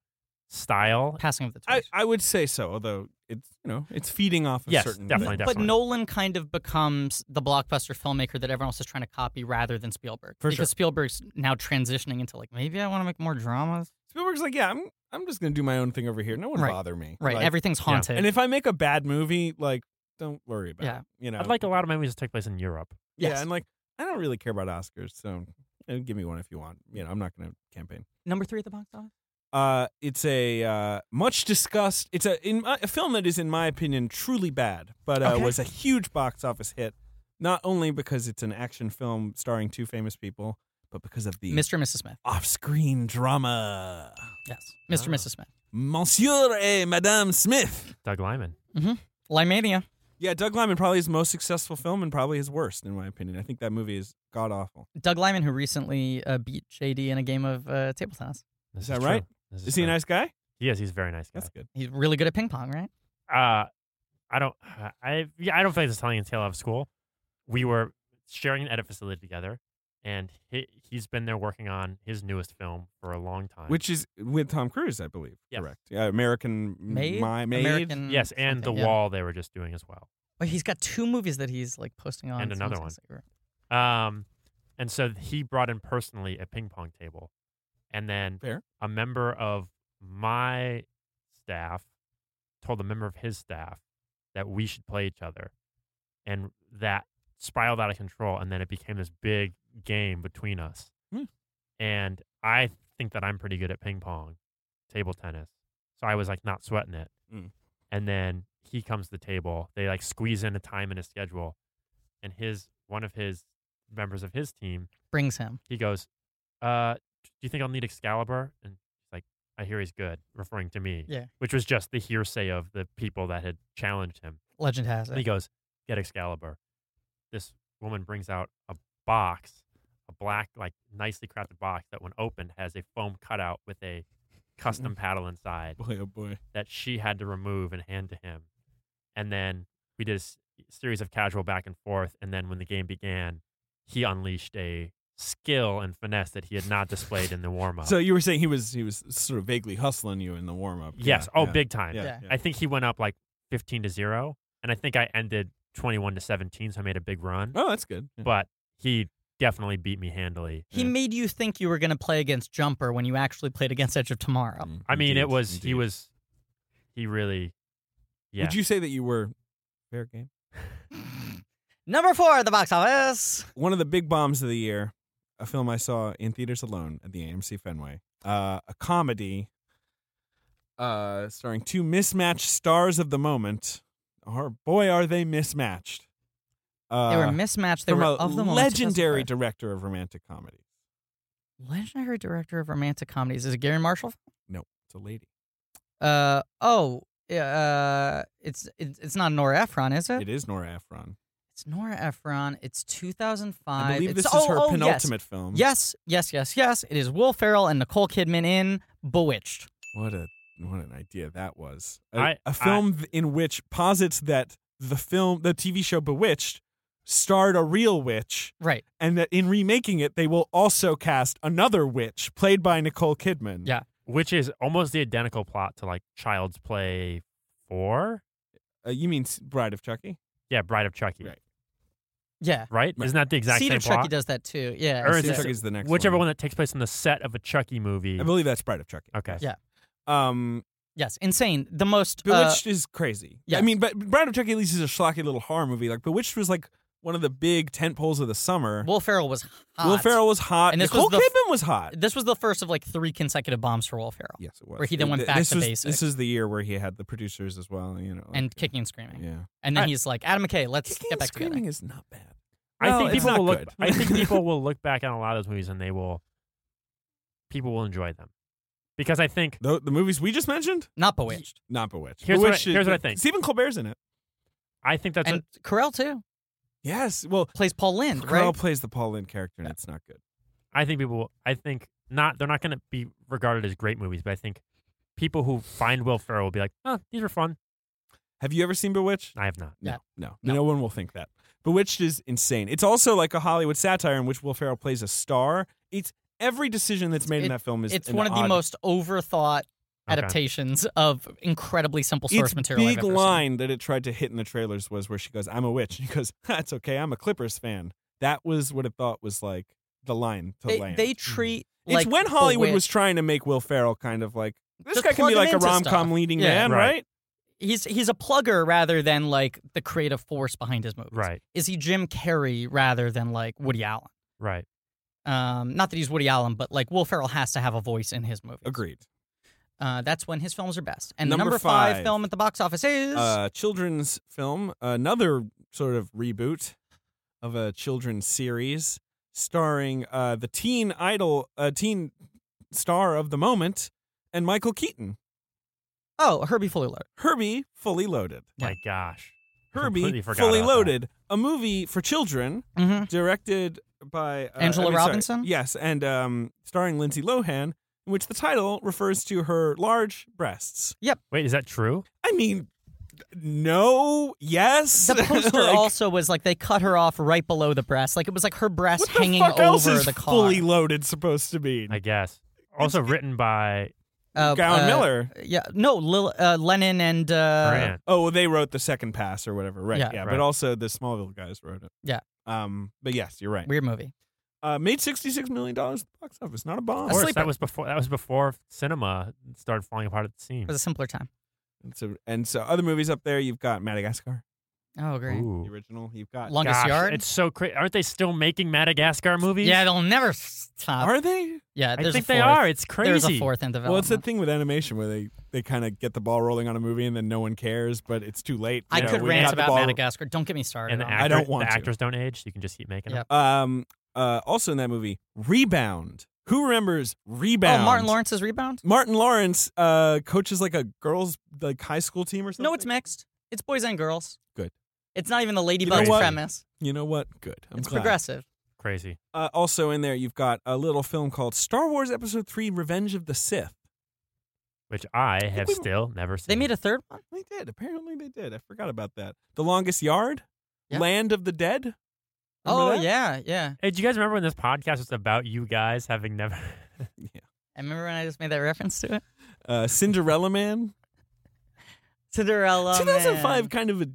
S4: style.
S2: Passing of the
S3: I,
S2: torch.
S3: I would say so, although it's you know it's feeding off of
S4: Yes,
S3: certain
S4: definitely,
S3: things.
S2: but Nolan kind of becomes the blockbuster filmmaker that everyone else is trying to copy rather than Spielberg.
S3: For
S2: because
S3: sure.
S2: Spielberg's now transitioning into like maybe I want to make more dramas.
S3: Spielberg's like, yeah, I'm I'm just gonna do my own thing over here. No one
S2: Right.
S3: bother me.
S2: Right.
S3: Like,
S2: Everything's haunted.
S3: and if I make a bad movie, like don't worry about
S2: Yeah.
S3: it. You know,
S4: I'd like a lot of movies to take place in Europe.
S3: Yeah,
S2: Yes.
S3: and like I don't really care about Oscars, so uh, give me one if you want. You know, I'm not going to campaign.
S2: Number three at the box office.
S3: Uh, it's a uh, much discussed. It's a in my, a film that is, in my opinion, truly bad, but uh,
S2: Okay.
S3: was a huge box office hit. Not only because it's an action film starring two famous people, but because of the
S2: Mr. and Mrs. Smith.
S3: off-screen drama.
S2: Yes. Mr.
S3: Ah.
S2: and Mrs. Smith.
S3: Monsieur et Madame Smith.
S4: Doug Lyman.
S2: Limania.
S3: Yeah, Doug Liman probably his most successful film and probably his worst, in my opinion. I think that movie is god awful.
S2: Doug Lyman, who recently uh, beat JD in a game of uh, table tennis.
S7: This
S3: Is that
S7: true.
S3: right?
S7: This
S3: Is he a
S7: true.
S3: nice guy?
S7: Yes, he's a very nice guy.
S3: That's good.
S2: He's really good at ping pong, right?
S7: uh, I don't, I yeah, I don't feel like this is telling a tale out of school. We were sharing an edit facility together, and he he's been there working on his newest film for a long time.
S3: Which is with Tom Cruise, I believe.
S7: Yes.
S3: Correct. Yeah, American
S2: Made?
S3: My, made.
S2: American.
S7: yes, and the
S2: something, yeah.
S7: wall they were just doing as well.
S2: Wait, he's got two movies that he's like posting on.
S7: And
S2: It's
S7: another
S2: almost like-
S7: Um, and so he brought in personally a ping pong table, and then
S3: Fair.
S7: a member of my staff told a member of his staff that we should play each other, and that spiraled out of control, and then it became this big game between us.
S3: Hmm.
S7: And I think that I'm pretty good at ping pong, table tennis, so I was like not sweating it.
S3: Mm.
S7: And then he comes to the table. They like squeeze in a time in his schedule, and his one of his members of his team,
S2: Brings him.
S7: he goes, uh, "Do you think I'll need Excalibur?" And he's like, "I hear he's good," referring to me,
S2: Yeah.
S7: which was just the hearsay of the people that had challenged him.
S2: Legend has
S7: And he
S2: it.
S7: goes, "Get Excalibur." This woman brings out a box, a black, like nicely crafted box that, when opened, has a foam cutout with a custom paddle inside
S3: Boy, oh boy.
S7: that she had to remove and hand to him. And then we did a s- e, series of casual back and forth. And then when the game began, he unleashed a skill and finesse that he had not displayed in the warm up.
S3: So you were saying he was he was sort of vaguely hustling you in the warm up.
S7: yes, oh, big time.
S3: Yeah,
S2: Yeah.
S3: yeah.
S7: I think he went up like 15 to 0. And I think I ended 21 to 17. So I made a big run.
S3: Oh, that's good. Yeah.
S7: But he definitely beat me handily.
S2: He
S3: Yeah.
S2: made you think you were going to play against Jumper when you actually played against Edge of Tomorrow.
S3: Mm,
S7: um, I mean, it
S3: indeed,
S7: was, he
S3: indeed.
S7: was, he really, yeah.
S3: Would you say that you were fair game? Mm.
S2: Number four at the box office.
S3: One of the big bombs of the year, a film I saw in theaters alone at the AMC Fenway, uh, a comedy uh, starring two mismatched stars of the moment. Our boy, are they mismatched? Uh,
S2: They were mismatched. They
S3: from
S2: were
S3: a
S2: of the moment
S3: legendary
S2: specified.
S3: director of romantic comedy.
S2: legendary director of romantic comedies. Is it Gary Marshall?
S3: No, it's a lady.
S2: Uh oh. Uh, it's it's it's not Nora Ephron, is it?
S3: It is Nora Ephron.
S2: It's Nora Ephron. It's 2005.
S3: I believe
S2: it's,
S3: this
S2: oh,
S3: is her
S2: oh, yes.
S3: penultimate film.
S2: Yes, yes, yes, yes. It is Will Ferrell and Nicole Kidman in Bewitched.
S3: What a what an idea that was. A
S7: I-
S3: a film th- in which posits that the film the TV show Bewitched starred a real witch
S2: Right.
S3: and that in remaking it they will also cast another witch played by Nicole Kidman.
S2: Yeah.
S7: which is almost the identical plot to like Child's Play 4?
S3: Uh, you mean S- Bride of Chucky?
S7: Yeah, Bride of Chucky.
S3: Right.
S2: Yeah.
S7: Right?
S3: Right.
S7: Isn't that the exact
S2: Cedar
S7: same
S2: Chucky
S7: plot?
S2: does that too. Yeah.
S7: Or
S3: Bride of
S2: it's
S7: is it-
S2: just-
S3: Chucky's the next
S7: Whichever one that takes place on the set of a Chucky movie.
S3: I believe that's Bride of Chucky.
S7: Okay.
S2: Yeah.
S3: Um
S2: yes, insane. The most uh,
S3: Bewitched is crazy.
S2: yes.
S3: I mean, but Bride of Chucky at least is a schlocky little horror movie. Like Bewitched was like one of the big tent poles of the summer.
S2: Will Ferrell was hot.
S3: Will Ferrell was hot.
S2: And this
S3: Nicole
S2: was the f-
S3: Kidman was hot.
S2: This was the first of like three consecutive bombs for Will Ferrell.
S3: Yes, it was.
S2: Where he then
S3: It-
S2: went
S3: th-
S2: back
S3: this
S2: to
S3: was,
S2: basics.
S3: This is the year where he had the producers as well, you know. uh,
S2: And kicking and screaming.
S3: Oh, yeah.
S2: And then
S7: I-
S2: he's like, Adam McKay, let's
S3: Kicking
S2: get
S3: and
S2: back
S3: screaming
S2: together.
S3: is not bad.
S7: I
S3: Well,
S7: think
S3: it's
S7: people
S3: not
S7: will look
S3: good.
S7: I think people will look back on a lot of those movies and they will people will enjoy them. Because I think
S3: The, the movies we just mentioned,
S2: Not Bewitched.
S3: not Bewitched.
S7: Here's what I-
S3: Bewitched is-
S7: here's what I think.
S3: Stephen Colbert's in it.
S7: I think that's
S2: and Carell too
S3: Yes. Well,
S2: plays Paul Lind,
S3: Carell
S2: right?
S3: plays the Paul Lynde character, and it's not good.
S7: a, I think people will, I think not they're not going to be regarded as great movies, but I think people who find Will Ferrell will be like, "Huh, these were fun."
S3: Have you ever seen Bewitched?
S7: I have not.
S2: Yeah.
S3: No, no,
S2: No.
S3: no one will think that. Bewitched is insane. It's also like a Hollywood satire in which Will Ferrell plays a star. It's every decision that's made in
S2: It-
S3: that film is
S2: It's
S3: an
S2: one of the
S3: odd-
S2: most overthought
S7: Okay.
S2: adaptations of incredibly simple source
S3: its
S2: material. I've
S3: big
S2: ever seen.
S3: line that it tried to hit in the trailers was where she goes, "I'm a witch." And he goes, "That's okay. I'm a Clippers fan." That was what it thought was like the line to
S2: They,
S3: land.
S2: they treat
S3: it's
S2: like
S3: when Hollywood
S2: Bewitched-
S3: was trying to make Will Ferrell kind of like this
S2: Just
S3: guy can
S2: plug
S3: be
S2: him
S3: like a
S2: into
S3: rom
S2: stuff.
S3: com leading
S2: Yeah.
S3: man,
S7: Right.
S3: right?
S2: he's he's a plugger rather than like the creative force behind his movies.
S7: Right.
S2: Is he Jim Carrey rather than like Woody Allen?
S7: Right.
S2: Um, not that he's Woody Allen, but like Will Ferrell has to have a voice in his movies.
S3: Agreed.
S2: Uh, that's when his films are best. And
S3: Number
S2: number, five,
S3: five.
S2: film at the box office is
S3: Uh, children's film, another sort of reboot of a children's series starring uh, the teen idol, uh, teen star of the moment, and Michael Keaton,
S2: oh Herbie Fully Loaded.
S3: Herbie Fully Loaded.
S7: My gosh.
S3: Herbie,
S7: completely forgot
S3: Fully
S7: about that.
S3: Loaded, a movie for children
S2: Mhm.
S3: directed by uh,
S2: Angela
S3: I mean, sorry,
S2: Robinson?
S3: yes, and um, starring Lindsay Lohan, in which the title refers to her large breasts.
S7: Wait, is that true?
S3: I mean, no, yes.
S2: The poster
S3: Like,
S2: also was like they cut her off right below the breast. Like it was like her breast
S3: what the
S2: hanging
S3: fuck
S2: over
S3: else is
S2: the car.
S3: Fully Loaded supposed to be?
S7: I guess. Also written by
S2: Uh,
S3: Gowan
S2: uh,
S3: Miller.
S2: Yeah, no, Lil, uh, Lennon and uh,
S7: Grant.
S3: Oh, well, they wrote the second pass or whatever, right? Yeah,
S2: Yeah.
S3: but
S7: Right.
S3: also the Smallville guys wrote it.
S2: Yeah.
S3: Um, but yes, you're right.
S2: weird movie.
S3: Uh, made sixty six million dollars at the box office. Not a bomb.
S7: Of course,
S2: sleeper.
S7: that was before that was before cinema started falling apart at the
S2: It
S7: seams.
S2: was a simpler time.
S3: And so, and so other movies up there, you've got Madagascar,
S2: Oh, great.
S3: the
S7: Ooh.
S3: original. You've got
S2: Longest
S7: Gosh,
S2: yard.
S7: It's so crazy. Aren't they still making Madagascar movies?
S2: yeah, they'll never stop.
S3: Are they?
S2: yeah,
S7: I
S2: there's
S7: think
S2: a fourth.
S7: they are. It's crazy.
S2: There's a fourth in development.
S3: Well, it's the thing with animation where they, they kind of get the ball rolling on a movie and then no one cares, but it's too late.
S2: I
S3: You know,
S2: could
S3: we
S2: rant
S3: got the
S2: about
S3: ball-
S2: Madagascar. Don't get me started.
S7: And the,
S2: on
S7: actor,
S2: that.
S3: I don't want
S7: the
S3: to.
S7: actors don't age. You can just keep making them.
S3: Um, uh, also in that movie, Rebound. Who remembers Rebound?
S2: Oh, Martin Lawrence's rebound?
S3: Martin Lawrence uh, coaches like a girls' like high school team or something.
S2: No, it's mixed. It's boys and girls.
S3: Good.
S2: It's not even the
S3: know
S2: Ladybugs
S3: what?
S2: premise.
S3: You know what? Good. I'm
S2: it's
S3: glad.
S2: progressive.
S7: Crazy.
S3: Uh, also in there, you've got a little film called Star Wars Episode Three: Revenge of the Sith.
S7: Which I have
S3: we-
S7: still never seen.
S2: They made a third one.
S3: Uh, They did. Apparently, they did. I forgot about that. The Longest Yard,
S2: Yeah.
S3: Land of the Dead.
S2: oh
S3: Remember that?
S2: yeah, yeah.
S7: Hey, do you guys remember when this podcast was about you guys having never?
S2: I remember when I just made that reference to it.
S3: Uh, Cinderella Man.
S2: Cinderella.
S3: 2005,
S2: Oh, Man.
S3: kind of a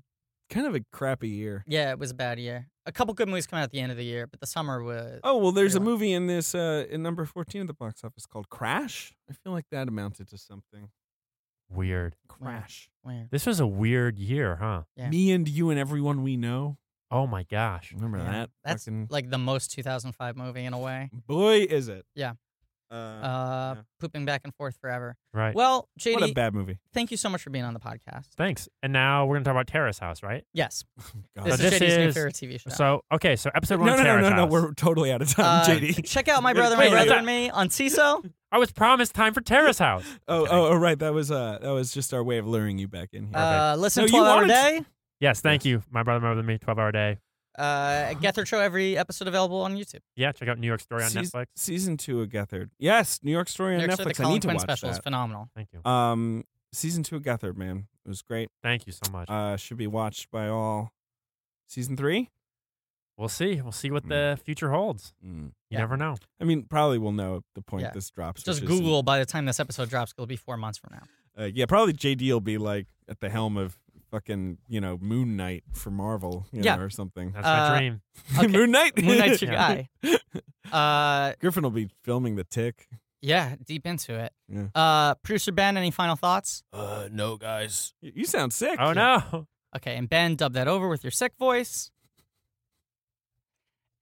S3: kind of a crappy year.
S2: Yeah, it was a bad year. A couple good movies coming out at the end of the year, but the summer was.
S3: Oh well, there's a
S2: Pretty much.
S3: movie in this uh, in number 14 at the box office called Crash. I feel like that amounted to something.
S7: Weird.
S3: Crash.
S2: Where?
S7: This was a weird year, huh?
S2: Yeah.
S3: Me and you and everyone we know.
S7: Oh my gosh.
S3: Remember
S2: Yeah.
S3: that?
S2: That's
S3: Fucking-
S2: like the most 2005 movie in a way.
S3: boy, is it?
S2: Yeah.
S3: Uh,
S2: Uh,
S3: yeah.
S2: pooping back and forth forever.
S7: Right.
S2: Well,
S3: what a
S2: JD,
S3: bad movie.
S2: thank you so much for being on the podcast.
S7: Thanks. And now we're gonna talk about Terrace House, right?
S2: Yes,
S3: God.
S2: this
S7: So
S2: is
S7: this
S2: JD's new
S7: is-
S2: favorite TV show.
S7: So okay, so episode
S3: no,
S7: one.
S3: no, no,
S7: Terrace
S3: no, no.
S7: House.
S3: We're totally out of time,
S2: Uh,
S3: JD.
S2: Check out my brother, my
S7: Wait, wait,
S2: brother,
S7: wait.
S2: and me on CISO.
S7: I was promised time for Terrace House.
S3: Oh,
S7: Okay.
S3: oh, oh, right. That was uh, that was just our way of luring you back in here.
S2: Uh, listen
S3: No, you
S2: 12 hour
S3: wanted-
S2: day.
S7: Yes, thank you, my brother, my brother, me, twelve hour day.
S2: Uh, Gethard Show, every episode available on YouTube.
S7: Yeah, check out New York Story on
S3: Seas-
S7: Netflix.
S3: Season two of Gethard. Yes, New York Story on
S2: Next to the
S3: Netflix. I
S2: Colin
S3: need to
S2: Quinn
S3: watch
S2: special is
S3: that.
S2: phenomenal.
S7: Thank you,
S3: Um, season two of Gethard, man, it was great.
S7: thank you so much.
S3: Uh, should be watched by all. Season three.
S7: we'll see. We'll see what
S3: Mm.
S7: the future holds. You
S2: Yeah.
S7: never know.
S3: I mean, probably we'll know at the point
S2: Mm. Yeah.
S3: this drops.
S2: Just
S3: which is in-
S2: Google by the time this episode drops, it'll be four months from now.
S3: uh, yeah, probably JD will be like at the helm of fucking you know Moon Knight for Marvel, you
S2: Yeah.
S3: know, or something.
S7: That's
S2: Uh,
S7: my dream.
S2: Okay.
S3: Moon Knight.
S2: Moon Knight's your
S3: Yeah.
S2: guy. Uh,
S3: Griffin will be filming the Tick.
S2: yeah, deep into it.
S3: Yeah.
S2: Uh, producer Ben, any final thoughts?
S5: Uh, no, guys.
S3: You you sound sick.
S7: Oh no.
S2: Okay, and Ben, dub that over with your sick voice.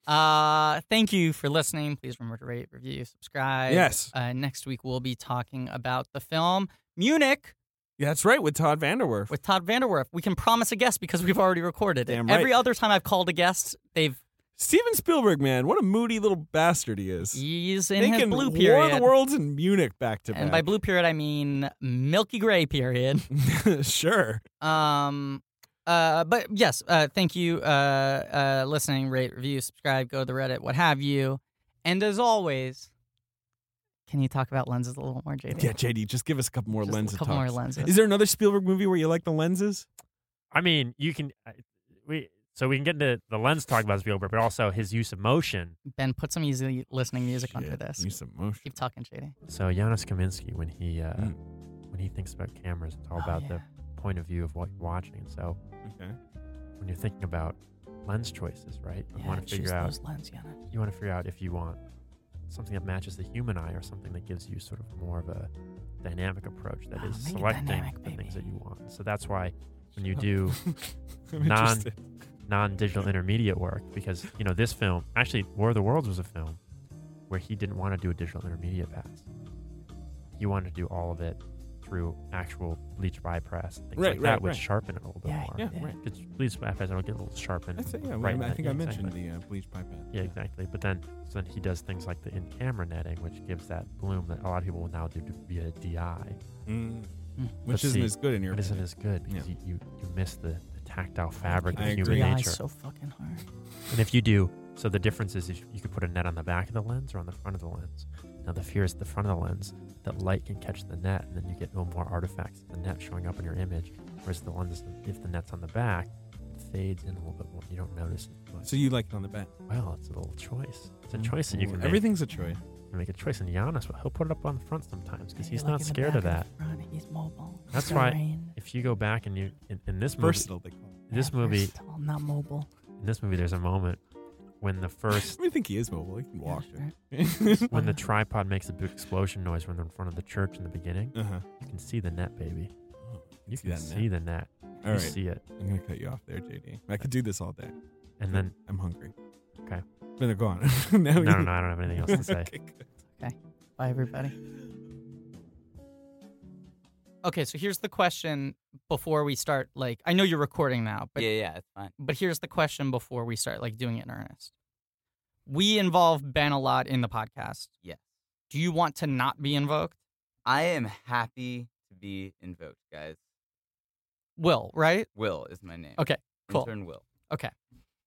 S2: Uh, thank you for listening. Please remember to rate, review, subscribe.
S3: Yes,
S2: Uh, next week we'll be talking about the film Munich
S3: Yeah, that's right. With Todd Vanderwerf.
S2: with Todd Vanderwerf. We can promise a guest because we've already recorded it.
S3: Damn
S2: Every
S3: right.
S2: other time I've called a guest, they've
S3: Steven Spielberg, man, what a moody little bastard he is.
S2: he's in his
S3: Making
S2: blue
S3: War of
S2: period.
S3: the Worlds in Munich back to
S2: and by
S3: back.
S2: blue period I mean milky gray period.
S3: sure.
S2: Um uh but yes, uh thank you uh uh listening, rate, review, subscribe, go to the Reddit, what have you. And as always, can you talk about lenses a little more, JD?
S3: Yeah, JD, just give us a couple more
S2: Just
S3: lenses.
S2: a couple more lenses.
S3: Is there another Spielberg movie where you like the lenses?
S7: I mean, you can. I- We so we can get into the lens talk about Spielberg, but also his use of motion.
S2: ben, put some easy listening music under
S3: Shit,
S2: this.
S3: Need some motion.
S2: Keep talking, JD.
S7: So Janusz Kaminski, when he uh,
S3: Mm.
S7: when he thinks about cameras, it's all
S2: Hmm. Oh,
S7: about
S2: yeah.
S7: the point of view of what you're watching. So
S3: Okay.
S7: when you're thinking about lens choices, right? You
S2: yeah,
S7: want to
S2: choose
S7: figure out
S2: those lens, Yana.
S7: you want to figure out if you want something that matches the human eye or something that gives you sort of more of a dynamic approach that
S2: Oh,
S7: is
S2: make it
S7: selecting
S2: dynamic,
S7: the
S2: baby.
S7: things that you want. So that's why when you do
S3: I'm
S7: Non-
S3: interested.
S7: non-digital intermediate work because you know this film actually War of the Worlds was a film where he didn't want to do a digital intermediate pass. He wanted to do all of it through actual bleach by press, and things
S3: Right,
S7: like that,
S3: right,
S7: which
S3: right.
S7: sharpen it a little bit
S2: Yeah,
S7: more.
S3: Yeah, right.
S7: Because bleach by press, it'll get a little sharpened.
S3: I think, yeah,
S7: right
S3: right, I
S7: in
S3: think
S7: that-
S3: I
S7: yeah,
S3: mentioned
S7: exactly.
S3: the uh, bleach pipette.
S7: Yeah, exactly. But then, so then he does things like the in-camera netting, which gives that bloom that a lot of people will now do via DI.
S3: Mm.
S2: Mm.
S3: Which
S7: Let's
S3: isn't
S7: see.
S3: as good in your
S7: It isn't
S3: opinion.
S7: as good because you, you, you miss the, the tactile fabric
S3: I
S7: of human
S3: agree.
S8: Yeah,
S7: nature.
S8: so fucking hard.
S7: And if you do, so the difference is you you could put a net on the back of the lens or on the front of the lens. Now the fear is the front of the lens that light can catch the net, and then you get no more artifacts of the net showing up in your image. Whereas the lens, if the net's on the back, it fades in a little bit more. You don't notice. it as much.
S3: So you like it on the back.
S7: well, it's a little choice. It's
S8: Mm,
S7: a choice that you can make.
S3: Everything's a choice.
S7: You can make a choice, and Giannis, well, he'll put it up on the front sometimes because
S8: Hey,
S7: he's
S8: like
S7: not
S8: in the
S7: scared of
S8: back
S7: that.
S8: or the front, he's mobile.
S7: That's
S8: He's got
S7: right.
S8: brain.
S7: If you go back and you in, in this movie,
S3: Versatile, they call it.
S7: this
S8: Yeah,
S7: movie,
S8: versatile, not mobile.
S7: in this movie, there's a moment when the first
S3: I mean, I think he is mobile. He can walk.
S8: Yeah,
S7: when the tripod makes a big explosion noise when they're in front of the church in the beginning,
S3: uh-huh.
S7: you can see the net, baby. You
S3: See
S7: can
S3: that net.
S7: see the net.
S3: All
S7: you
S3: right.
S7: see it.
S3: I'm going to cut you off there, JD. I could do this all day.
S7: And then,
S3: I'm hungry.
S7: Okay.
S3: But they're gone. now
S7: no, no, no, I don't have anything else to say.
S8: Bye, everybody.
S2: Okay, so here's the question before we start. Like, I know you're recording now, but
S9: yeah, yeah, it's fine.
S2: but here's the question before we start like doing it in earnest. We involve Ben a lot in the podcast.
S9: Yes.
S2: Do you want to not be invoked?
S9: I am happy to be invoked, guys.
S2: Will, right?
S9: Will is my name.
S2: Okay, cool.
S9: Intern Will.
S3: Uh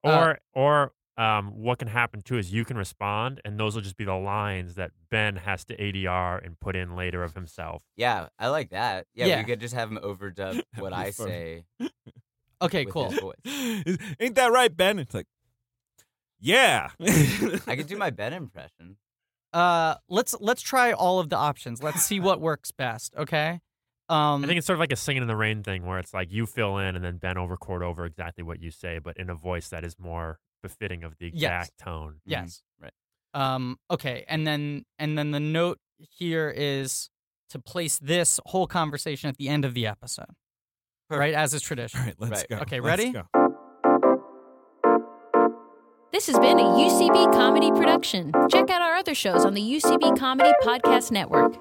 S7: Or, or um, what can happen too is you can respond, and those will just be the lines that Ben has to ADR and put in later of himself.
S9: Yeah, I like that. Yeah,
S2: Yeah.
S9: we could just have him overdub
S3: That'd
S9: what
S3: be
S9: I
S3: fun.
S9: say.
S2: Okay,
S9: with
S2: cool.
S9: His voice.
S3: Ain't that right, Ben? It's like, yeah.
S9: I could do my Ben impression.
S2: Uh let's let's try all of the options. Let's see what works best, okay? Um
S7: I think it's sort of like a singing in the rain thing where it's like you fill in and then Ben will record over exactly what you say, but in a voice that is more befitting of the
S2: Yes.
S7: exact tone.
S2: yes.
S9: right.
S2: Um okay, and then and then the note here is to place this whole conversation at the end of the episode. Right as is tradition.
S3: All right, let's
S9: Right.
S3: go.
S2: Okay,
S3: Let's
S2: ready?
S3: go.
S10: This has been a UCB comedy production. Check out our other shows on the UCB Comedy Podcast Network.